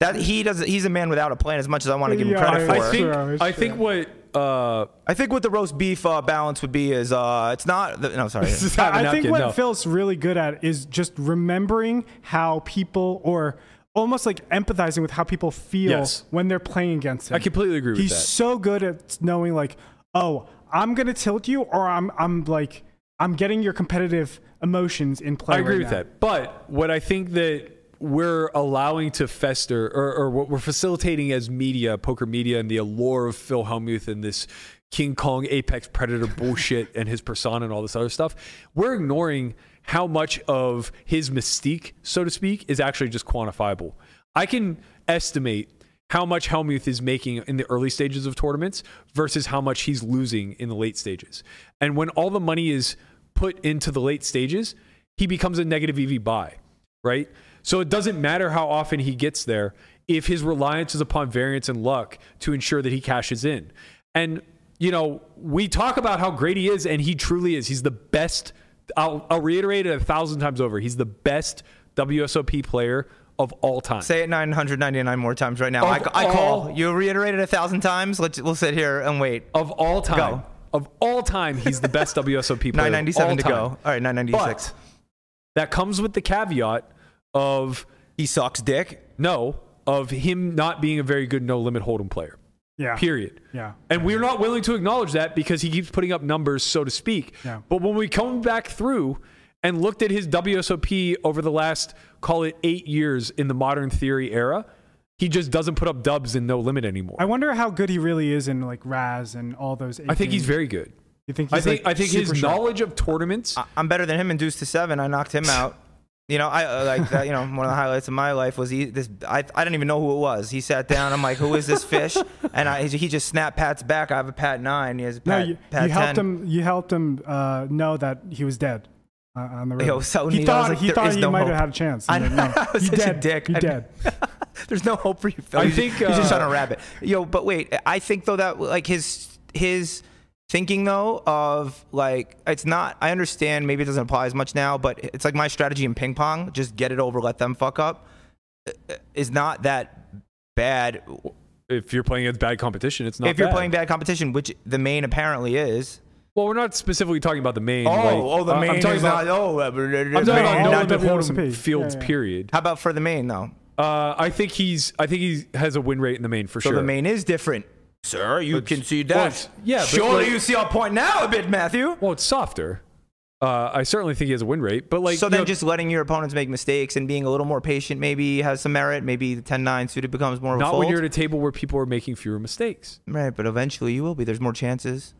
S4: That he does. He's a man without a plan. As much as I want to give him
S3: Yeah,
S4: credit for,
S2: I
S3: I
S4: it.
S2: think
S3: Sure,
S2: I think
S3: sure.
S2: what uh,
S4: I think what the roast beef uh, balance would be is uh, it's not. The, no, sorry.
S2: this is
S3: I
S2: not
S3: think
S2: good,
S3: what
S2: no.
S3: Phil's really good at is just remembering how people or almost like empathizing with how people feel
S2: Yes.
S3: when they're playing against him.
S2: I completely agree with
S3: He's
S2: that.
S3: so good at knowing like, oh, I'm gonna tilt you or I'm I'm like I'm getting your competitive emotions in play.
S2: I agree
S3: right
S2: with
S3: now.
S2: that. But what I think that we're allowing to fester, or, or what we're facilitating as media, poker media, and the allure of Phil Hellmuth and this King Kong apex predator bullshit and his persona and all this other stuff, we're ignoring how much of his mystique, so to speak, is actually just quantifiable. I can estimate how much Helmuth is making in the early stages of tournaments versus how much he's losing in the late stages. And when all the money is put into the late stages, he becomes a negative EV buy, right? So it doesn't matter how often he gets there if his reliance is upon variance and luck to ensure that he cashes in. And, you know, we talk about how great he is, and he truly is. He's the best. I'll, I'll reiterate it a thousand times over. He's the best WSOP player of all time.
S4: Say it 999 more times right now. I,
S2: Of
S4: I call.
S2: all-
S4: You reiterate it a thousand times. Let's we'll sit here and wait.
S2: of all time.
S4: Go.
S2: Of all time, he's the best WSOP player. of
S4: 997
S2: all
S4: to
S2: time.
S4: go. All right, 996.
S2: But that comes with the caveat of
S4: He sucks dick.
S2: no, of him not being a very good no limit hold'em player.
S3: Yeah.
S2: Period.
S3: Yeah.
S2: And we're not willing to acknowledge that because he keeps putting up numbers, so to speak.
S3: Yeah.
S2: But when we come back through and looked at his WSOP over the last, call it eight years in the modern theory era, he just doesn't put up dubs in no limit anymore.
S3: I wonder how good he really is in like Raz and all those.
S2: I think he's very good.
S3: You think
S2: I
S3: he's
S2: think
S3: like,
S2: I think
S3: super
S2: his
S3: sharp?
S2: knowledge of tournaments
S4: I- I'm better than him in Deuce to Seven. I knocked him out. You know, I uh, like that. You know, one of the highlights of my life was he, this. I, I didn't even know who it was. He sat down. I'm like, who is this fish? And I, he just snapped Pat's back. I have a Pat nine. He has a
S3: No,
S4: Pat,
S3: you,
S4: Pat
S3: you helped
S4: 10.
S3: him. You helped him uh, know that he was dead uh, on the road.
S4: was so
S3: he
S4: neat. I was
S3: thought
S4: like,
S3: he
S4: there
S3: thought
S4: is
S3: he
S4: no
S3: might
S4: hope.
S3: have had a chance.
S4: I
S3: And
S4: know.
S3: then, no,
S4: I was
S3: you
S4: such a
S3: dead.
S4: dick.
S3: You
S4: I-
S3: dead.
S4: There's no hope for you, Phil.
S2: I
S4: He's-
S2: think,
S4: he's just
S2: uh,
S4: on a rabbit. Yo, but wait. I think though that like his his thinking though of like it's not. I understand maybe it doesn't apply as much now, but it's like my strategy in ping pong: just get it over, let them fuck up. uh, uh, Is not that bad
S2: if you're playing against bad competition, it's not.
S4: if you're
S2: bad.
S4: playing bad competition, which the main apparently is.
S2: well, we're not specifically talking about the main.
S4: Oh,
S2: like-
S4: oh, the
S2: Uh,
S4: main
S2: I'm talking
S4: is
S2: about.
S4: not. Oh, uh,
S2: I'm talking
S4: main,
S3: no
S4: not
S2: about
S4: the-
S2: no limit
S3: WSOP.
S2: hold'em fields.
S3: Yeah, yeah.
S2: Period.
S4: how about for the main though?
S2: Uh, I think he's. I think he has a win rate in the main for
S4: So
S2: sure.
S4: the main is different. Sir, you can see that.
S2: it's- yeah, but
S4: Surely
S2: like-
S4: you see our point now a bit, Matthew.
S2: Well, it's softer. Uh, I certainly think he has a win rate, but like
S4: so
S2: you
S4: then
S2: know,
S4: just letting your opponents make mistakes and being a little more patient maybe has some merit. Maybe the 10-9 suited becomes more of a
S2: not
S4: fold.
S2: when you're at a table where people are making fewer mistakes.
S4: right, but eventually you will be. There's more chances.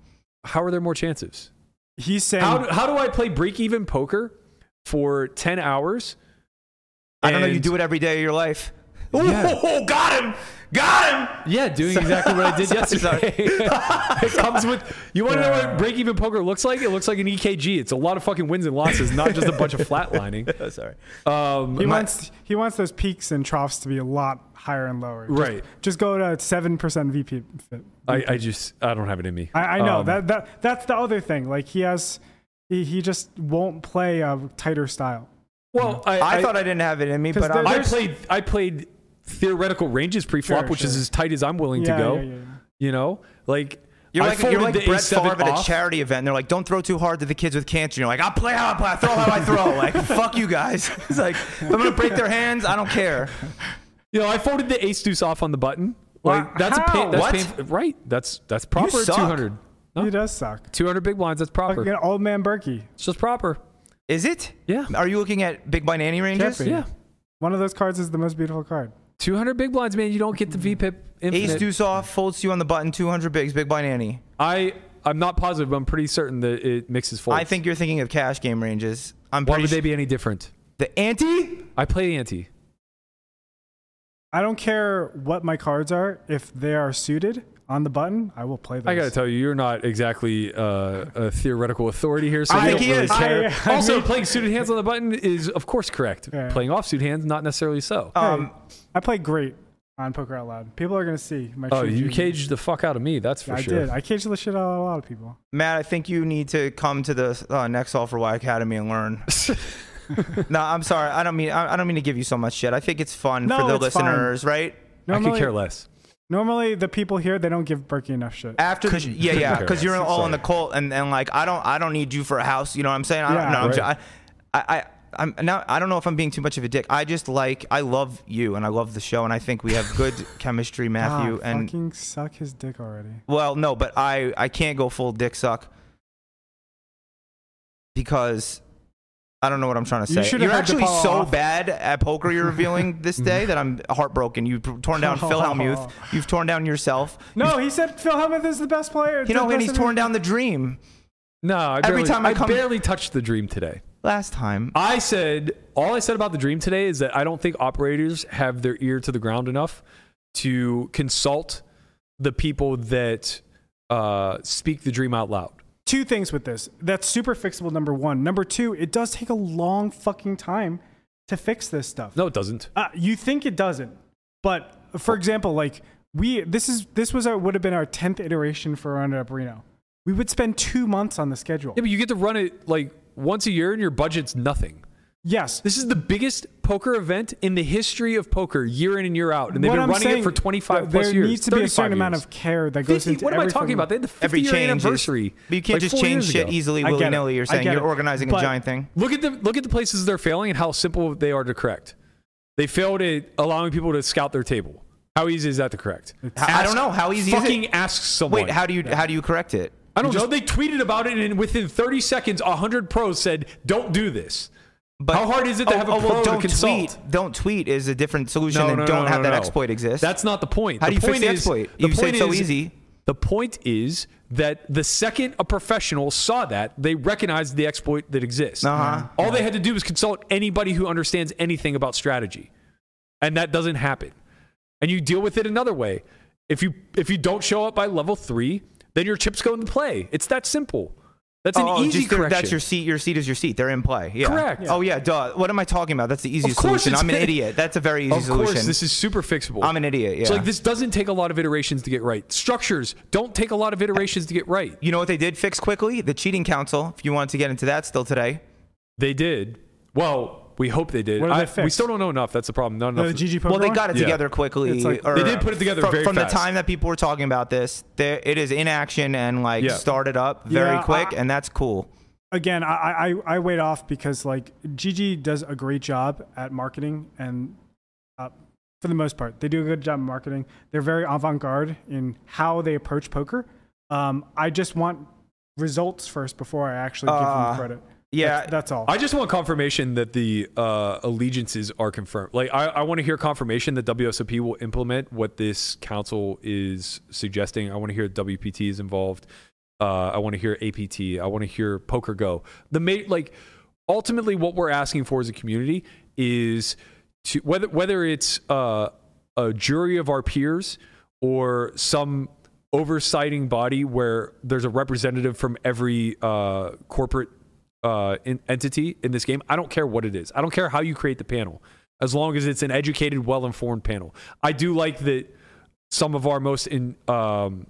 S2: How are there more chances?
S3: He's saying.
S2: How do, how do I play break even poker for ten hours?
S4: I don't know. You
S2: and-
S4: do it every day of your life. Ooh,
S2: Yeah.
S4: got him. Got him.
S2: Yeah, doing exactly what I did
S4: Sorry, sorry. Uh.
S2: yesterday. it comes with. You want to know what break even poker looks like? It looks like an EKG. It's a lot of fucking wins and losses, not just a bunch of flatlining.
S4: Oh, sorry.
S2: Um,
S3: he
S4: my-
S3: wants he wants those peaks and troughs to be a lot higher and lower. Just-
S2: Right.
S3: Just, go to seven percent VP. fit.
S2: I, I just I don't have it in me.
S3: I, I know
S2: Um,
S3: that that that's the other thing. Like he has, he, he just won't play a tighter style.
S2: Well, I,
S4: I, thought I didn't have it in me,
S3: 'Cause
S4: but I'm,
S2: I
S3: there- there's-
S2: played I played theoretical ranges pre-flop,
S3: Sure,
S2: which is
S3: sure.
S2: as tight as I'm willing
S3: Yeah,
S2: to go.
S3: yeah, yeah, yeah.
S2: You know, like
S4: you're
S2: I
S4: like, you're
S2: folded
S4: like
S2: the
S4: Brett
S2: A7
S4: Favre at a
S2: off.
S4: charity event. And they're like, don't throw too hard to the kids with cancer. And you're like, I'll play how I play. I throw how I throw. Like, fuck you guys. It's like, if I'm going to break their hands. I don't care.
S2: You know, I folded the ace deuce off on the button. Like
S3: Wha-
S2: that's a
S3: how?
S2: pain. That's
S4: What?
S2: painful- right. That's that's proper. Two
S4: suck.
S2: hundred.
S3: He does suck.
S2: Two hundred big blinds. That's proper.
S3: Like an Oh, old man Berkey,
S2: It's just proper.
S4: Is it?
S2: Yeah.
S4: Are you looking at Big Blind Nanny ranges?
S3: be.
S2: Yeah.
S3: one of those cards is the most beautiful card.
S2: 200 big blinds, man. You don't get the VPIP infinite.
S4: Ace deuce off, folds you on the button, 200 bigs, Big Blind Nanny.
S2: I I'm not positive, but I'm pretty certain that it mixes folds.
S4: I think you're thinking of cash game ranges. I'm
S2: Why
S4: pretty
S2: would they
S4: su-
S2: be any different?
S4: the ante?
S2: I play ante.
S3: I don't care what my cards are if they are suited on the button. I will play those.
S2: I gotta tell you, you're not exactly uh, a theoretical authority here. So
S4: I
S2: you
S4: think
S2: don't
S4: he
S2: really
S4: is.
S2: care.
S3: I- I
S2: also,
S3: mean-
S2: playing suited hands on the button is, of course, correct.
S3: Yeah.
S2: Playing offsuit hands, not necessarily so.
S4: Um,
S3: I play great on Poker Out Loud. People are gonna see my.
S2: oh,
S3: true
S2: you
S3: genius.
S2: caged the fuck out of me. That's for
S3: I
S2: sure.
S3: did. I caged the shit out of a lot of people.
S4: Matt, I think you need to come to the uh, next All for Y Academy and learn. no, I'm sorry. I don't mean. I I don't mean to give you so much shit. I think it's fun
S3: No,
S4: for the
S3: it's fine.
S4: listeners, right?
S2: I could care less.
S3: Normally, the people here they don't give Berkey enough shit.
S4: After the, yeah,
S2: couldn't
S4: yeah,
S2: care
S4: because you're
S2: less.
S4: all in the cult, and, and like I don't, I don't need you for a house. You know what I'm saying? I don't
S3: Yeah.
S4: know. I'm
S3: Right.
S4: ju- I, I, I, I'm now. I don't know if I'm being too much of a dick. I just like I love you, and I love the show, and I think we have good chemistry,
S3: Ah,
S4: Matthew. and
S3: fucking suck his dick already.
S4: Well, no, but I I can't go full dick suck because I don't know what I'm trying to
S3: You
S4: say.
S3: should
S4: are
S3: have had to
S4: actually
S3: follow
S4: so
S3: off.
S4: bad at poker you're revealing this day that I'm heartbroken. You've torn down Phil Hellmuth. You've torn down yourself.
S3: No, he said Phil Hellmuth is the best player.
S4: You know,
S3: The
S4: and
S3: best
S4: he's
S3: in-
S4: torn down the dream
S2: No, I
S4: Every
S2: barely,
S4: time I
S2: I
S4: come-
S2: barely touched the dream today.
S4: last time.
S2: I said all I said about the dream today is that I don't think operators have their ear to the ground enough to consult the people that uh, speak the dream out loud.
S3: Two things with this. That's super fixable. Number one. Number two. It does take a long fucking time to fix this stuff.
S2: No, it doesn't.
S3: Uh, you think it doesn't, but for example, like we this is this was our would have been our tenth iteration for Rounded Up Reno. We would spend two months on the schedule.
S2: Yeah, but you get to run it like once a year, and your budget's nothing.
S3: Yes,
S2: This is the biggest poker event in the history of poker, year in and year out, and they've
S3: What
S2: been
S3: I'm
S2: running
S3: saying,
S2: it for 25
S3: th-
S2: plus
S3: there
S2: years.
S3: needs to be a
S2: 35
S3: certain amount
S2: years.
S3: of care that goes
S2: 50
S3: into.
S2: what am I
S3: everything.
S2: talking about? They had the 50
S4: Every
S2: year
S4: change is-
S2: anniversary.
S4: but you can't
S2: like,
S4: just
S2: four
S4: change
S2: years
S4: shit
S2: ago.
S3: I
S4: easily
S3: get it.
S4: willy nilly. You're
S3: I
S4: saying
S3: get
S4: you're
S3: it.
S4: organizing a
S3: But-
S4: giant thing.
S2: Look at the look at the places they're failing and how simple they are to correct. They failed at allowing people to scout their table. How easy is that to correct?
S4: I don't know. How easy is it?
S2: Fucking ask someone.
S4: Wait, how do you how do you correct it?
S2: I don't know. They tweeted about it, and within 30 seconds, 100 pros said, "Don't do this."
S4: But oh,
S2: How hard is it to have a pro to
S4: don't
S2: consult?
S4: tweet. Don't tweet is a different solution than don't have that exploit exist.
S2: That's not the point.
S4: How
S2: the
S4: do you fix
S2: point
S4: the
S2: is-
S4: exploit?
S2: the
S4: You said
S2: point
S4: so
S2: is-
S4: easy.
S2: The point is that the second a professional saw that, they recognized the exploit that exists.
S4: Uh-huh.
S2: All they had to do was consult anybody who understands anything about strategy. And that doesn't happen. And you deal with it another way. If you if you don't show up by level 3, then your chips go into play. It's that simple. That's an
S4: Oh,
S2: easy
S4: just they're-
S2: correction.
S4: That's your seat. Your seat is your seat. They're in play. Yeah.
S2: Correct.
S4: Oh yeah. Duh. What am I talking about? That's the easiest
S2: course
S4: solution.
S2: it's-
S4: I'm an idiot. That's a very easy
S2: Of
S4: solution.
S2: course, this is super fixable.
S4: I'm an idiot,
S2: So
S4: yeah.
S2: like this doesn't take a lot of iterations to get right. Structures don't take a lot of iterations to get right.
S4: you know what they did fix quickly? The cheating council. If you wanted to get into that still today.
S2: They did. Well, we hope they did.
S3: What did they
S2: I-
S3: fix?
S2: we still don't know enough. That's the problem. Not enough.
S3: The GG poker
S4: Well, they
S3: one?
S4: got it
S2: Yeah.
S4: together quickly.
S3: It's like-
S4: or-
S2: They did put it together
S4: from,
S2: very
S4: from
S2: fast.
S4: the time that people were talking about this. There, it is in action and like
S2: Yeah.
S4: started up very
S3: Yeah,
S4: quick,
S3: I-
S4: and that's cool.
S3: Again, I, I I- I wait off because like Gigi does a great job at marketing and uh, for the most part they do a good job of marketing. They're very avant-garde in how they approach poker. Um, I just want results first before I actually give
S4: Uh,
S3: them credit.
S4: yeah.
S3: that's, that's all.
S2: I just want confirmation that the uh, allegiances are confirmed. Like, I, I want to hear confirmation that WSOP will implement what this council is suggesting. I want to hear WPT is involved. Uh, I want to hear APT. I want to hear Poker Go. The ma- like, ultimately, what we're asking for as a community is to whether whether it's uh, a jury of our peers or some oversighting body where there's a representative from every uh, corporate uh, in, entity in this game. I don't care what it is. I don't care how you create the panel, as long as it's an educated, well-informed panel. I do like that some of our most in um,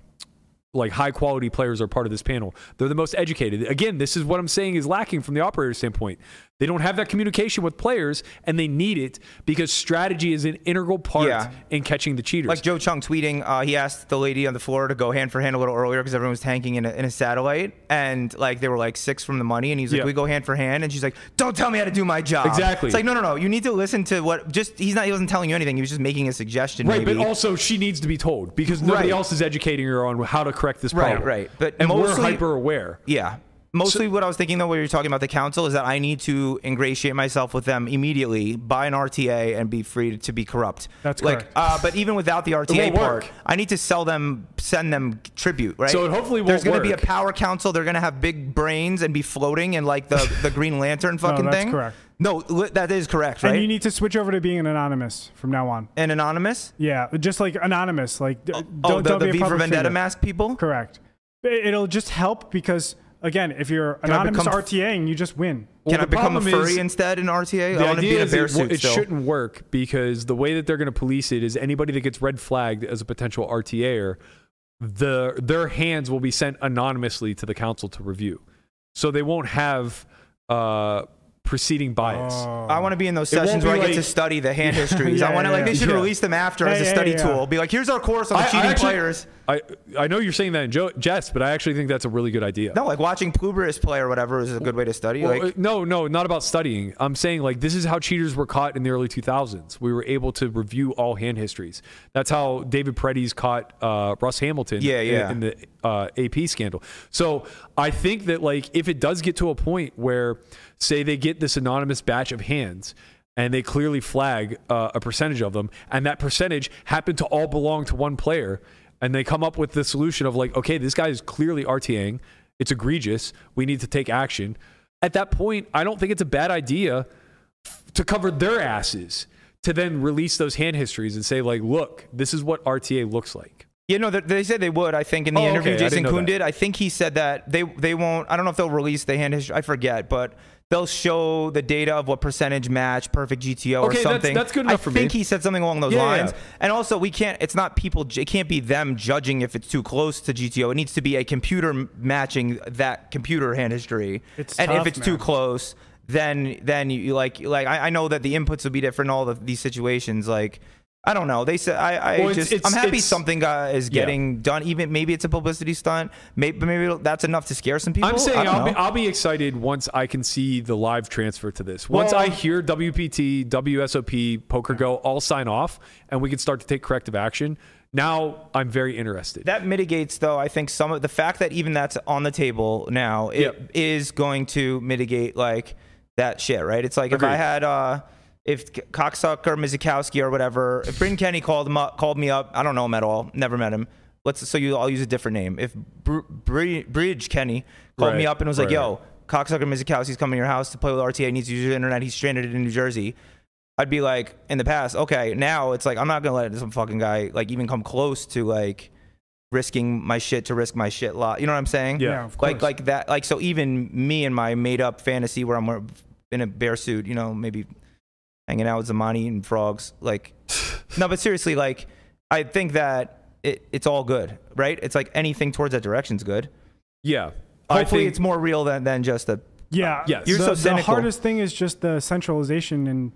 S2: like high quality players are part of this panel. They're the most educated. Again, this is what I'm saying is lacking from the operator standpoint. They don't have that communication with players, and they need it because strategy is an integral part
S4: Yeah.
S2: in catching the cheaters.
S4: Like Joe Chung tweeting, uh, he asked the lady on the floor to go hand for hand a little earlier because everyone was tanking in a, in a satellite, and like they were like six from the money, and he's like,
S2: Yeah.
S4: "We go hand for hand," and she's like, "Don't tell me how to do my job."
S2: Exactly.
S4: It's like, no, no, no. You need to listen to what. Just he's not. He wasn't telling you anything. He was just making a suggestion.
S2: Right,
S4: maybe.
S2: but also she needs to be told because nobody
S4: Right.
S2: else is educating her on how to correct this
S4: Right,
S2: problem.
S4: right. But
S2: and
S4: mostly-
S2: we're hyper aware.
S4: Yeah. Mostly what I was thinking though, when you were talking about the council, is that I need to ingratiate myself with them immediately, buy an RTA, and be free to be corrupt.
S3: That's
S4: like,
S3: correct.
S4: Uh, but even without the RTA
S2: won't
S4: part,
S2: work.
S4: I need to sell them, send them tribute, right?
S2: So it hopefully
S4: there's
S2: won't
S4: gonna be a
S2: work.
S4: power council. They're gonna have big brains and be floating and like the the Green Lantern fucking
S3: that's
S4: thing.
S3: correct.
S4: No, li- that is correct, right?
S3: and you need to switch over to being an anonymous from now on.
S4: and anonymous.
S3: Yeah, just like anonymous, like d- don't,
S4: oh, the,
S3: don't
S4: the
S3: be a
S4: V for
S3: public
S4: Vendetta
S3: figure.
S4: mask people.
S3: Correct. It- It'll just help because again, if you're
S4: I
S3: anonymous
S4: become-
S3: RTAing, you just win.
S4: Can
S2: Well,
S4: I
S2: the
S4: become a
S2: problem
S4: furry
S2: is-
S4: instead in RTA?
S2: The
S4: I want to
S2: idea
S4: be in a
S2: is
S4: bear
S2: it,
S4: suit.
S2: it
S4: still.
S2: shouldn't work because the way that they're going to police it is anybody that gets red flagged as a potential RTAer, the their hands will be sent anonymously to the council to review, so they won't have uh, preceding bias.
S4: I want to be in those
S2: It won't
S4: sessions
S2: be
S4: where I get
S2: like-
S4: to study the hand histories. I
S3: yeah,
S4: want to
S3: yeah,
S4: like they should
S2: yeah.
S4: release them after
S3: Yeah,
S4: as a
S3: yeah,
S4: study
S3: yeah.
S4: tool. Be like, here's our course on the cheating
S2: actually-
S4: players.
S2: I I know you're saying that in jo- jest, but I actually think that's a really good idea.
S4: No, like watching Pluberis play or whatever is a good way to study.
S2: Well, uh,
S4: like,
S2: no, no, not about studying. I'm saying like this is how cheaters were caught in the early 2000s. We were able to review all hand histories. That's how David Predis caught uh, Russ Hamilton.
S4: Yeah,
S2: in-
S4: yeah.
S2: In, the uh, AP scandal. So I think that like if it does get to a point where say they get this anonymous batch of hands. And they clearly flag uh, a percentage of them, and that percentage happened to all belong to one player. And they come up with the solution of like, okay, this guy is clearly RTAing. It's egregious. We need to take action at that point, I don't think it's a bad idea f- to cover their asses to then release those hand histories and say, like, look, this is what RTA looks like.
S4: you know, they- they said they would. I think in the
S2: Oh,
S4: interview
S2: okay, I
S4: Jason
S2: didn't know
S4: Kuhn
S2: that.
S4: did. I think he said that they they won't. I don't know if they'll release the hand history. I forget, but they'll show the data of what percentage match perfect GTO
S2: Okay,
S4: or
S2: that's-
S4: something.
S2: that's good
S4: I
S2: enough for me.
S4: think he said something along those
S2: Yeah,
S4: lines.
S2: yeah.
S4: And also, we can't. It's not people. It can't be them judging if it's too close to GTO. It needs to be a computer m- matching that computer hand history.
S3: It's
S4: and if
S3: tough,
S4: it's too
S3: man.
S4: close, then then you you like like I, I know that the inputs will be different in all of these situations. Like I don't know. They said I I
S2: Well, it's-
S4: just
S2: it's-
S4: I'm happy
S2: it's-
S4: something uh, is
S2: Yeah.
S4: getting done. Even maybe it's a publicity stunt. Maybe maybe it'll- that's enough to scare some people.
S2: I'm saying
S4: I
S2: I'll be, I'll be excited once I can see the live transfer to this. Once
S4: Well-
S2: I hear WPT, WSOP, Poker Go all sign off and we can start to take corrective action, now I'm very interested.
S4: that mitigates though. I think some of the fact that even that's on the table now it is
S2: Yep.
S4: going to mitigate like that shit. Right? It's like if I
S2: Agreed.
S4: had. uh if K- Cocksucker, Mizikowski, or whatever, if Bryn Kenny called him up, called me up, I don't know him at all, never met him. Let's so you, I'll use a different name. If Br- Bri- Bridge Kenny called me
S2: Right,
S4: up and was like,
S2: right,
S4: "Yo, Cocksucker Mizikowski's coming to your house to play with RTA, needs to use your internet, he's stranded in New Jersey," I'd be like, in the past, okay, now it's like I'm not gonna let some fucking guy like even come close to like risking my shit to risk my shit lot. You know what I'm saying?
S2: Yeah. Yeah,
S3: of
S4: like
S3: course.
S4: like that. Like so, even me and my made up fantasy where I'm wear- in a bear suit, you know, maybe hanging out with Zamani and frogs. Like, no, but seriously, like, I think that it, it's all good, right? It's like anything towards that direction's good.
S2: yeah. I
S4: Hopefully,
S2: think-
S4: it's more real than, than just a.
S3: Yeah.
S2: Uh, Yes.
S4: You're
S3: the,
S4: so
S3: the
S4: cynical.
S3: hardest thing is just the centralization and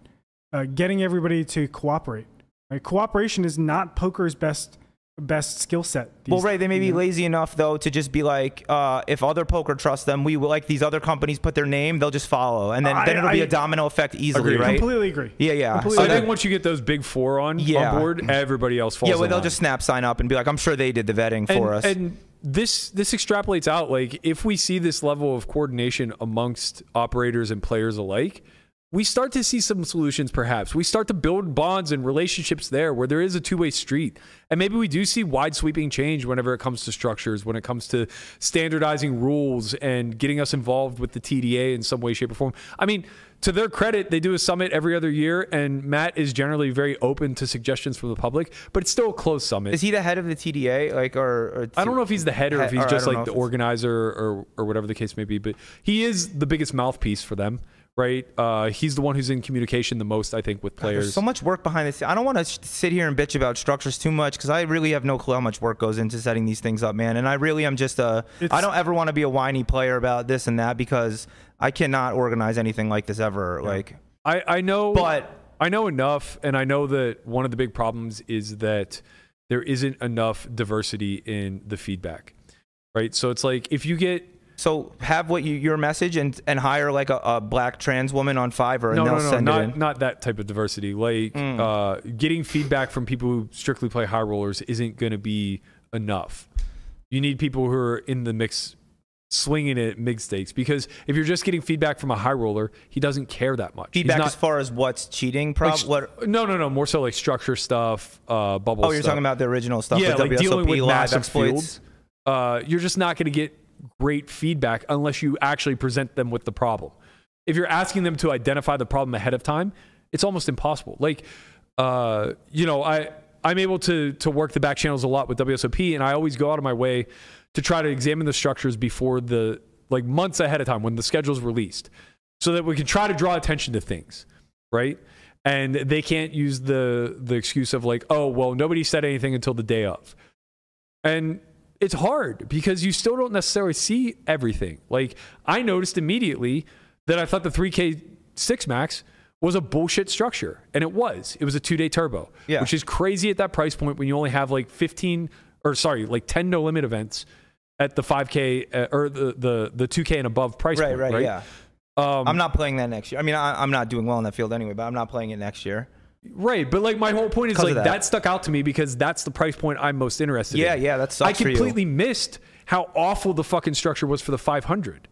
S3: uh, getting everybody to cooperate. Right? Cooperation is not poker's best best skill set.
S4: Well,
S3: these-
S4: right, they may be
S3: you know?
S4: lazy enough though to just be like, uh, if other poker trusts them, we will like these other companies put their name, they'll just follow, and then, then
S3: I-
S4: it'll be
S3: I-
S4: a domino effect easily,
S2: Agreed.
S4: right?
S3: Completely agree.
S4: Yeah, yeah.
S3: Completely
S2: I
S4: So
S2: think
S4: that-
S2: once you get those big four on,
S4: Yeah.
S2: on board, everybody else falls
S4: yeah, well,
S2: in
S4: they'll
S2: line.
S4: just snap sign up and be like, I'm sure they did the vetting
S2: and,
S4: for us.
S2: And this this extrapolates out. Like if we see this level of coordination amongst operators and players alike, we start to see some solutions. Perhaps we start to build bonds and relationships there, where there is a two way street, and maybe we do see wide sweeping change whenever it comes to structures, when it comes to standardizing rules and getting us involved with the TDA in some way, shape, or form. I mean. To their credit, they do a summit every other year, and Matt is generally very open to suggestions from the public. But it's still a closed summit.
S4: Is he the head of the TDA? Like, or, or
S2: I don't know if he's the head or
S4: He-
S2: if he's
S4: or I
S2: just
S4: don't know
S2: like
S4: if
S2: the
S4: it's-
S2: organizer or or whatever the case may be. But he is the biggest mouthpiece for them, right? Uh, he's the one who's in communication the most, I think, with
S4: There's
S2: players.
S4: so much work behind this. I don't want to sh- sit here and bitch about structures too much because I really have no clue how much work goes into setting these things up, man. And I really am just a. I don't ever want to be a whiny player about this and that because I cannot organize anything like this ever. Like,
S2: I I know,
S4: But-
S2: I know enough, and I know that one of the big problems is that there isn't enough diversity in the feedback, right? So it's like if you get
S4: so have what you, your message and and hire like a, a black trans woman on Fiverr and
S2: no,
S4: they'll
S2: no, no,
S4: send
S2: not
S4: it in. Mm.
S2: not that type of diversity. Like uh, getting feedback from people who strictly play high rollers isn't going to be enough. You need people who are in the mix, swinging it at mid stakes. Because if you're just getting feedback from a high roller, he doesn't care that much. He's
S4: Feedback
S2: not-
S4: as far as what's cheating, prob
S2: like, st-
S4: what.
S2: No, no, no. More so like structure stuff, uh, bubble.
S4: Oh, you're
S2: stuff.
S4: talking about the original stuff.
S2: yeah,
S4: with
S2: like dealing
S4: WSOP,
S2: with
S4: live
S2: massive
S4: exploits.
S2: fields. Uh, you're just not going to get great feedback unless you actually present them with the problem. If you're asking them to identify the problem ahead of time, it's almost impossible. Like, uh, you know, I I'm able to to work the back channels a lot with WSOP, and I always go out of my way to try to examine the structures before the like months ahead of time when the schedule's released, so that we can try to draw attention to things right? And they can't use the the excuse of like, oh, well, nobody said anything until the day of. And it's hard because you still don't necessarily see everything. Like I noticed immediately that I thought the 3K six max was a bullshit structure, and it was. It was a two day turbo,
S4: Yeah.
S2: which is crazy at that price point when you only have like fifteen or sorry, like ten no limit events at the five k uh, or the the the two k and above price
S4: Right,
S2: point.
S4: right,
S2: right,
S4: yeah.
S2: Um,
S4: I'm not playing that next year. I mean, I, I'm not doing well in that field anyway, but I'm not playing it next year.
S2: Right, but like my whole point is
S4: 'Cause
S2: like that.
S4: of that.
S2: stuck out to me because that's the price point I'm most interested
S4: Yeah,
S2: in.
S4: yeah, that sucks
S2: I
S4: for you.
S2: completely missed how awful the fucking structure was for the 500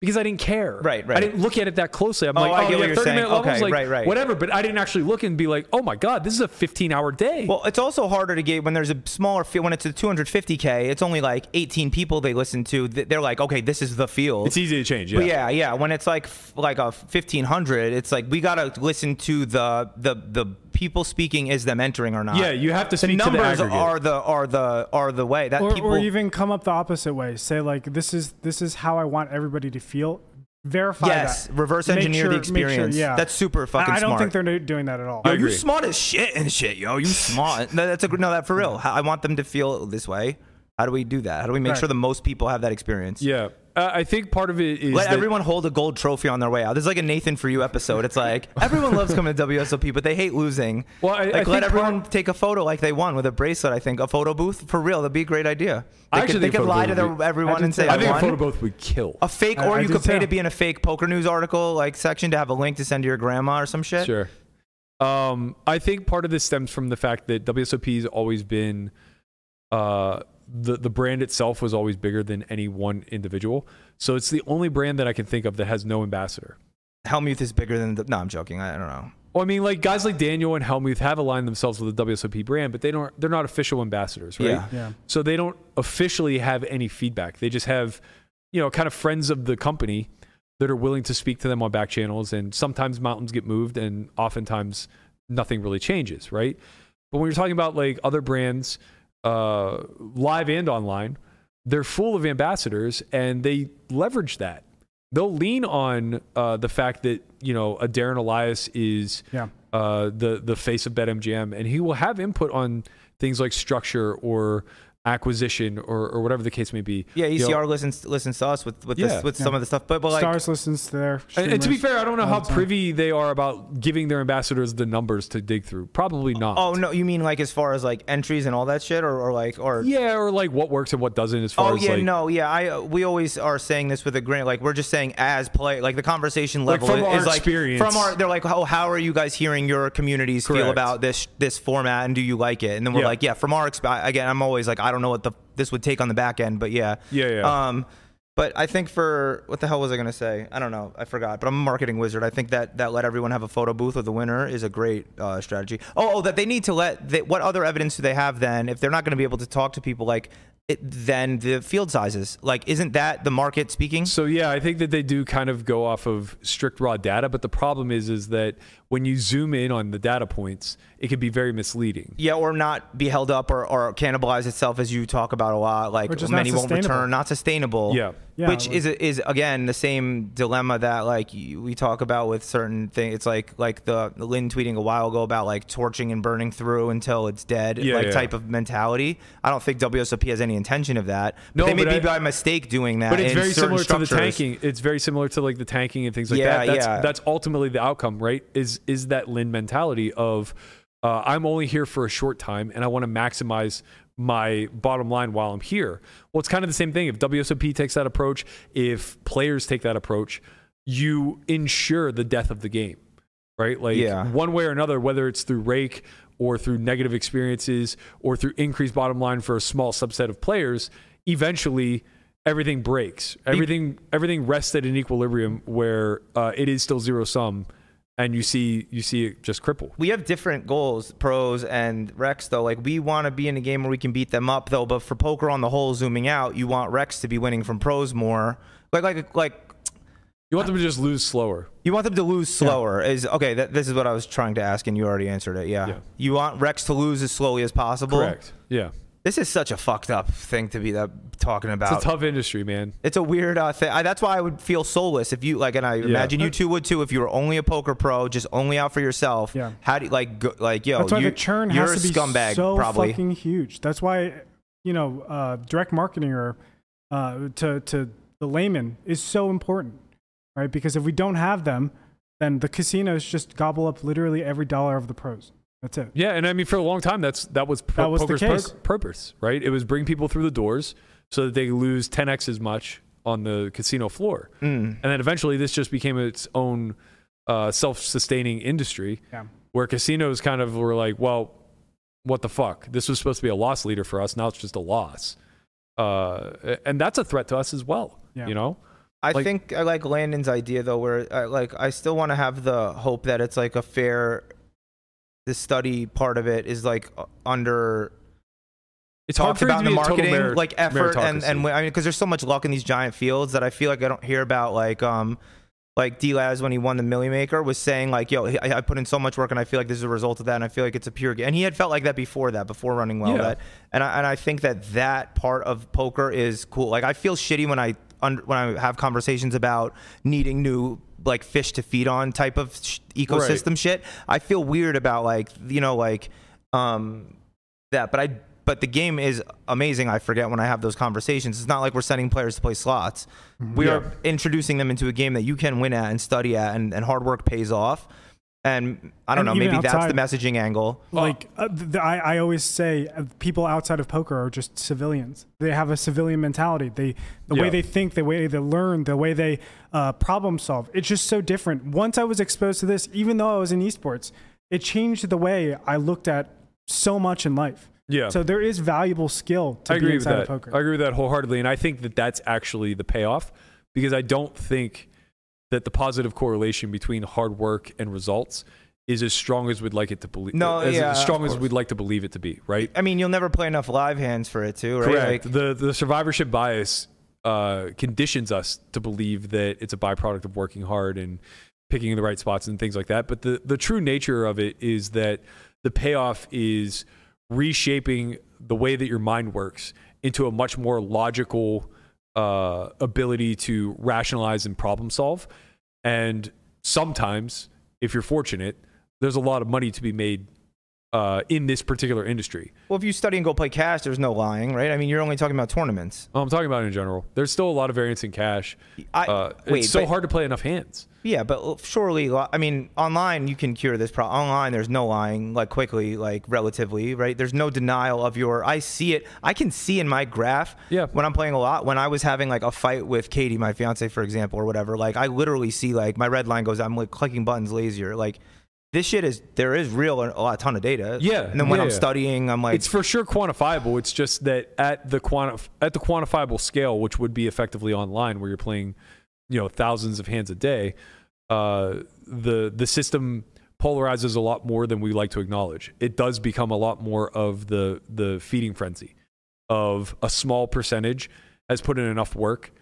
S2: because I didn't care.
S4: Right, right.
S2: I didn't look at it that closely. I'm
S4: Oh,
S2: like,
S4: I
S2: oh,
S4: get
S2: yeah,
S4: what you're
S2: 30
S4: saying.
S2: minute levels,
S4: Okay,
S2: like
S4: right, right.
S2: whatever. But I didn't actually look and be like, oh my god, this is a 15 hour day.
S4: Well, it's also harder to get when there's a smaller field. When it's a 250k, it's only like 18 people they listen to. Th- They're like, okay, this is the field.
S2: it's easy to change.
S4: But e-, yeah, yeah. When it's like f- like a 1500, it's like we gotta listen to the the the people speaking. Is them entering or not?
S2: Yeah, you have to
S4: the
S2: speak to the
S4: numbers
S2: aggregate.
S4: are the are the are the way that
S3: or,
S4: people
S3: or even come up the opposite way. Say like this is this is how I want everybody to feel. Verify
S4: yes
S3: that.
S4: reverse
S3: Make
S4: engineer the
S3: sure- make sure-
S4: experience.
S3: yeah,
S4: that's super
S3: I-
S4: fucking.
S3: I, don't
S4: smart.
S3: think they're doing that at all.
S2: I
S4: Yo, you
S2: agree.
S4: smart as shit and shit, yo. You smart. No, that's a no. That for real. How- I want them to feel this way. How do we do that? How do we make
S3: Right.
S4: sure the most people have that experience?
S2: yeah. Uh, I think part of it is
S4: Let
S2: that-
S4: everyone hold a gold trophy on their way out. This is like a Nathan for you episode. It's like everyone loves coming to WSOP, but they hate losing.
S2: Well, I- I
S4: like
S2: think part-
S4: let everyone take a photo like they won with a bracelet. I think a photo booth for real. That'd be a great idea. They
S2: I
S4: could,
S2: actually
S4: they
S2: think
S4: could
S2: photo
S4: lie to
S2: booth
S4: their,
S2: would be-
S4: everyone
S3: do
S4: and say
S3: too.
S2: I
S4: I,
S2: think a
S4: won.
S2: photo booth would kill.
S4: a fake,
S3: I-
S4: or
S3: I
S4: you
S3: do
S4: could pay
S3: too.
S4: to be in a fake poker news article like section to have a link to send to your grandma or some shit.
S2: Sure. Um, I think part of this stems from the fact that WSOP has always been uh, the the brand itself was always bigger than any one individual. So it's the only brand that I can think of that has no ambassador.
S4: Helmuth is bigger than the. No, I'm joking. I, I don't know.
S2: Well, I mean, like guys like Daniel and Helmuth have aligned themselves with the WSOP brand, but they don't. They're not official ambassadors, right?
S4: Yeah.
S3: Yeah.
S2: So they don't officially have any feedback. They just have, you know, kind of friends of the company that are willing to speak to them on back channels. And sometimes mountains get moved, and oftentimes nothing really changes, right? But when you're talking about like other brands, uh, live and online, they're full of ambassadors, and they leverage that. They'll lean on uh, the fact that you know a Darren Elias is
S3: Yeah.
S2: uh, the the face of BetMGM, and he will have input on things like structure or acquisition or, or whatever the case may be.
S4: Yeah, E
S2: You know,
S4: ECR listens listens to us with with
S2: Yeah.
S4: this, with some of the stuff, but but like
S3: Stars listens to their.
S2: and, and Uh, to be
S3: streamers
S2: fair, I don't know
S3: all
S2: how
S3: the time.
S2: privy they are about giving their ambassadors the numbers to dig through. Probably not.
S4: oh no, you mean like as far as like entries and all that shit, or, or like or
S2: yeah, or like what works and what doesn't as far
S4: oh
S2: as
S4: yeah
S2: like
S4: no yeah I uh, we always are saying this with a grin like we're just saying as play like the conversation
S2: Like,
S4: level
S2: from
S4: is
S2: our
S4: like
S2: experience.
S4: from our they're like oh how are you guys hearing your communities
S2: Correct.
S4: feel about this this format and do you like it and then we're
S2: Yeah.
S4: like yeah from our exp- again I'm always like I don't know what the this would take on the back end but yeah
S2: Yeah, yeah.
S4: um. But I think for what the hell was I gonna say? I don't know. I forgot. But I'm a marketing wizard. I think that that let everyone have a photo booth with the winner is a great uh, strategy. Oh, oh, that they need to let. They, what other evidence do they have then? If they're not gonna be able to talk to people, like it, then the field sizes. Like, isn't that the market speaking?
S2: So yeah, I think that they do kind of go off of strict raw data, but the problem is is that when you zoom in on the data points, it can be very misleading.
S4: Yeah, or not be held up or, or cannibalize itself as you talk about a lot. Like
S3: Which is not
S4: many won't
S3: sustainable.
S4: return, not sustainable.
S2: Yeah.
S3: Yeah,
S4: which
S3: like-
S4: is is again the same dilemma that like you, we talk about with certain things. It's like like the Lynn tweeting a while ago about like torching and burning through until it's dead,
S2: Yeah,
S4: like
S2: yeah.
S4: type of mentality. I don't think WSOP has any intention of that.
S2: No,
S4: But they may
S2: but
S4: be
S2: I-
S4: by mistake doing that.
S2: But it's
S4: in
S2: very
S4: certain
S2: similar to the
S4: structures.
S2: tanking. It's very similar to like the tanking and things like
S4: Yeah,
S2: that. That's,
S4: yeah.
S2: that's ultimately the outcome, right? Is is that Lin mentality of uh, I'm only here for a short time and I want to maximize my bottom line while I'm here. Well, it's kind of the same thing. If WSOP takes that approach, if players take that approach, you ensure the death of the game, right? Like
S4: Yeah.
S2: one way or another, whether it's through rake or through negative experiences or through increased bottom line for a small subset of players, eventually everything breaks. Everything everything rests at an equilibrium where uh, it is still zero sum, and you see you see it just cripple.
S4: we have different goals, pros and Rex though. Like we want to be in a game where we can beat them up though. But for poker on the whole, zooming out, you want Rex to be winning from pros more. Like like like
S2: You want them to just lose slower.
S4: you want them to lose slower. Is okay. That, this is what I was trying to ask, and you already answered it. Yeah.
S2: Yeah.
S4: You want Rex to lose as slowly as possible.
S2: Correct. Yeah.
S4: This is such a fucked up thing to be that talking about.
S2: It's a tough industry, man.
S4: It's a weird uh, thing. I, that's why I would feel soulless if you like, and I imagine you two would too if you were only a poker pro, just only out for yourself.
S3: Yeah.
S4: How do you like go, like yo?
S3: That's why
S4: you,
S3: the churn
S4: you're
S3: has to
S4: a
S3: be
S4: scumbag
S3: so
S4: probably.
S3: fucking huge. That's why you know uh, direct marketing or uh, to to the layman is so important, right? Because if we don't have them, then the casinos just gobble up literally every dollar of the pros. That's it.
S2: Yeah, and I mean, for a long time, that's that was, pro-
S3: That was the
S2: poker's
S3: case.
S2: pur- purpose, right? It was bring people through the doors so that they could lose 10x as much on the casino floor,
S3: Mm.
S2: and then eventually this just became its own uh, self-sustaining industry,
S3: Yeah.
S2: where casinos kind of were like, well, what the fuck? This was supposed to be a loss leader for us. Now it's just a loss, uh, and that's a threat to us as well.
S3: Yeah.
S2: You know,
S4: I
S2: Like-
S4: think I like Landon's idea though, where I, like I still want to have the hope that it's like a fair. The study part of it is like uh, under
S2: it's hard
S4: talked
S2: for it to
S4: about in the
S2: be a total
S4: marketing,
S2: merit-
S4: like effort and and
S2: meritocracy.
S4: I mean because there's so much luck in these giant fields that I feel like I don't hear about like um like D Laz when he won the Millie Maker was saying like yo I, I put in so much work and I feel like this is a result of that and I feel like it's a pure game and he had felt like that before that before running well
S2: Yeah.
S4: that and I and I think that that part of poker is cool like I feel shitty when I un- when I have conversations about needing new like fish to feed on type of sh- ecosystem shit I feel weird about like you know like um that. But I but the game is amazing. I forget when I have those conversations. It's not like we're sending players to play slots.
S3: Mm-hmm.
S4: We are introducing them into a game that you can win at and study at, and, and hard work pays off. And I don't
S3: And
S4: know,
S3: even
S4: maybe
S3: outside-
S4: that's the messaging angle.
S2: Oh.
S3: Like uh, th- th- I, I always say, uh, people outside of poker are just civilians. They have a civilian mentality. They, the
S2: Yeah.
S3: way they think, the way they learn, the way they uh, problem solve. It's just so different. Once I was exposed to this, even though I was in esports, it changed the way I looked at so much in life.
S2: Yeah.
S3: So there is valuable skill to
S2: I
S3: be
S2: agree with
S3: inside
S2: that.
S3: of poker.
S2: I agree with that wholeheartedly, and I think that that's actually the payoff because I don't think that the positive correlation between hard work and results is as strong as we'd like it to believe.
S4: No,
S2: as,
S4: yeah,
S2: as strong
S4: of
S2: as
S4: course.
S2: we'd like to believe it to be, right?
S4: I mean, you'll never play enough live hands for it too, right?
S2: Correct.
S4: Like,
S2: the the survivorship bias uh, conditions us to believe that it's a byproduct of working hard and picking the right spots and things like that. But the the true nature of it is that the payoff is reshaping the way that your mind works into a much more logical uh, ability to rationalize and problem solve. And sometimes, if you're fortunate, there's a lot of money to be made uh, in this particular industry.
S4: well, if you study and go play cash, there's no lying, right? I mean, you're only talking about tournaments.
S2: Oh, I'm talking about in general. There's still a lot of variance in cash.
S4: I-
S2: uh,
S4: wait,
S2: it's so
S4: but-
S2: hard to play enough hands.
S4: Yeah, but uh, surely, li- I mean, online you can cure this problem. Online, there's no lying, like quickly, like relatively, right? There's no denial of your. I see it. I can see in my graph.
S2: Yeah.
S4: When I'm playing a lot, when I was having like a fight with Katie, my fiance, for example, or whatever, like I literally see like my red line goes. I'm like clicking buttons lazier. Like this shit is there is real uh, a lot ton of data.
S2: Yeah,
S4: And then when
S2: yeah,
S4: I'm
S2: yeah.
S4: studying, I'm like
S2: It's for sure quantifiable. It's just that at the quanti- at the quantifiable scale, which would be effectively online, where you're playing, you know, thousands of hands a day, uh, the the system polarizes a lot more than we like to acknowledge. It does become a lot more of the the feeding frenzy of a small percentage has put in enough work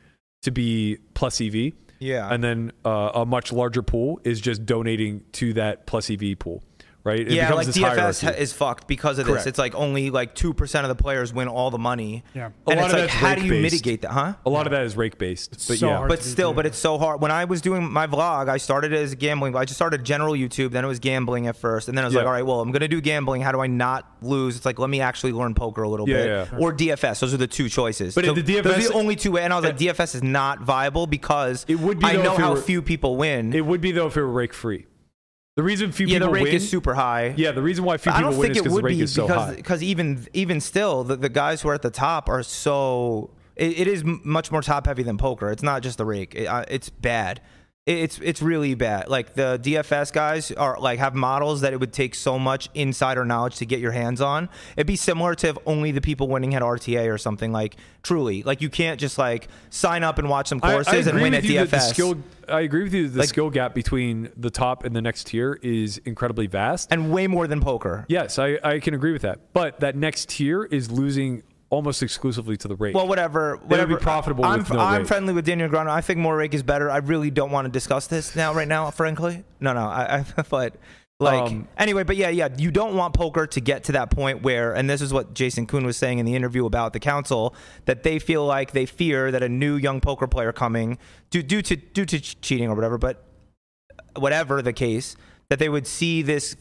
S2: to be plus EV.
S4: yeah.
S2: and then uh, a much larger pool is just donating to that plus EV pool, right? It
S4: yeah,
S2: becomes
S4: like
S2: this
S4: DFS
S2: hierarchy.
S4: ha- is fucked because of
S2: Correct.
S4: this. It's like only like two percent of the players win all the money.
S3: Yeah.
S2: A
S4: and
S2: lot
S4: it's
S2: of
S4: like,
S2: that's
S4: how do you
S2: rank-based.
S4: mitigate that, huh?
S2: a lot of that is rake based, but
S3: so
S2: yeah,
S3: hard.
S4: but still, but it's so hard. When I was doing my vlog, I started it as gambling. I just started general YouTube, then it was gambling at first, and then I was like,
S2: Yeah.
S4: all right, well, I'm gonna do gambling. How do I not lose? It's like let me actually learn poker a little
S2: Yeah,
S4: bit,
S2: yeah.
S4: or DFS. Those are the two choices.
S2: But
S4: So
S2: the
S4: those
S2: DFS
S4: are the only two. way- And I was like, DFS is not viable because
S2: It would be,
S4: I
S2: though,
S4: know
S2: if it
S4: how
S2: were-
S4: few people win.
S2: it would be though if it were rake free. The reason few
S4: yeah,
S2: people
S4: the rake
S2: win
S4: is super high.
S2: Yeah, the reason why few
S4: I
S2: people
S4: don't
S2: win
S4: think
S2: is
S4: it
S2: because the
S4: would
S2: rake
S4: be
S2: is so
S4: because
S2: high.
S4: because even even still, the, the guys who are at the top are so. It, it is m- much more top heavy than poker. It's not just the rake. It, uh, it's bad. It, it's it's really bad. Like the DFS guys are like have models that it would take so much insider knowledge to get your hands on. It'd be similar to if only the people winning had RTA or something like truly. Like you can't just like sign up and watch some
S2: I- I
S4: courses and
S2: agree
S4: win
S2: with
S4: at
S2: you that
S4: DFS.
S2: the skill, I agree with you. That the
S4: Like-
S2: skill gap between the top and the next tier is incredibly vast.
S4: and way more than poker.
S2: yes, I, I can agree with that. But that next tier is losing almost exclusively to the rake.
S4: Well, whatever.
S2: be
S4: Whatever.
S2: profitable
S4: I'm,
S2: with no
S4: I'm
S2: rake.
S4: friendly with Daniel Grano. I think more rake is better. I really don't want to discuss this now, right now, frankly. No, no. I, I but like
S2: Um,
S4: anyway, but yeah, yeah. You don't want poker to get to that point where, and this is what Jason Kuhn was saying in the interview about the council, that they feel like they fear that a new young poker player coming due, due to due to cheating or whatever, but whatever the case, that they would see this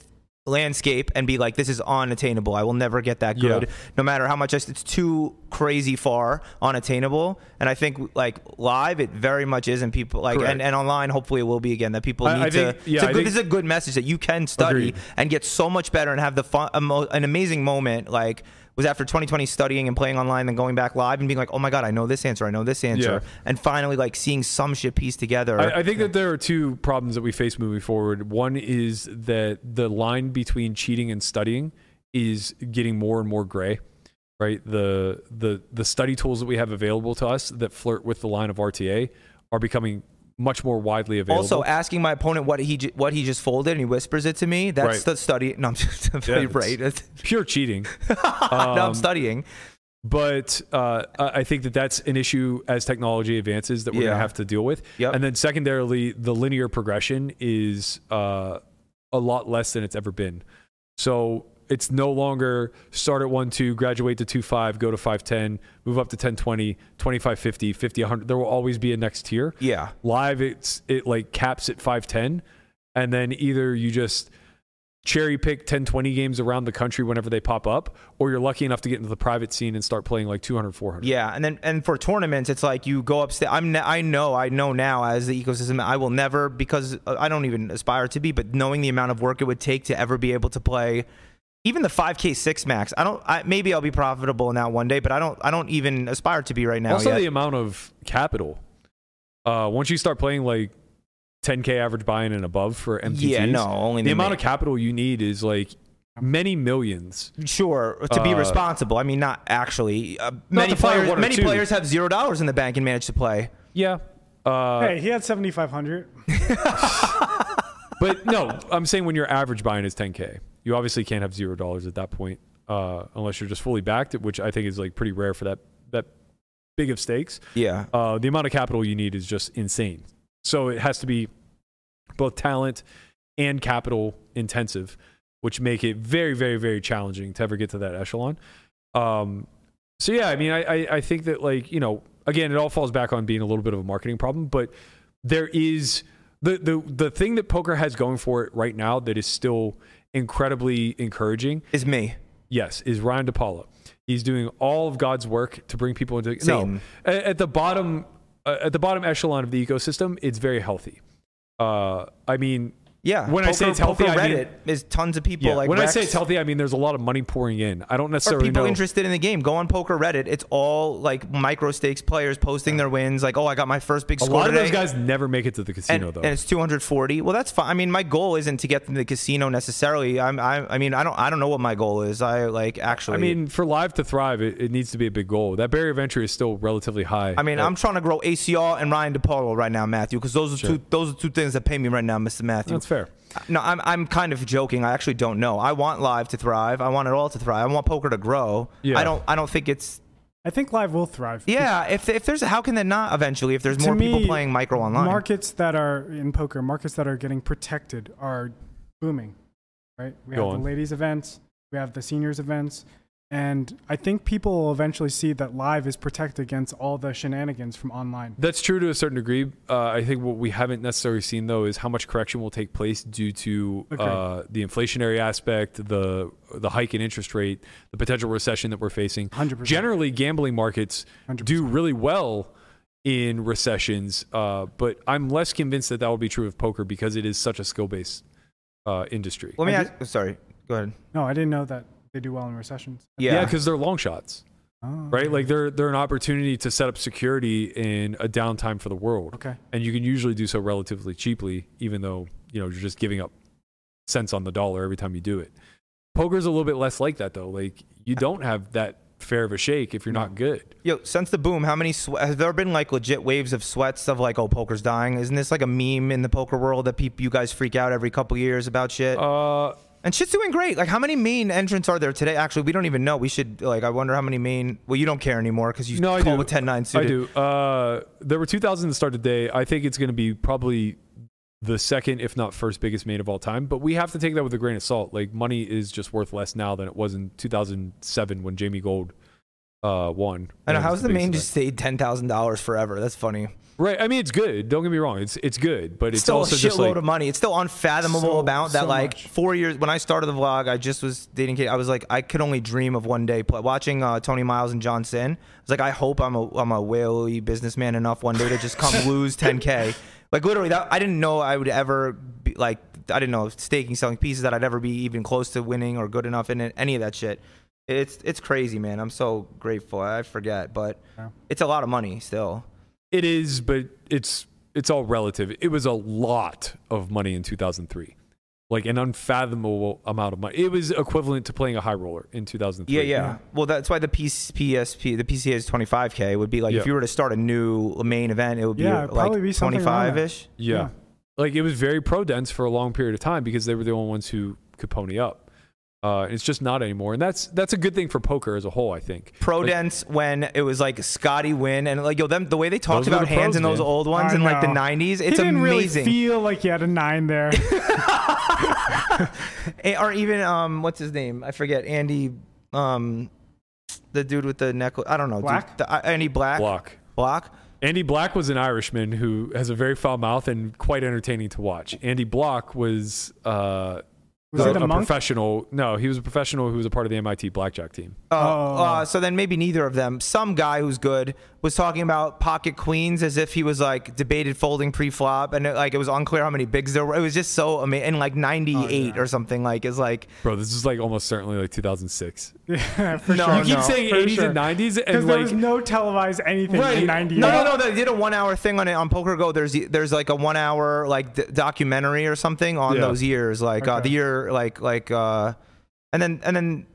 S4: landscape and be like, this is unattainable. I will never get that good,
S2: Yeah.
S4: no matter how much I, it's too crazy far unattainable. And I think like live, it very much is, and people like
S2: Correct.
S4: and, and online, hopefully it will be again that people
S2: I-
S4: need
S2: I think-
S4: to.
S2: yeah,
S4: it's a
S2: I
S4: good-
S2: think-
S4: this is a good message that you can study
S2: Agreed.
S4: and get so much better and have the fun, emo- an amazing moment like. Was after 2020 studying and playing online, then going back live and being like, "Oh my god, I know this answer, I know this answer,"
S2: Yeah.
S4: and finally like seeing some shit pieced together.
S2: I, I think that there are two problems that we face moving forward. One is that the line between cheating and studying is getting more and more gray, right? The the the study tools that we have available to us that flirt with the line of RTA are becoming much more widely available.
S4: Also, asking my opponent what he ju- what he just folded, and he whispers it to me. That's
S2: Right.
S4: the study. No, I'm just I'm
S2: Yeah, Um,
S4: right.
S2: pure cheating.
S4: no, I'm studying.
S2: but uh, I I think that that's an issue as technology advances that we're going
S4: Yeah.
S2: to have to deal with.
S4: Yep.
S2: And then secondarily, the linear progression is uh, a lot less than it's ever been. So it's no longer start at 1 2, graduate to 2 5, go to 5 10, move up to 10 20, 25 50, 50 100. There will always be a next tier.
S4: Yeah.
S2: Live, it's it like caps at 5 10. And then either you just cherry pick 10 20 games around the country whenever they pop up or you're lucky enough to get into the private scene and start playing like 200 400
S4: Yeah, and then and for tournaments, it's like you go upstairs. I'm ne- I know I know now as the ecosystem, I will never because uh, I don't even aspire to be. But knowing the amount of work it would take to ever be able to play, even the 5K six max, I don't. I, maybe I'll be profitable in that one day, but I don't. I don't even aspire to be right now.
S2: also
S4: yet.
S2: the amount of capital uh once you start playing like 10k average buy-in and above for MTTs,
S4: Yeah, no, only
S2: the
S4: the
S2: amount
S4: ma-
S2: of capital you need is like many millions
S4: sure to be
S2: Uh,
S4: responsible. I mean, not actually. Uh, many
S2: to fire
S4: players,
S2: one or
S4: many
S2: two.
S4: players have zero dollars in the bank and manage to play.
S2: yeah uh
S3: hey, he had 7,500.
S2: but no i'm saying when your average buy-in is 10k you obviously can't have zero dollars at that point uh unless you're just fully backed which i think is like pretty rare for that that big of stakes
S4: Yeah.
S2: uh, the amount of capital you need is just insane. So it has to be both talent and capital intensive, which make it very, very, very challenging to ever get to that echelon. Um, so yeah, I mean, I, I, I think that like you know, again, it all falls back on being a little bit of a marketing problem, but there is the the the thing that poker has going for it right now that is still incredibly encouraging.
S4: Is me.
S2: Yes, is Ryan DePaula. He's doing all of God's work to bring people into
S4: Same.
S2: no. A- At the bottom, uh, at the bottom echelon of the ecosystem, it's very healthy. Uh, I mean,
S4: Yeah.
S2: When I say it's healthy,
S4: poker
S2: I
S4: Reddit
S2: mean-
S4: is tons of people
S2: yeah,
S4: like
S2: when
S4: Rex,
S2: I say it's healthy, I mean there's a lot of money pouring in. I don't
S4: Or
S2: necessarily
S4: people
S2: know.
S4: interested in the game go on poker Reddit. It's all like micro stakes players posting their wins. Like, oh, I got my first big
S2: a
S4: score
S2: lot of
S4: today.
S2: those guys never make it to the
S4: and,
S2: casino though.
S4: and it's 240. Well, that's fine. I mean, my goal isn't to get them to the casino necessarily. I'm, I, I mean, I don't, I don't know what my goal is. I like actually.
S2: I mean, for live to thrive, it, it needs to be a big goal. That barrier of entry is still relatively high.
S4: I mean,
S2: Uh,
S4: I'm trying to grow ACR and Ryan DePaulo right now, Matthew, because those are two those are two things that pay me right now, Mr. Matthew.
S2: That's fair.
S4: No, I'm I'm kind of joking. I actually don't know. I want live to thrive. I want it all to thrive. I want poker to grow.
S2: Yeah.
S4: I don't I don't think it's
S3: I think live will thrive.
S4: yeah. If if there's how can that not eventually if there's
S3: To
S4: more
S3: me,
S4: people playing micro online.
S3: Markets that are in poker, markets that are getting protected are booming, right? We
S2: Go
S3: have
S2: on.
S3: the ladies events, we have the seniors events, and I think people will eventually see that live is protected against all the shenanigans from online.
S2: That's true to a certain degree. Uh, I think what we haven't necessarily seen though is how much correction will take place due to uh, the inflationary aspect, the the hike in interest rate, the potential recession that we're facing.
S3: 100%.
S2: Generally, gambling markets do really well in recessions, uh, but I'm less convinced that that will be true of poker because it is such a skill based uh, industry.
S4: Let me ask. Sorry. Go ahead.
S3: No, I didn't know that they do well in recessions.
S2: Yeah,
S4: Yeah.
S2: because they're long shots,
S3: Oh,
S2: right? Like they're they're an opportunity to set up security in a downtime for the world.
S3: okay.
S2: and you can usually do so relatively cheaply, even though you know you're just giving up cents on the dollar every time you do it. Poker's a little bit less like that though. Like you don't have that fair of a shake if you're not good.
S4: Yo, since the boom, how many swe- have there been like legit waves of sweats of like, oh, poker's dying? Isn't this like a meme in the poker world that people you guys freak out every couple years about shit?
S2: Uh,
S4: And shit's doing great. Like, how many main entrants are there today? Actually, we don't even know. We should like. I wonder how many main. Well, you don't care anymore because you
S2: no, I
S4: call
S2: do.
S4: with 10-9
S2: I
S4: suited.
S2: do. Uh, there were 2,000 to start today. I think it's going to be probably the second, if not first, biggest main of all time. But we have to take that with a grain of salt. Like money is just worth less now than it was in 2007 when Jamie Gold uh, one.
S4: I know.
S2: wins
S4: How's the
S2: biggest
S4: main
S2: event.
S4: just stayed ten thousand dollars forever? That's funny.
S2: right? I mean, it's good. Don't get me wrong. It's it's good, but it's
S4: still
S2: also
S4: a shitload
S2: just like
S4: of money. It's still unfathomable
S3: So-
S4: amount that
S3: so
S4: like
S3: much.
S4: four years when I started the vlog, I just was dating Kate. I was like, I could only dream of one day pl- watching uh, Tony Miles and John Sin. I was like, I hope I'm a I'm a whaley businessman enough one day to just come lose 10k. Like literally, that I didn't know I would ever be, like I didn't know staking selling pieces that I'd ever be even close to winning or good enough in it, any of that shit. It's it's crazy, man. I'm so grateful. I forget, but it's a lot of money still.
S2: it is, but it's it's all relative. It was a lot of money in 2003, like an unfathomable amount of money. It was equivalent to playing a high roller in 2003.
S4: Yeah, yeah. Well, that's why the PC, PSP, the PCA's 25k would be like
S2: Yeah.
S4: if you were to start a new main event, it would be
S3: Yeah, it'd
S4: like
S3: probably be something around
S4: 25
S3: that.
S4: ish.
S2: Yeah.
S3: Yeah.
S2: Like it was very pro dense for a long period of time because they were the only ones who could pony up. Uh, it's just not anymore, and that's that's a good thing for poker as a whole. I think
S4: Pro
S2: Like,
S4: dense when it was like Scotty win and like yo them the way they talked
S2: Those were
S4: about
S2: the
S4: hands
S2: pros,
S4: in those
S2: man.
S4: old ones
S3: I
S4: in like the
S3: know.
S4: 90s,
S3: he
S4: it's
S3: didn't
S4: amazing.
S3: really feel like he had a nine there.
S4: Eh, or even um what's his name? I forget. Andy um the dude with the necklace. I don't know. dude.
S3: Black?
S4: The- uh, Andy Black.
S2: Block.
S4: Block.
S2: Andy Black was an Irishman who has a very foul mouth and quite entertaining to watch. Andy Block was uh,
S3: Was
S2: a,
S3: it a
S2: a
S3: monk?
S2: professional. No, he was a professional who was a part of the MIT blackjack team.
S4: Uh,
S3: Oh.
S4: uh, so then maybe neither of them. Some guy who's good was talking about pocket queens as if he was like debated folding pre-flop, and it, like it was unclear how many bigs there were. It was just so amazing. And like
S3: Oh,
S4: '98 or something like is like
S2: Bro, this is like almost certainly like 2006.
S3: For
S4: No,
S3: sure.
S4: You
S2: You keep
S4: no,
S2: saying
S3: Oh, for
S2: 80s
S3: sure.
S2: and 90s,
S3: Because
S2: and
S3: there was
S2: like
S3: no televised anything
S2: Right.
S3: in 98.
S4: no, no, no. They did a one-hour thing on it on Poker Go. There's there's like a one-hour like d- documentary or something on
S2: Yeah.
S4: those years, like uh,
S3: Okay.
S4: the year like like uh, and then and then.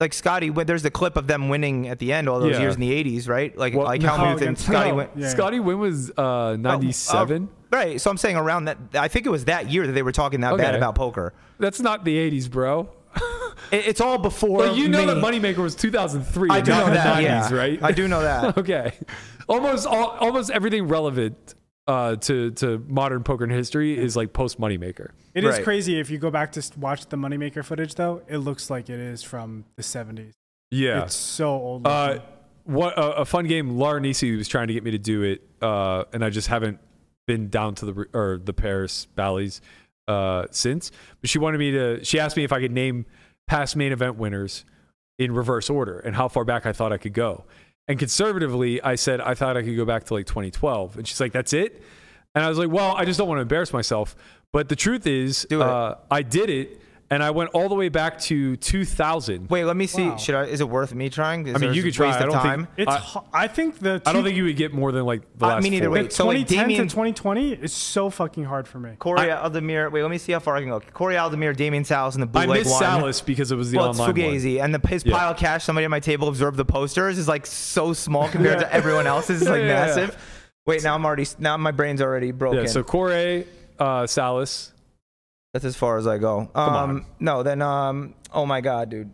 S4: Like Scotty, when- there's the clip of them winning at the end all those
S2: Yeah.
S4: years in the '80s, right? Like,
S2: Well,
S4: like Helmuth and
S3: against-
S4: Scotty
S3: no.
S4: went.
S3: Yeah.
S2: Scotty Wynn was uh,
S4: Oh, uh,
S2: 97.
S4: right. So I'm saying around that. I think it was that year that they were talking that bad
S2: Okay.
S4: about poker.
S2: That's not the 80s, bro.
S4: It, it's all before.
S2: Like you know
S4: me.
S2: that Moneymaker was 2003.
S4: I do
S2: not
S4: know
S2: the
S4: that.
S2: 90s,
S4: yeah.
S2: right?
S4: I do know that.
S2: okay. Almost all, almost everything relevant uh, to to modern poker and history is like post Moneymaker.
S3: It is
S4: Right.
S3: crazy if you go back to s- watch the Moneymaker footage, though. It looks like it is from the 70s.
S2: Yeah.
S3: It's so old.
S2: Uh,
S3: looking.
S2: what a, a fun game. Laura Nisi was trying to get me to do it, uh, and I just haven't been down to the or the Paris Bally's uh, since. But she wanted me to. She asked me if I could name past main event winners in reverse order and how far back I thought I could go. And conservatively, I said I thought I could go back to like 2012, and she's like, "That's it." And I was like, "Well, I just don't want to embarrass myself." But the truth is,
S4: Do it.
S2: Uh, I did it, and I went all the way back to 2000.
S4: Wait, let me see.
S3: Wow.
S4: Should I? Is it worth me trying? Is
S2: I mean,
S4: there
S2: you
S4: a
S2: could try.
S4: waste
S2: I
S4: of
S2: don't
S4: time.
S2: think
S3: it's.
S2: I-
S3: ho- I think the. Two,
S2: I don't think you would get more than like the
S4: Uh,
S2: last.
S4: me neither.
S2: four.
S4: Wait, so like
S3: 2010
S4: Damien,
S3: to 2020 is so fucking hard for me.
S4: Corey Aldemir. Wait, let me see how far I can go. Corey Aldemir, Damien Salas, and the blue
S2: I
S4: leg
S2: missed
S4: one.
S2: Salas because it was the
S4: well, it's
S2: online one.
S4: Fugazi, and the his
S2: Yeah.
S4: pile of cash somebody at my table observed the posters is like so small compared to everyone else's. It's like
S2: Yeah, yeah, yeah.
S4: massive. Wait, now I'm already now my brain's already broken.
S2: Yeah, so Corey, uh, Salas.
S4: That's as far as I go.
S2: Come
S4: um,
S2: on.
S4: No, then um, oh my god, dude,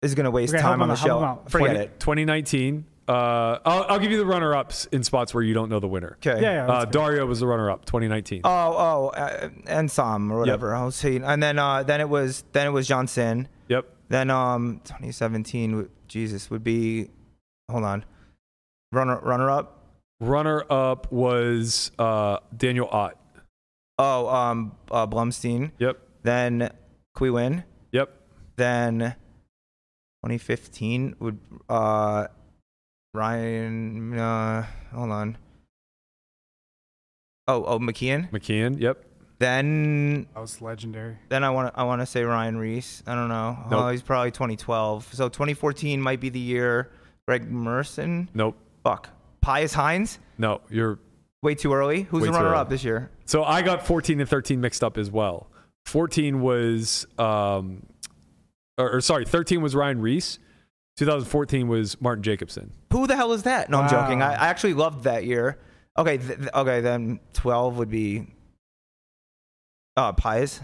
S4: this is gonna waste
S3: Okay, help
S4: time on
S3: him
S4: the
S3: out, help him
S4: show.
S3: out.
S4: Forget
S2: 20-
S4: it.
S2: 2019. Uh, I'll, I'll give you the runner ups in spots where you don't know the winner.
S4: Okay.
S3: Yeah,
S2: Uh,
S3: yeah. that's fair.
S2: Dario was the runner up, 2019.
S4: Oh, oh, uh, and some or whatever. I'll see. And then uh, then it was then it was Johnson.
S2: yep.
S4: Then um, 2017. w- Jesus would be. Hold on. Runner runner up.
S2: Runner up was uh, Daniel Ott.
S4: Oh, um, uh, Blumstein.
S2: Yep.
S4: Then Quewin.
S2: Yep.
S4: Then 2015 would uh Ryan uh hold on. Oh, oh McKeon.
S2: McKeon. Yep.
S4: Then
S3: That was legendary.
S4: then I want to I want to say Ryan Reese. I don't know. Oh,
S2: Nope.
S4: he's probably 2012. So 2014 might be the year Greg Merson.
S2: Nope.
S4: Fuck. Pius Hines.
S2: No, you're.
S4: Way too early. Who's
S2: Way
S4: the
S2: too
S4: runner up
S2: early.
S4: this year?
S2: So I got 14 and 13 mixed up as well. 14 was, um, or, or sorry, 13 was Ryan Reese. 2014 was Martin Jacobson.
S4: Who the hell is that? No, I'm joking.
S3: Wow.
S4: I, I actually loved that year. Okay, th- th- okay, then 12 would be uh Pius.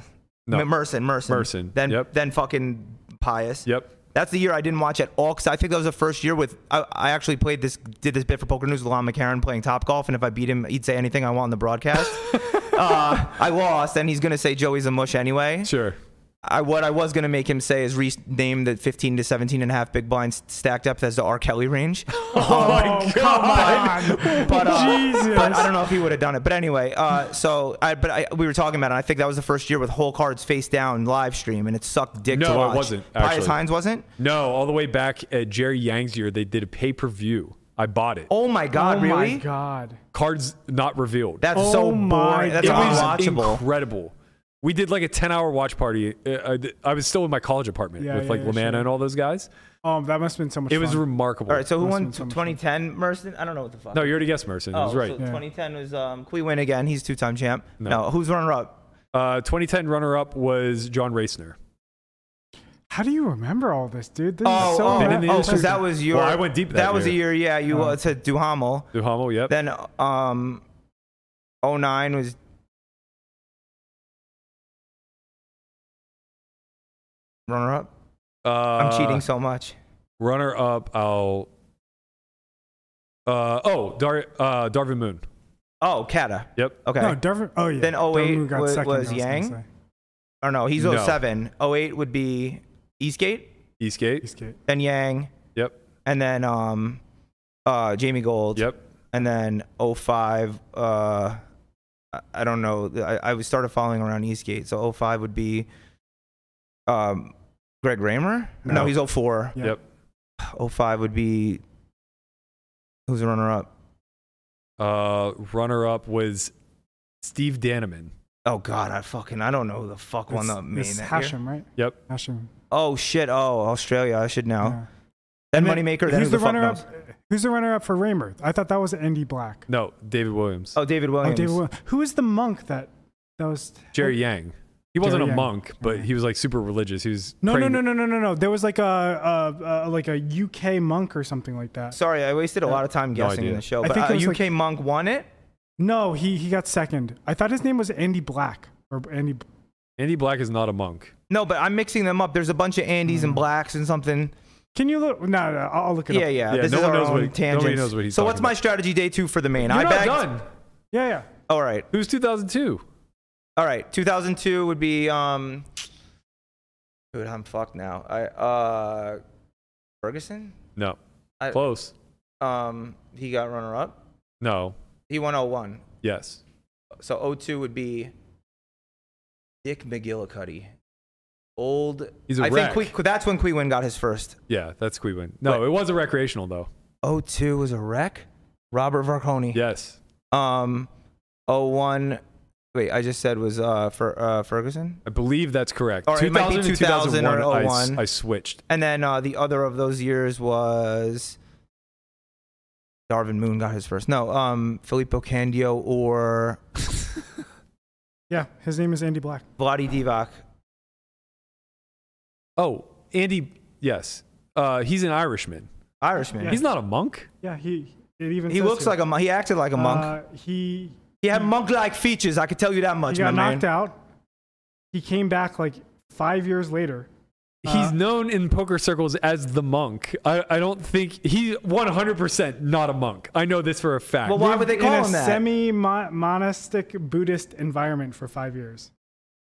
S2: No.
S4: M- Merson, Merson.
S2: Merson,
S4: Then
S2: yep.
S4: then fucking Pius.
S2: Yep.
S4: That's the year I didn't watch at all because I think that was the first year with I, I actually played this did this bit for Poker News with Lon McCarron playing Top Golf and if I beat him he'd say anything I want on the broadcast. uh, I lost and he's gonna say Joey's a mush anyway.
S2: Sure.
S4: I, what I was gonna make him say is rename the 15 to 17 and a half big blinds stacked up as the R. Kelly range.
S3: Oh, come on.
S4: but, uh,
S3: Jesus.
S4: but I don't know if he would have done it. But anyway, uh, so I, but I, we were talking about it. I think that was the first year with whole cards face down live stream, and it sucked dick
S2: No,
S4: to
S2: it
S4: watch.
S2: wasn't,
S4: Pius
S2: actually.
S4: Hines wasn't.
S2: No, all the way back at Jerry Yang's year, they did a pay per view. I bought it.
S4: Oh my god,
S3: oh
S4: really?
S3: my god.
S2: Cards not revealed.
S4: That's
S3: Oh
S4: so
S3: my
S4: boring. That's
S2: it
S3: God.
S2: was
S4: unwatchable.
S2: incredible. We did like a ten-hour watch party. Uh, I, I was still in my college apartment
S3: Yeah,
S2: with
S3: yeah,
S2: like
S3: yeah,
S2: Lamanna
S3: sure.
S2: and all those guys.
S3: Um, that must have been so much
S2: It was
S3: fun.
S2: remarkable.
S4: All right, so who
S3: Must
S4: won
S3: be some
S4: 2010 Merson? I don't know what the fuck.
S2: no, you already guessed Merson.
S4: oh,
S2: I was right.
S4: So 2010 was um, Queen again. He's two-time champ. No, who's runner-up?
S2: Uh, 2010 runner-up was John Racner.
S3: How do you remember all this, dude? This
S4: Oh,
S3: is so
S4: oh,
S2: Been in the
S4: oh, 'cause
S2: industry.
S4: that was your.
S2: Well, I went deep that
S4: was a year. Yeah, you
S3: Uh-huh.
S4: uh, to Duhamel.
S2: Duhamel, yep.
S4: Then um, 09 was. Runner up.
S2: uh,
S4: I'm cheating so much.
S2: Runner-up, I'll. Uh, oh, Dar- uh, Darvin Moon.
S4: Oh, Kata.
S2: Yep.
S4: Okay.
S3: No, Darvin. Oh yeah.
S4: Then 08
S3: Darvin got
S4: wa-
S3: second,
S4: was
S3: I gonna
S4: Yang?
S3: say.
S4: Or Oh, no, he's
S2: No.
S4: 07. 08 would be Eastgate,
S2: Eastgate.
S3: He's cute.
S4: then Yang,
S2: Yep.
S4: and then um, uh, Jamie Gold.
S2: Yep.
S4: And then 05, uh, I- I don't know. I, I was started following around Eastgate. So 05 would be um, Greg Raymer. No,
S3: No.
S4: he's 04.
S3: Yeah.
S2: Yep.
S4: 05 would be who's the runner up?
S2: Uh, runner-up was Steve Daneman.
S4: Oh God, I fucking I don't know who the fuck won
S3: It's-
S4: the main
S3: it's
S4: that year.
S3: Hashem, right?
S2: Yep.
S3: Hashem.
S4: Oh shit! Oh Australia, I should know.
S3: yeah. And
S4: Then
S3: then
S4: Moneymaker. Then
S3: Who's the
S4: who the, fuck
S3: runner
S4: knows?
S3: up? Who's the runner up for Raymer? I thought that was Andy Black.
S2: No, David Williams.
S4: Oh David
S3: Oh,
S4: Williams.
S3: David. Will- Who is the monk that that was?
S2: Jerry Yang. He wasn't
S3: Jerry
S2: a
S3: Yang.
S2: monk, but he was like super religious. He was
S3: No, no,
S2: praying-
S3: no, no, no, no, no. There was like a, a, a like a UK monk or something like that.
S4: Sorry, I wasted a lot of time guessing
S2: idea.
S4: in the show.
S3: I
S4: But
S3: think
S4: uh,
S3: it was,
S4: UK
S3: like-
S4: Monk won it.
S3: no, he he got second. I thought his name was Andy Black or Andy.
S2: Andy Black is not a monk.
S4: No, but I'm mixing them up. There's a bunch of Andys and Blacks and something.
S3: Can you look? No, no, I'll I'll look it
S4: Yeah,
S3: up.
S4: yeah.
S2: Yeah,
S4: this
S2: no
S4: is
S2: one
S4: our
S2: knows what
S4: own
S2: he-
S4: tangents.
S2: nobody knows what he's
S4: so what's
S2: talking
S4: my
S2: about.
S4: strategy day two for the main?
S2: You're
S4: I
S2: not
S4: bagged.
S2: done.
S3: yeah, yeah.
S4: All right,
S2: Who's 2002?
S4: all right. 2002 would be um. Dude, I'm fucked now. I uh, Ferguson.
S2: No.
S4: I-
S2: Close.
S4: Um, he got runner up.
S2: No.
S4: He won 01.
S2: Yes.
S4: So 02 would be Dick McGillicuddy. Old.
S2: He's a
S4: I
S2: wreck.
S4: think que- that's when Queen got his first.
S2: Yeah, that's Queewin. No,
S4: Wait.
S2: it was a recreational though.
S4: 02 was a wreck. Robert Varconi.
S2: Yes.
S4: Um, 01. Wait, I just said was uh, for uh, Ferguson.
S2: I believe that's correct.
S4: Or it might be 2000 or
S2: 2001, I s-
S4: 01.
S2: I, switched.
S4: And then uh, the other of those years was Darvin Moon got his first. No, um, Filippo Candio or
S3: Yeah, his name is Andy Black.
S4: Vladi Divac.
S2: Oh, Andy. Yes. Uh, he's an Irishman.
S4: Irishman.
S3: Yeah.
S2: He's not a monk.
S3: Yeah, he it even
S4: he
S3: says
S4: looks
S3: here.
S4: like a monk. He acted like a monk.
S3: Uh, he
S4: he had monk-like features. I could tell you that
S3: he
S4: much,
S3: got
S4: my
S3: knocked
S4: man.
S3: out. He came back like five years later.
S4: Uh,
S2: He's known in poker circles as the monk. I, I don't think he 100% not a monk. I know this for a fact.
S4: Well, why would they call
S3: in a
S4: him that?
S3: semi-monastic Buddhist environment for five years.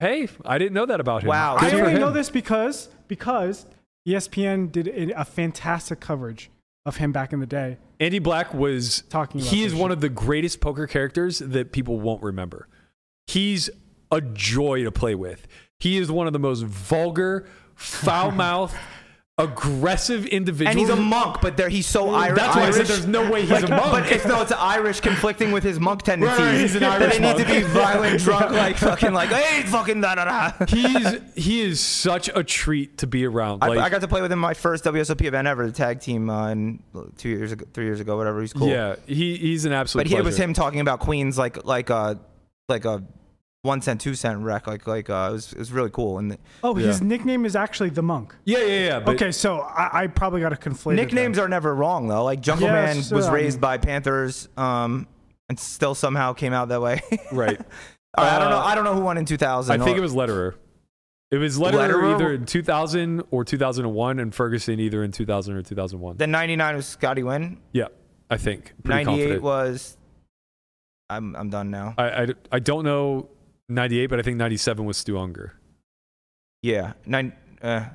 S2: hey, I didn't know that about him.
S4: Wow.
S2: Good
S3: I
S2: for
S3: only
S2: him.
S3: know this because because E ESPN did a a fantastic coverage of him back in the day.
S2: Andy Black was
S3: Talking about
S2: He
S3: this
S2: is one
S3: shit.
S2: of the greatest poker characters that people won't remember. He's a joy to play with. He is one of the most vulgar, foul-mouthed, aggressive individuals.
S4: and he's a monk, but there he's so Irish.
S2: That's why I said
S4: Irish.
S2: there's no way he's a monk.
S4: But it's no, it's Irish conflicting with his monk tendencies.
S2: Right, he's an
S4: That
S2: Irish
S4: they need to
S2: monk.
S4: be violent, drunk, like fucking, like hey, fucking da da da.
S2: He's he is such a treat to be around.
S4: I,
S2: Like,
S4: I got to play with him my first WSOP event ever, the tag team, uh, in two years ago, three years ago, whatever. He's cool.
S2: yeah, he, he's an absolute.
S4: but he, it was
S2: pleasure.
S4: him talking about Queens, like like a like a one cent, two cent wreck, like like uh, it was it was really cool. And
S3: Oh, his
S2: Yeah.
S3: nickname is actually the monk.
S2: Yeah, yeah, yeah. But
S3: okay, so I, I probably got to conflate
S4: nicknames are never wrong though. Like Jungle
S3: Yes,
S4: Man was
S3: um,
S4: raised by Panthers, um, and still somehow came out that way.
S2: right.
S4: All right, I don't know.
S2: Uh,
S4: I don't know who won in 2000.
S2: I think
S4: or-
S2: it was Letterer. It was Letterer,
S4: Lederer?
S2: either in 2000 or 2001, and Ferguson either in 2000 or 2001.
S4: Then 99 was Scotty Wynn.
S2: yeah, I think. Pretty
S4: 98
S2: confident. Uh,
S4: was. I'm I'm done now.
S2: I, I, I don't know 98, but I think 97 was Stu Unger.
S4: Yeah. Nine. Uh,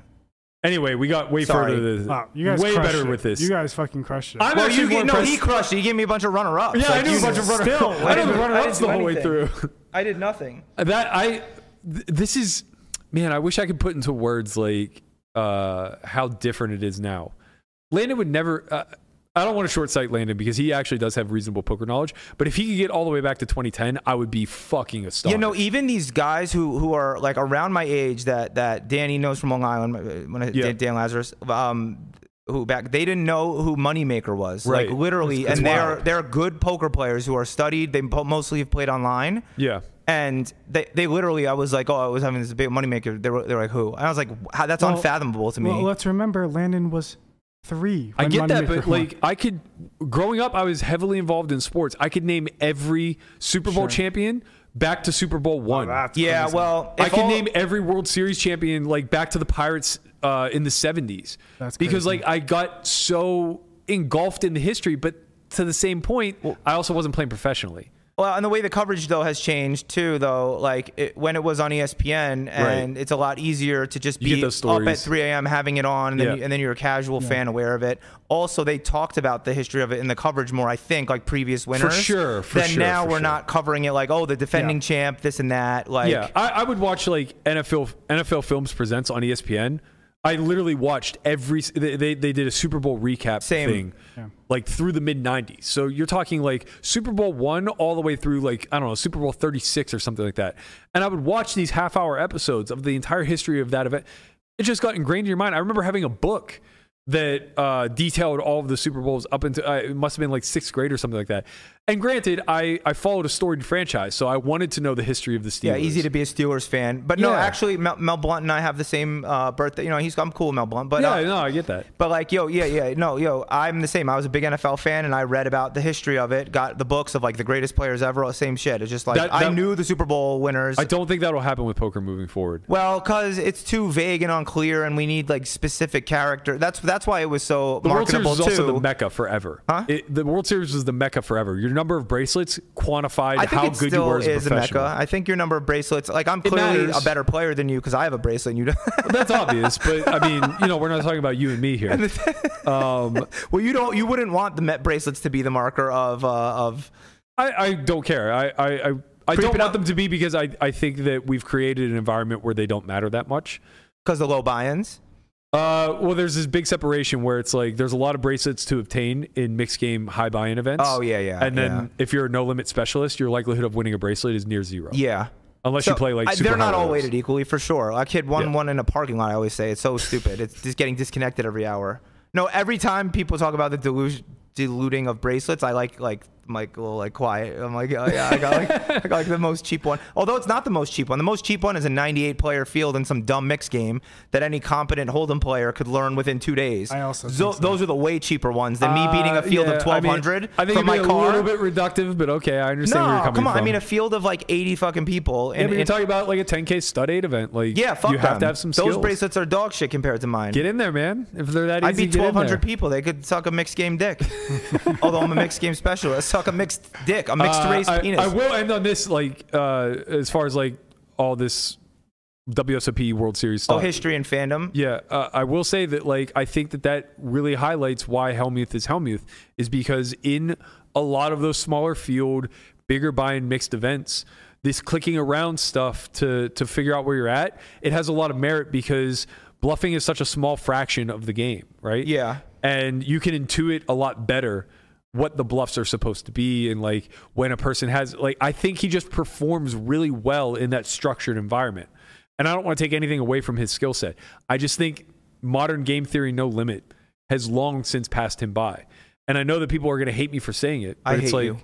S2: Anyway, we got way
S4: Sorry.
S2: further. than-
S3: Wow, you guys
S2: way
S3: crushed
S2: better
S3: it.
S2: with this.
S3: You guys fucking crushed it.
S2: I'm
S4: well,
S2: actually
S4: you
S2: more
S4: get, no,
S2: impressed-
S4: he crushed it. He gave me a bunch of runner ups.
S2: Yeah, I knew a bunch of runner.
S3: Still,
S2: I
S4: I
S2: knew
S4: didn't-
S2: runner
S4: I
S2: ups
S4: didn't
S2: the
S4: do
S2: whole way
S4: anything.
S2: through.
S4: I did nothing.
S2: that I, th- this is, man. I wish I could put into words like uh, how different it is now. Landon would never. Uh, I don't want to short sight Landon because he actually does have reasonable poker knowledge. But if he could get all the way back to 2010, I would be fucking astonished.
S4: You know, even these guys who who are like around my age that that Danny knows from Long Island, uh, when I,
S2: Yeah.
S4: Dan, Dan Lazarus, um, who back they didn't know who Moneymaker was,
S2: Right.
S4: like literally,
S2: That's
S4: and they're
S2: wild.
S4: they're good poker players who are studied. They po- mostly have played online.
S2: Yeah.
S4: And they, they literally, I was like, oh, I was having this big moneymaker. They were, they were like, who? And I was like, wow, that's
S3: Well,
S4: unfathomable to me.
S3: Well, let's remember, Landon was three.
S2: I
S3: when
S2: get that,
S3: Moneymaker
S2: but
S3: won.
S2: like I could growing up I was heavily involved in sports. I could name every Super Bowl champion back to Super Bowl
S4: Oh,
S2: 1.
S4: yeah, well,
S2: I
S4: if
S2: can
S4: all-
S2: name every World Series champion like back to the Pirates uh, in the 70s.
S3: That's
S2: because
S3: crazy.
S2: like I got so engulfed in the history, but to the same point, I also wasn't playing professionally.
S4: Well, and the way the coverage though has changed too, though. Like it, when it was on E ESPN, and
S2: Right.
S4: it's a lot easier to just
S2: You get
S4: be
S2: those
S4: up at
S2: stories.
S4: 3 a.m. having it on, and then,
S2: Yeah.
S4: you, and then you're a casual fan aware of it. Also, they talked about the history of it in the coverage more. I think like previous winners.
S2: sure, for
S4: Then
S2: sure,
S4: now
S2: for
S4: we're
S2: sure.
S4: not covering it like oh the defending
S3: Yeah.
S4: champ this and that. Like
S2: yeah, I, I would watch like NFL NFL Films presents on E ESPN. I literally watched every they they, they did a Super Bowl recap
S4: Same.
S2: thing, like through the mid '90s. So you're talking like Super Bowl one all the way through like I don't know Super Bowl 36 or something like that. And I would watch these half hour episodes of the entire history of that event. It just got ingrained in your mind. I remember having a book that uh, detailed all of the Super Bowls up into uh, it must have been like sixth grade or something like that. And granted, I I followed a storied franchise, so I wanted to know the history of the Steelers.
S4: Yeah, easy to be a Steelers fan, but no,
S2: Yeah.
S4: actually, Mel, Mel Blunt and I have the same uh, birthday. You know, he's I'm cool with Mel Blunt, but
S2: yeah,
S4: uh,
S2: no, I get that.
S4: But like, yo, yeah, yeah, no, yo, I'm the same. I was a big NFL fan, and I read about the history of it. Got the books of like the greatest players ever. Same shit. It's just like
S2: That-
S4: I
S2: that-
S4: knew the Super Bowl winners.
S2: I don't think that'll happen with poker moving forward.
S4: well, cause it's too vague and unclear, and we need like specific character. That's that's why it was so
S2: The World Series
S4: marketable
S2: was also
S4: too.
S2: the mecca forever.
S4: Huh?
S2: It- the World Series was the mecca forever. Your number of bracelets quantified
S4: I think
S2: how
S4: it
S2: good
S4: still
S2: you were as a
S4: is a
S2: professional.
S4: mecca. I think your number of bracelets. Like, I'm clearly a
S2: matters.
S4: better player than you because I have a bracelet. and You don't.
S2: That's obvious, but I mean, you know, we're not talking about you and me here.
S4: well, you don't. You wouldn't want the Met bracelets to be the marker of uh, of.
S2: I, I don't care. I I, I, I
S4: Creep
S2: don't
S4: it
S2: want
S4: up.
S2: them to be because I, I think that we've created an environment where they don't matter that much.
S4: Because the low buy-ins,
S2: Uh, well, there's this big separation where it's like there's a lot of bracelets to obtain in mixed game high buy-in events.
S4: Oh, yeah, yeah,
S2: And then
S4: yeah.
S2: if you're a no limit specialist, your likelihood of winning a bracelet is near zero.
S4: yeah.
S2: unless you
S4: So,
S2: play like
S4: I-
S2: super
S4: they're not
S2: high
S4: all
S2: rollers.
S4: weighted equally for sure. Like kid one
S2: Yeah.
S4: one in a parking lot. I always say it's so stupid. it's just getting disconnected every hour. No, every time people talk about the delusion diluting of bracelets, I like like I'm like a little like quiet. I'm like oh, yeah, I got like I got like the most cheap one. Although it's not the most cheap one. The most cheap one is a 98 player field in some dumb mix game that any competent hold'em player could learn within two days.
S3: I also
S4: Tho-
S3: think so.
S4: those are the way cheaper ones than me beating a
S2: Uh,
S4: field of
S2: yeah, I mean,
S4: 1200
S2: I, think
S4: from
S2: it'd
S4: my
S2: be a
S4: car.
S2: little bit reductive, but okay, I understand where
S4: no,
S2: you're
S4: come
S2: coming
S4: on.
S2: from.
S4: I mean, a field of like 80 fucking people.
S2: Yeah,
S4: And,
S2: but you're
S4: and-
S2: talking about like a 10k stud eight event. Like,
S4: yeah, fuck
S2: you have
S4: them.
S2: to have some
S4: Those
S2: skills.
S4: bracelets are dog shit compared to mine.
S2: Get in there, man. If they're that
S4: I
S2: easy,
S4: beat
S2: get in there.
S4: 1,200 people. They could suck a mixed game dick. Although I'm a mixed game specialist, suck a mixed dick, a mixed
S2: Uh,
S4: race
S2: I,
S4: penis.
S2: I will end on this, like, uh, as far as like all this WSOP World Series stuff.
S4: oh, history and fandom.
S2: Yeah, uh, I will say that like I think that that really highlights why Helmuth is Helmuth is because in a lot of those smaller field, bigger buy and mixed events, this clicking around stuff to to figure out where you're at, it has a lot of merit because bluffing is such a small fraction of the game, right?
S4: Yeah.
S2: and you can intuit a lot better what the bluffs are supposed to be and like when a person has like I think he just performs really well in that structured environment. And I don't want to take anything away from his skill set. I just think modern game theory no limit has long since passed him by. And I know that people are going to hate me for saying it, but
S4: I
S2: it's
S4: hate
S2: like
S4: you.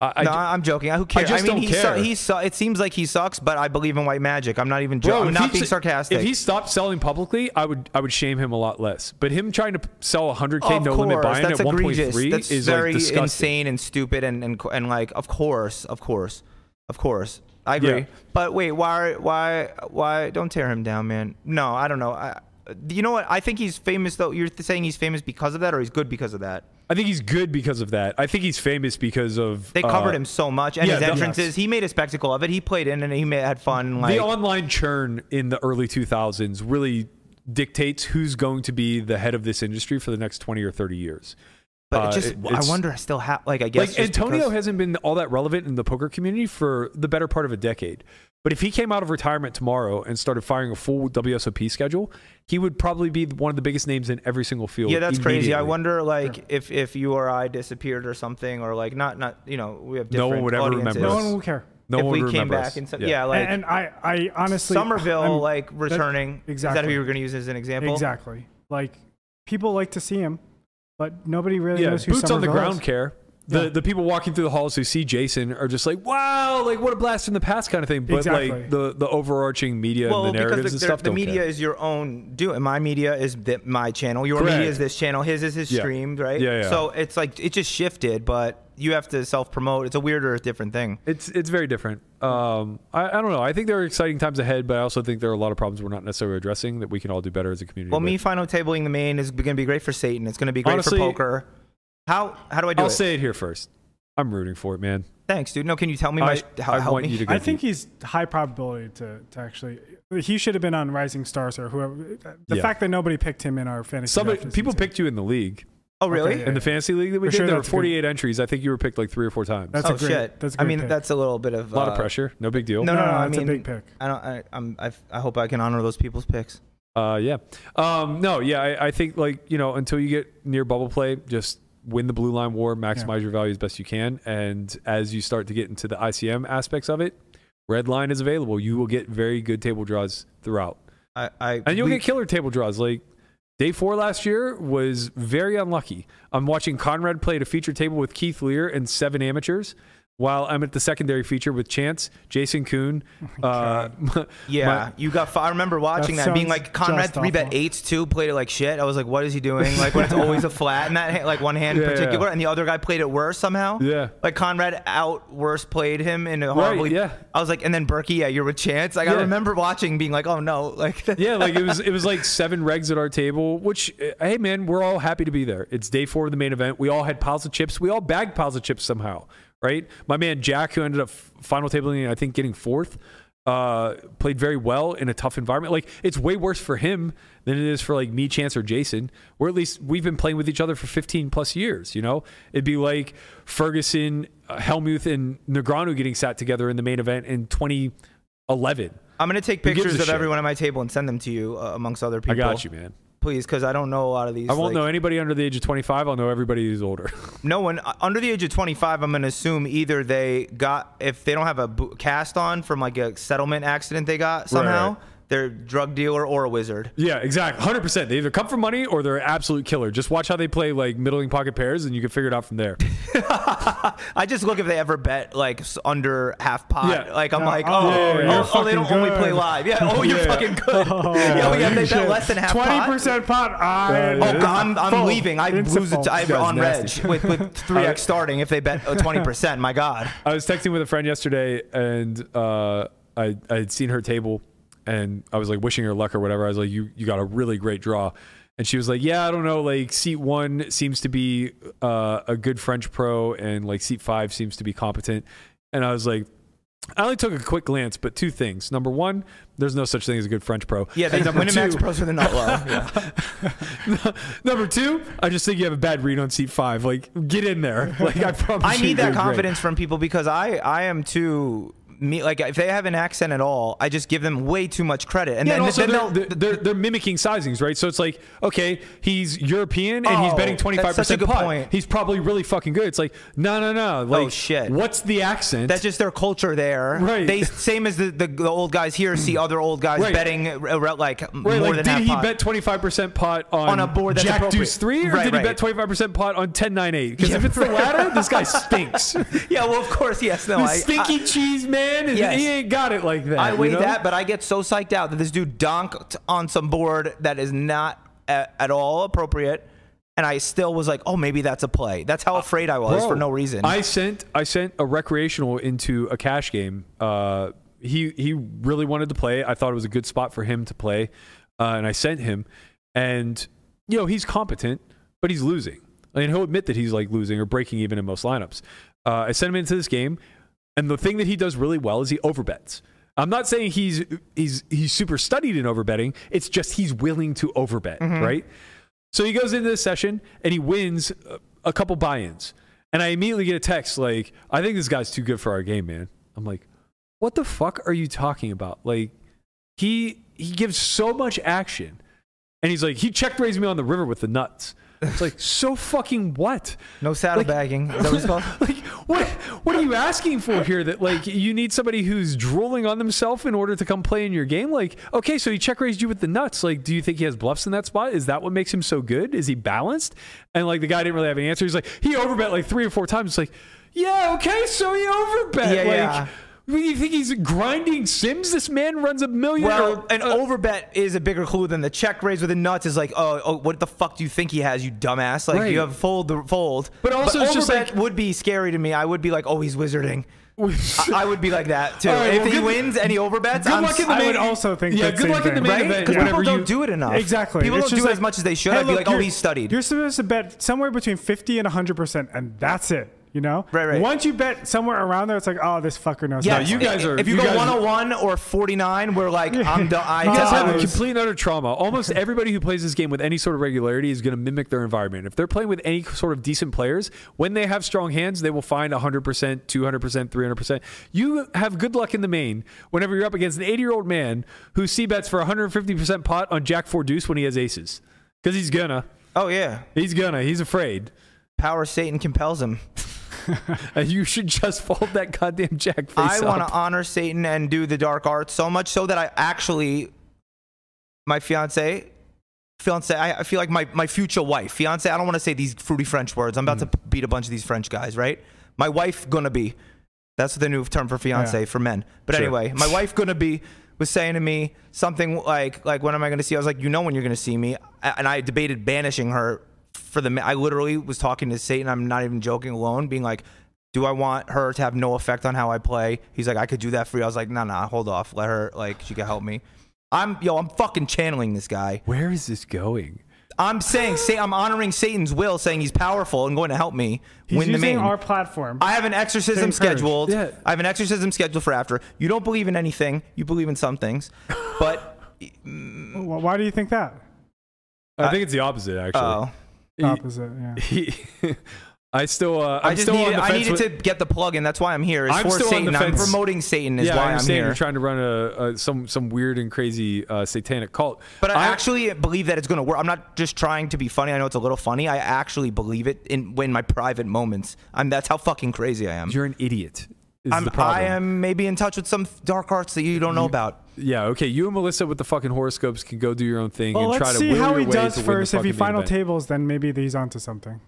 S2: I, I
S4: no,
S2: ju-
S4: I'm joking. Who cares?
S2: just
S4: mean,
S2: don't
S4: he
S2: care.
S4: Su- he su- it seems like he sucks, but I believe in white magic. I'm not even
S2: Bro,
S4: joking. I'm
S2: if
S4: not
S2: he
S4: being
S2: s-
S4: sarcastic.
S2: If he stopped selling publicly, I would I would shame him a lot less. But him trying to sell 100k
S4: of
S2: no limit
S4: course,
S2: buy-in
S4: that's
S2: at
S4: egregious.
S2: 1.3
S4: That's
S2: is
S4: very
S2: like disgusting.
S4: insane and stupid and, and and like of course, of course, of course. I agree.
S2: Yeah.
S4: But wait, why why why don't tear him down, man? No, I don't know. I, you know what? I think he's famous though. You're saying he's famous because of that, or he's good because of that.
S2: I think he's good because of that. I think he's famous because of
S4: They covered
S2: uh,
S4: him so much, and
S2: yeah,
S4: his
S2: the-
S4: entrances. He made a spectacle of it. He played in, and he made, had fun. Like
S2: the online churn in the early 2000s really dictates who's going to be the head of this industry for the next 20 or 30 years.
S4: But
S2: Uh,
S4: it just,
S2: it- it's-
S4: I wonder. I still have like I guess
S2: Like
S4: just
S2: Antonio
S4: because-
S2: hasn't been all that relevant in the poker community for the better part of a decade. But if he came out of retirement tomorrow and started firing a full WSOP schedule, he would probably be one of the biggest names in every single field.
S4: Yeah, that's crazy. I
S2: immediately.
S4: wonder like if if you or I disappeared or something, or like not not you know we have
S2: No
S4: different
S2: one would ever
S4: audiences.
S2: remember
S3: No
S2: us.
S3: one will care.
S2: No
S4: if
S2: one
S4: we
S2: would
S4: came
S2: remember
S4: back
S2: us.
S4: and so,
S2: Yeah.
S4: yeah. like
S3: and, and I, I honestly
S4: Somerville
S3: I'm-
S4: like
S3: that-
S4: returning. Is that who
S3: exactly.
S4: you were going to use as an example?
S3: Exactly. Like people like to see him, but nobody really
S2: yeah,
S3: knows who
S2: boots on the
S3: Somerville
S2: ground
S3: is.
S2: care. The
S3: Yeah.
S2: the people walking through the halls who see Jason are just like, wow, like what a blast from the past kind of thing. But
S3: Exactly.
S2: like the the overarching media
S4: Well,
S2: and the
S4: because
S2: narratives
S4: the,
S2: and stuff
S4: the
S2: don't
S4: media
S2: care.
S4: is your own doing. My media is th- my channel. Your
S2: Correct.
S4: media is this channel. His is his
S2: Yeah.
S4: stream, right?
S2: Yeah, yeah.
S4: So it's like it just shifted, but you have to self promote. It's a weirder, different thing.
S2: It's it's very different. Um, I, I don't know. I think there are exciting times ahead, but I also think there are a lot of problems we're not necessarily addressing that we can all do better as a community.
S4: Well, me
S2: with.
S4: final tabling the main is going to be great for Satan. It's going to be great
S2: Honestly-
S4: for poker. How how do I do
S2: I'll
S4: it?
S2: say it here first. I'm rooting for it, man.
S4: Thanks, dude. No, can you tell me my
S2: I,
S4: how,
S2: I
S4: help
S2: want
S4: me?
S2: you to go.
S3: I think
S2: deep.
S3: he's high probability to, to actually. He should have been on Rising Stars or whoever. The
S2: Yeah.
S3: fact that nobody picked him in our fantasy
S2: somebody
S3: draft is
S2: people
S3: insane.
S2: picked you in the league
S4: oh, really?
S3: Okay, yeah.
S2: in the fantasy league that we
S3: For
S2: did.
S3: sure
S2: there were
S3: that's a good-
S2: 48 entries. I think you were picked like three or four times.
S3: That's
S4: oh
S3: a great,
S4: shit.
S3: That's a
S4: I
S3: great
S4: mean,
S3: pick.
S4: that's a little bit of
S2: a lot of
S4: uh,
S2: pressure. No big deal.
S4: No, no, no.
S3: No,
S4: I
S3: it's a
S4: mean,
S3: big pick.
S4: I don't. I, I'm. I, I hope I can honor those people's picks.
S2: Uh, yeah. Um, no, yeah. I, I think like you know until you get near bubble play, just win the blue line war, maximize your value as best you can, and as you start to get into the ICM aspects of it, red line is available. You will get very good table draws throughout,
S4: I. I
S2: and you'll
S4: we-
S2: get killer table draws. Like day four last year was very unlucky. I'm watching Conrad play at a feature table with Keith Lear and seven amateurs. While I'm at the secondary feature with Chance, Jason Kuhn, uh,
S4: Yeah, you got. fi- I remember watching that,
S3: That
S4: and being
S3: sounds
S4: like Conrad
S3: just
S4: three bet
S3: awful.
S4: eights too played it like shit. I was like, what is he doing? Like when it's always a flat in that hand, like one hand
S2: Yeah,
S4: in
S2: yeah.
S4: particular, and the other guy played it worse somehow.
S2: Yeah.
S4: like Conrad out worse played him in a horribly.
S2: yeah.
S4: I was like, and then Berkey, yeah, you're with Chance. Like
S2: Yeah.
S4: I remember watching, being like, oh no, like
S2: yeah, like it was it was like seven regs at our table, which uh, hey man, we're all happy to be there. It's day four of the main event. We all had piles of chips. We all bagged piles of chips somehow, right? My man Jack, who ended up f- final tabling, I think getting fourth, uh, played very well in a tough environment. Like it's way worse for him than it is for like me, Chance, or Jason. Or at least we've been playing with each other for 15 plus years. You know, it'd be like Ferguson, uh, Helmuth, and Negrano getting sat together in the main event in 2011.
S4: I'm gonna take
S2: Who gives
S4: pictures
S2: a
S4: of
S2: shit?
S4: everyone at my table and send them to you uh, amongst other
S2: I
S4: people.
S2: got you, man.
S4: please, because I don't know a lot of these.
S2: I won't
S4: like-
S2: know anybody under the age of 25. I'll know everybody who's older.
S4: no one uh, under the age of 25 i'm going to assume either they got if they don't have a bo- cast on from like a settlement accident they got somehow
S2: right.
S4: they're a drug dealer or a wizard
S2: yeah, exactly. 100%. They either come for money or they're an absolute killer. Just watch how they play like middling pocket pairs and you can figure it out from there.
S4: i just look if they ever bet like s- under half pot
S2: Yeah.
S4: like i'm
S3: Yeah,
S4: like
S3: oh,
S4: oh,
S3: yeah,
S4: oh,
S3: you're
S4: oh, they don't
S3: fucking
S4: only play
S3: good.
S4: live yeah oh you're
S2: Yeah.
S4: fucking good yeah, we have they bet less than half
S3: Twenty
S4: pot
S3: percent pot. I,
S2: Yeah,
S4: Oh,
S2: yeah.
S4: God, I'm, I'm
S3: Fold.
S4: leaving. I
S3: It's a
S4: lose it
S3: fold.
S4: to, I,
S3: This guy's
S4: on reg
S3: nasty.
S4: with, with 3x starting if they bet uh, 20%. My God.
S2: I was texting with a friend yesterday and uh, I, I had seen her table and I was like wishing her luck or whatever. I was like, you, you got a really great draw. And she was like, yeah, I don't know. Like seat one seems to be uh, a good French pro and like seat five seems to be competent. And I was like, I only took a quick glance, but two things. Number one, there's no such thing as a good French pro.
S4: Yeah, they
S2: And number
S4: Winamax
S2: two,
S4: pros are the nut low. Yeah.
S2: number two, I just think you have a bad read on seat five. Like, get in there. Like, I promise.
S4: I
S2: you,
S4: need
S2: you're
S4: that
S2: great.
S4: confidence from people because I I am too me like if they have an accent at all, I just give them way too much credit, and
S2: Yeah,
S4: then,
S2: and also
S4: then
S2: they're,
S4: they'll.
S2: they're, they're, they're mimicking sizings, right? So it's like, okay, he's European and he's
S4: Oh,
S2: betting twenty five
S4: that's such a
S2: percent
S4: good
S2: pot.
S4: point. Oh,
S2: He's probably really fucking good. It's like, no, no, no. Like,
S4: shit.
S2: What's the accent?
S4: that's just their culture there.
S2: Right.
S4: They same as the, the, the old guys here see other old guys
S2: Right.
S4: betting around like
S2: Right,
S4: more
S2: like,
S4: than
S2: did
S4: half
S2: he
S4: pot.
S2: bet twenty five percent pot on,
S4: On a board that's
S2: Jack
S4: appropriate.
S2: Deuce three, or
S4: Right,
S2: did he
S4: right.
S2: bet twenty five percent pot on ten nine eight? Because
S4: Yeah,
S2: if it's the
S4: right.
S2: latter, this guy stinks.
S4: Yeah, well, of course, yes. No,
S2: the
S4: I,
S2: stinky
S4: I,
S2: cheese man, and
S4: Yes.
S2: he ain't got it like that.
S4: I weigh
S2: you know?
S4: that, but I get so psyched out that this dude donked on some board that is not at, at all appropriate, and I still was like, oh, maybe that's a play. That's how afraid I was
S2: Uh, Bro,
S4: for no reason.
S2: I sent I sent a recreational into a cash game. Uh, he he really wanted to play. I thought it was a good spot for him to play, uh, and I sent him. And you know he's competent, but he's losing. I mean, he'll admit that he's like losing or breaking even in most lineups. Uh, I sent him into this game, and the thing that he does really well is he overbets. I'm not saying he's he's he's super studied in overbetting. It's just he's willing to overbet,
S4: Mm-hmm.
S2: right? So he goes into this session and he wins uh, a couple buy-ins, and I immediately get a text like, "I think this guy's too good for our game, man." I'm like, "What the fuck are you talking about?" Like, he he gives so much action, and he's like, "He check raised me on the river with the nuts." It's like so fucking what?
S4: No saddlebagging. Is that what it's called?
S2: like what what are you asking for here that like you need somebody who's drooling on themselves in order to come play in your game like okay so he check raised you with the nuts like do you think he has bluffs in that spot is that what makes him so good is he balanced and like the guy didn't really have an answer he's like he overbet like three or four times it's like yeah okay so he overbet
S4: Yeah,
S2: like
S4: yeah.
S2: what do you think he's grinding sims this man runs a million
S4: Well,
S2: or-
S4: an overbet is a bigger clue than the check raise with the nuts is like, oh, oh what the fuck do you think he has, you dumbass? Like
S2: Right.
S4: you have fold the fold.
S2: But also it's just
S4: overbet
S2: like-
S4: would be scary to me. I would be like, oh, he's wizarding. I, I would be like that too.
S2: All right,
S4: if
S2: well,
S4: he
S2: good-
S4: wins and he overbets,
S2: good
S4: I'm
S2: luck in the
S4: I
S2: main-
S4: would-
S3: I also think
S2: Yeah,
S3: that
S2: good
S3: same
S2: luck in the
S3: thing.
S2: main
S4: right?
S2: event
S4: Because people
S2: whenever
S4: don't
S2: you-
S4: do it enough.
S3: Exactly.
S4: People
S3: It's
S4: don't
S3: just
S4: do it
S3: like-
S4: as much as they should.
S3: Hey,
S4: I'd be
S3: look,
S4: like, oh,
S3: you're-
S4: he's studied.
S3: You're supposed to bet somewhere between 50 and 100%, and that's it. You know?
S4: Right, right.
S3: Once you bet somewhere around there, it's like, oh, this fucker knows.
S4: Yeah,
S3: nothing.
S2: you guys are-
S4: If you,
S2: you
S4: go
S2: guys-
S4: 101 or 49, we're like, I'm done. I,
S3: You
S2: You guys have a
S3: Almost.
S2: complete and utter trauma. Almost everybody who plays this game with any sort of regularity is going to mimic their environment. If they're playing with any sort of decent players, when they have strong hands, they will find 100%, 200%, 300%. You have good luck in the main whenever you're up against an 80 year old man who C bets for 150% pot on Jack 4 Deuce when he has aces. Because he's gonna.
S4: oh, yeah.
S2: He's gonna. He's afraid.
S4: Power Satan compels him.
S2: Uh, you should just fold that goddamn Jack face
S4: I
S2: up.
S4: want to honor Satan and do the dark arts so much so that I actually, my fiance, fiance, I I feel like my, my future wife, fiance, I don't want to say these fruity French words. I'm about to beat a bunch of these French guys, right? My wife gonna be. That's the new term for fiance
S3: Yeah.
S4: for men. But
S2: Sure.
S4: anyway, my wife gonna be was saying to me something like like when am I gonna see? you?" I was like, you know when you're gonna see me, A- and I debated banishing her for the. ma- I literally was talking to Satan. I'm not even joking alone, being like, do I want her to have no effect on how I play? He's like, I could do that for you. I was like, no, no, hold off. Let her like she could help me. I'm yo, I'm fucking channeling this guy.
S2: Where is this going?
S4: I'm saying, say, I'm honoring Satan's will, saying he's powerful and going to help me
S3: He's
S4: win the
S3: using
S4: main.
S3: our platform.
S4: I have an exorcism
S3: Same courage.
S4: scheduled.
S2: Yeah.
S4: I have an exorcism scheduled for after. You don't believe in anything. You believe in some things, but
S3: Wh- Why do you think that?
S2: I think it's the opposite, actually.
S4: oh,
S3: Opposite, yeah.
S2: He, I still, uh, I'm
S4: I just
S2: still on
S4: needed,
S2: the fence
S4: I needed
S2: with-
S4: to get the plug in. That's why I'm here. It's
S2: I'm
S4: for
S2: still on
S4: Satan.
S2: the
S4: I'm
S2: fence.
S4: promoting Satan. Is
S2: yeah, I
S4: why I'm
S2: understand
S4: here.
S2: you're trying to run a, a some some weird and crazy uh, satanic cult.
S4: But I actually believe that it's going to work. I'm not just trying to be funny. I know it's a little funny. I actually believe it in when my private moments. I'm that's how fucking crazy I am.
S2: you're an idiot. Is
S4: I'm,
S2: the problem?
S4: I am maybe in touch with some dark arts that you don't know about.
S2: Yeah. Okay. You and Melissa with the fucking horoscopes can go do your own thing
S3: Well,
S2: and
S3: let's
S2: try to
S3: see
S2: will
S3: how
S2: your
S3: he
S2: way
S3: does
S2: to win the
S3: first. If he
S2: fucking main
S3: final
S2: event.
S3: tables, then maybe he's onto something.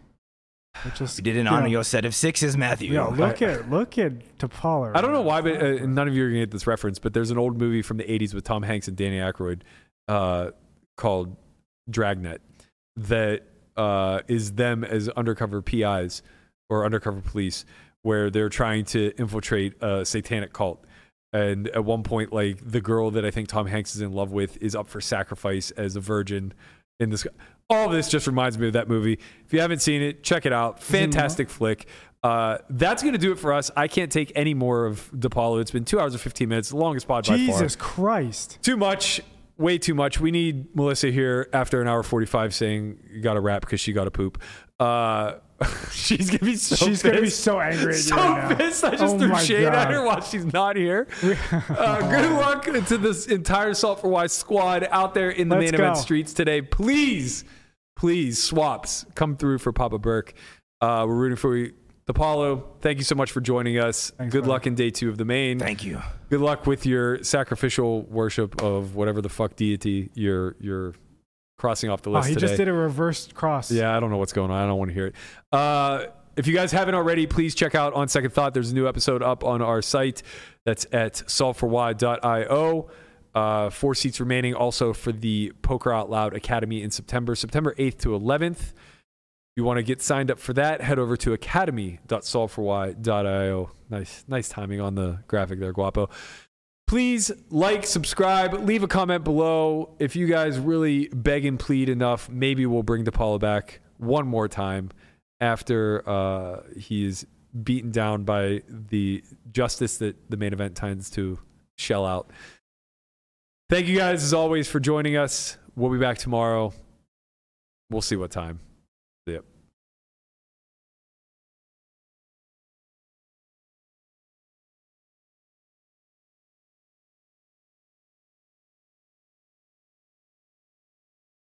S3: It just,
S4: You didn't
S3: you
S4: honor
S3: know.
S4: your set of sixes, Matthew.
S3: Yo, look at look at Tapala.
S2: I don't know why, but uh, none of you are gonna get this reference. But there's an old movie from the '80s with Tom Hanks and Danny Aykroyd uh, called Dragnet that uh, is them as undercover PIs or undercover police, where they're trying to infiltrate a satanic cult. And at one point, like the girl that I think Tom Hanks is in love with is up for sacrifice as a virgin. In this, all this just reminds me of that movie. If you haven't seen it, check it out. Fantastic flick. Uh, that's gonna do it for us. I can't take any more of DePaulo. It's been two hours and fifteen minutes, longest pod by far
S3: Jesus Christ.
S2: too much way too much we need melissa here after an hour 45 saying you gotta rap because she gotta poop uh she's gonna be so
S3: She's gonna be
S2: pissed.
S3: so angry at you
S2: so
S3: right now.
S2: pissed i just
S3: Oh
S2: threw
S3: my
S2: shade at
S3: God.
S2: her while she's not here uh, good luck to this entire salt for wise squad out there in the
S3: Let's
S2: main event
S3: go.
S2: streets today please please swaps come through for papa burke uh we're rooting for you apollo thank you so much for joining us good
S3: buddy.
S2: luck in day two of the main
S4: Thank you.
S2: good luck with your sacrificial worship of whatever the fuck deity you're you're crossing off the
S3: Oh,
S2: list
S3: he
S2: today.
S3: just did a reverse cross.
S2: yeah, I don't know what's going on. I don't want to hear it. Uh, if you guys haven't already, please check out on Second Thought. There's a new episode up on our site. That's at solveforwhy.io. Uh, four seats remaining also for the Poker Out Loud Academy in September, September 8th to 11th you want to get signed up for that, head over to academy.solveforwhy.io. Nice, nice timing on the graphic there, Guapo. Please like, subscribe, leave a comment below. If you guys really beg and plead enough, maybe we'll bring DePaula back one more time. after uh, he is beaten down by the justice that the main event tends to shell out. Thank you guys, as always, for joining us. We'll be back tomorrow. We'll see what time. Yep.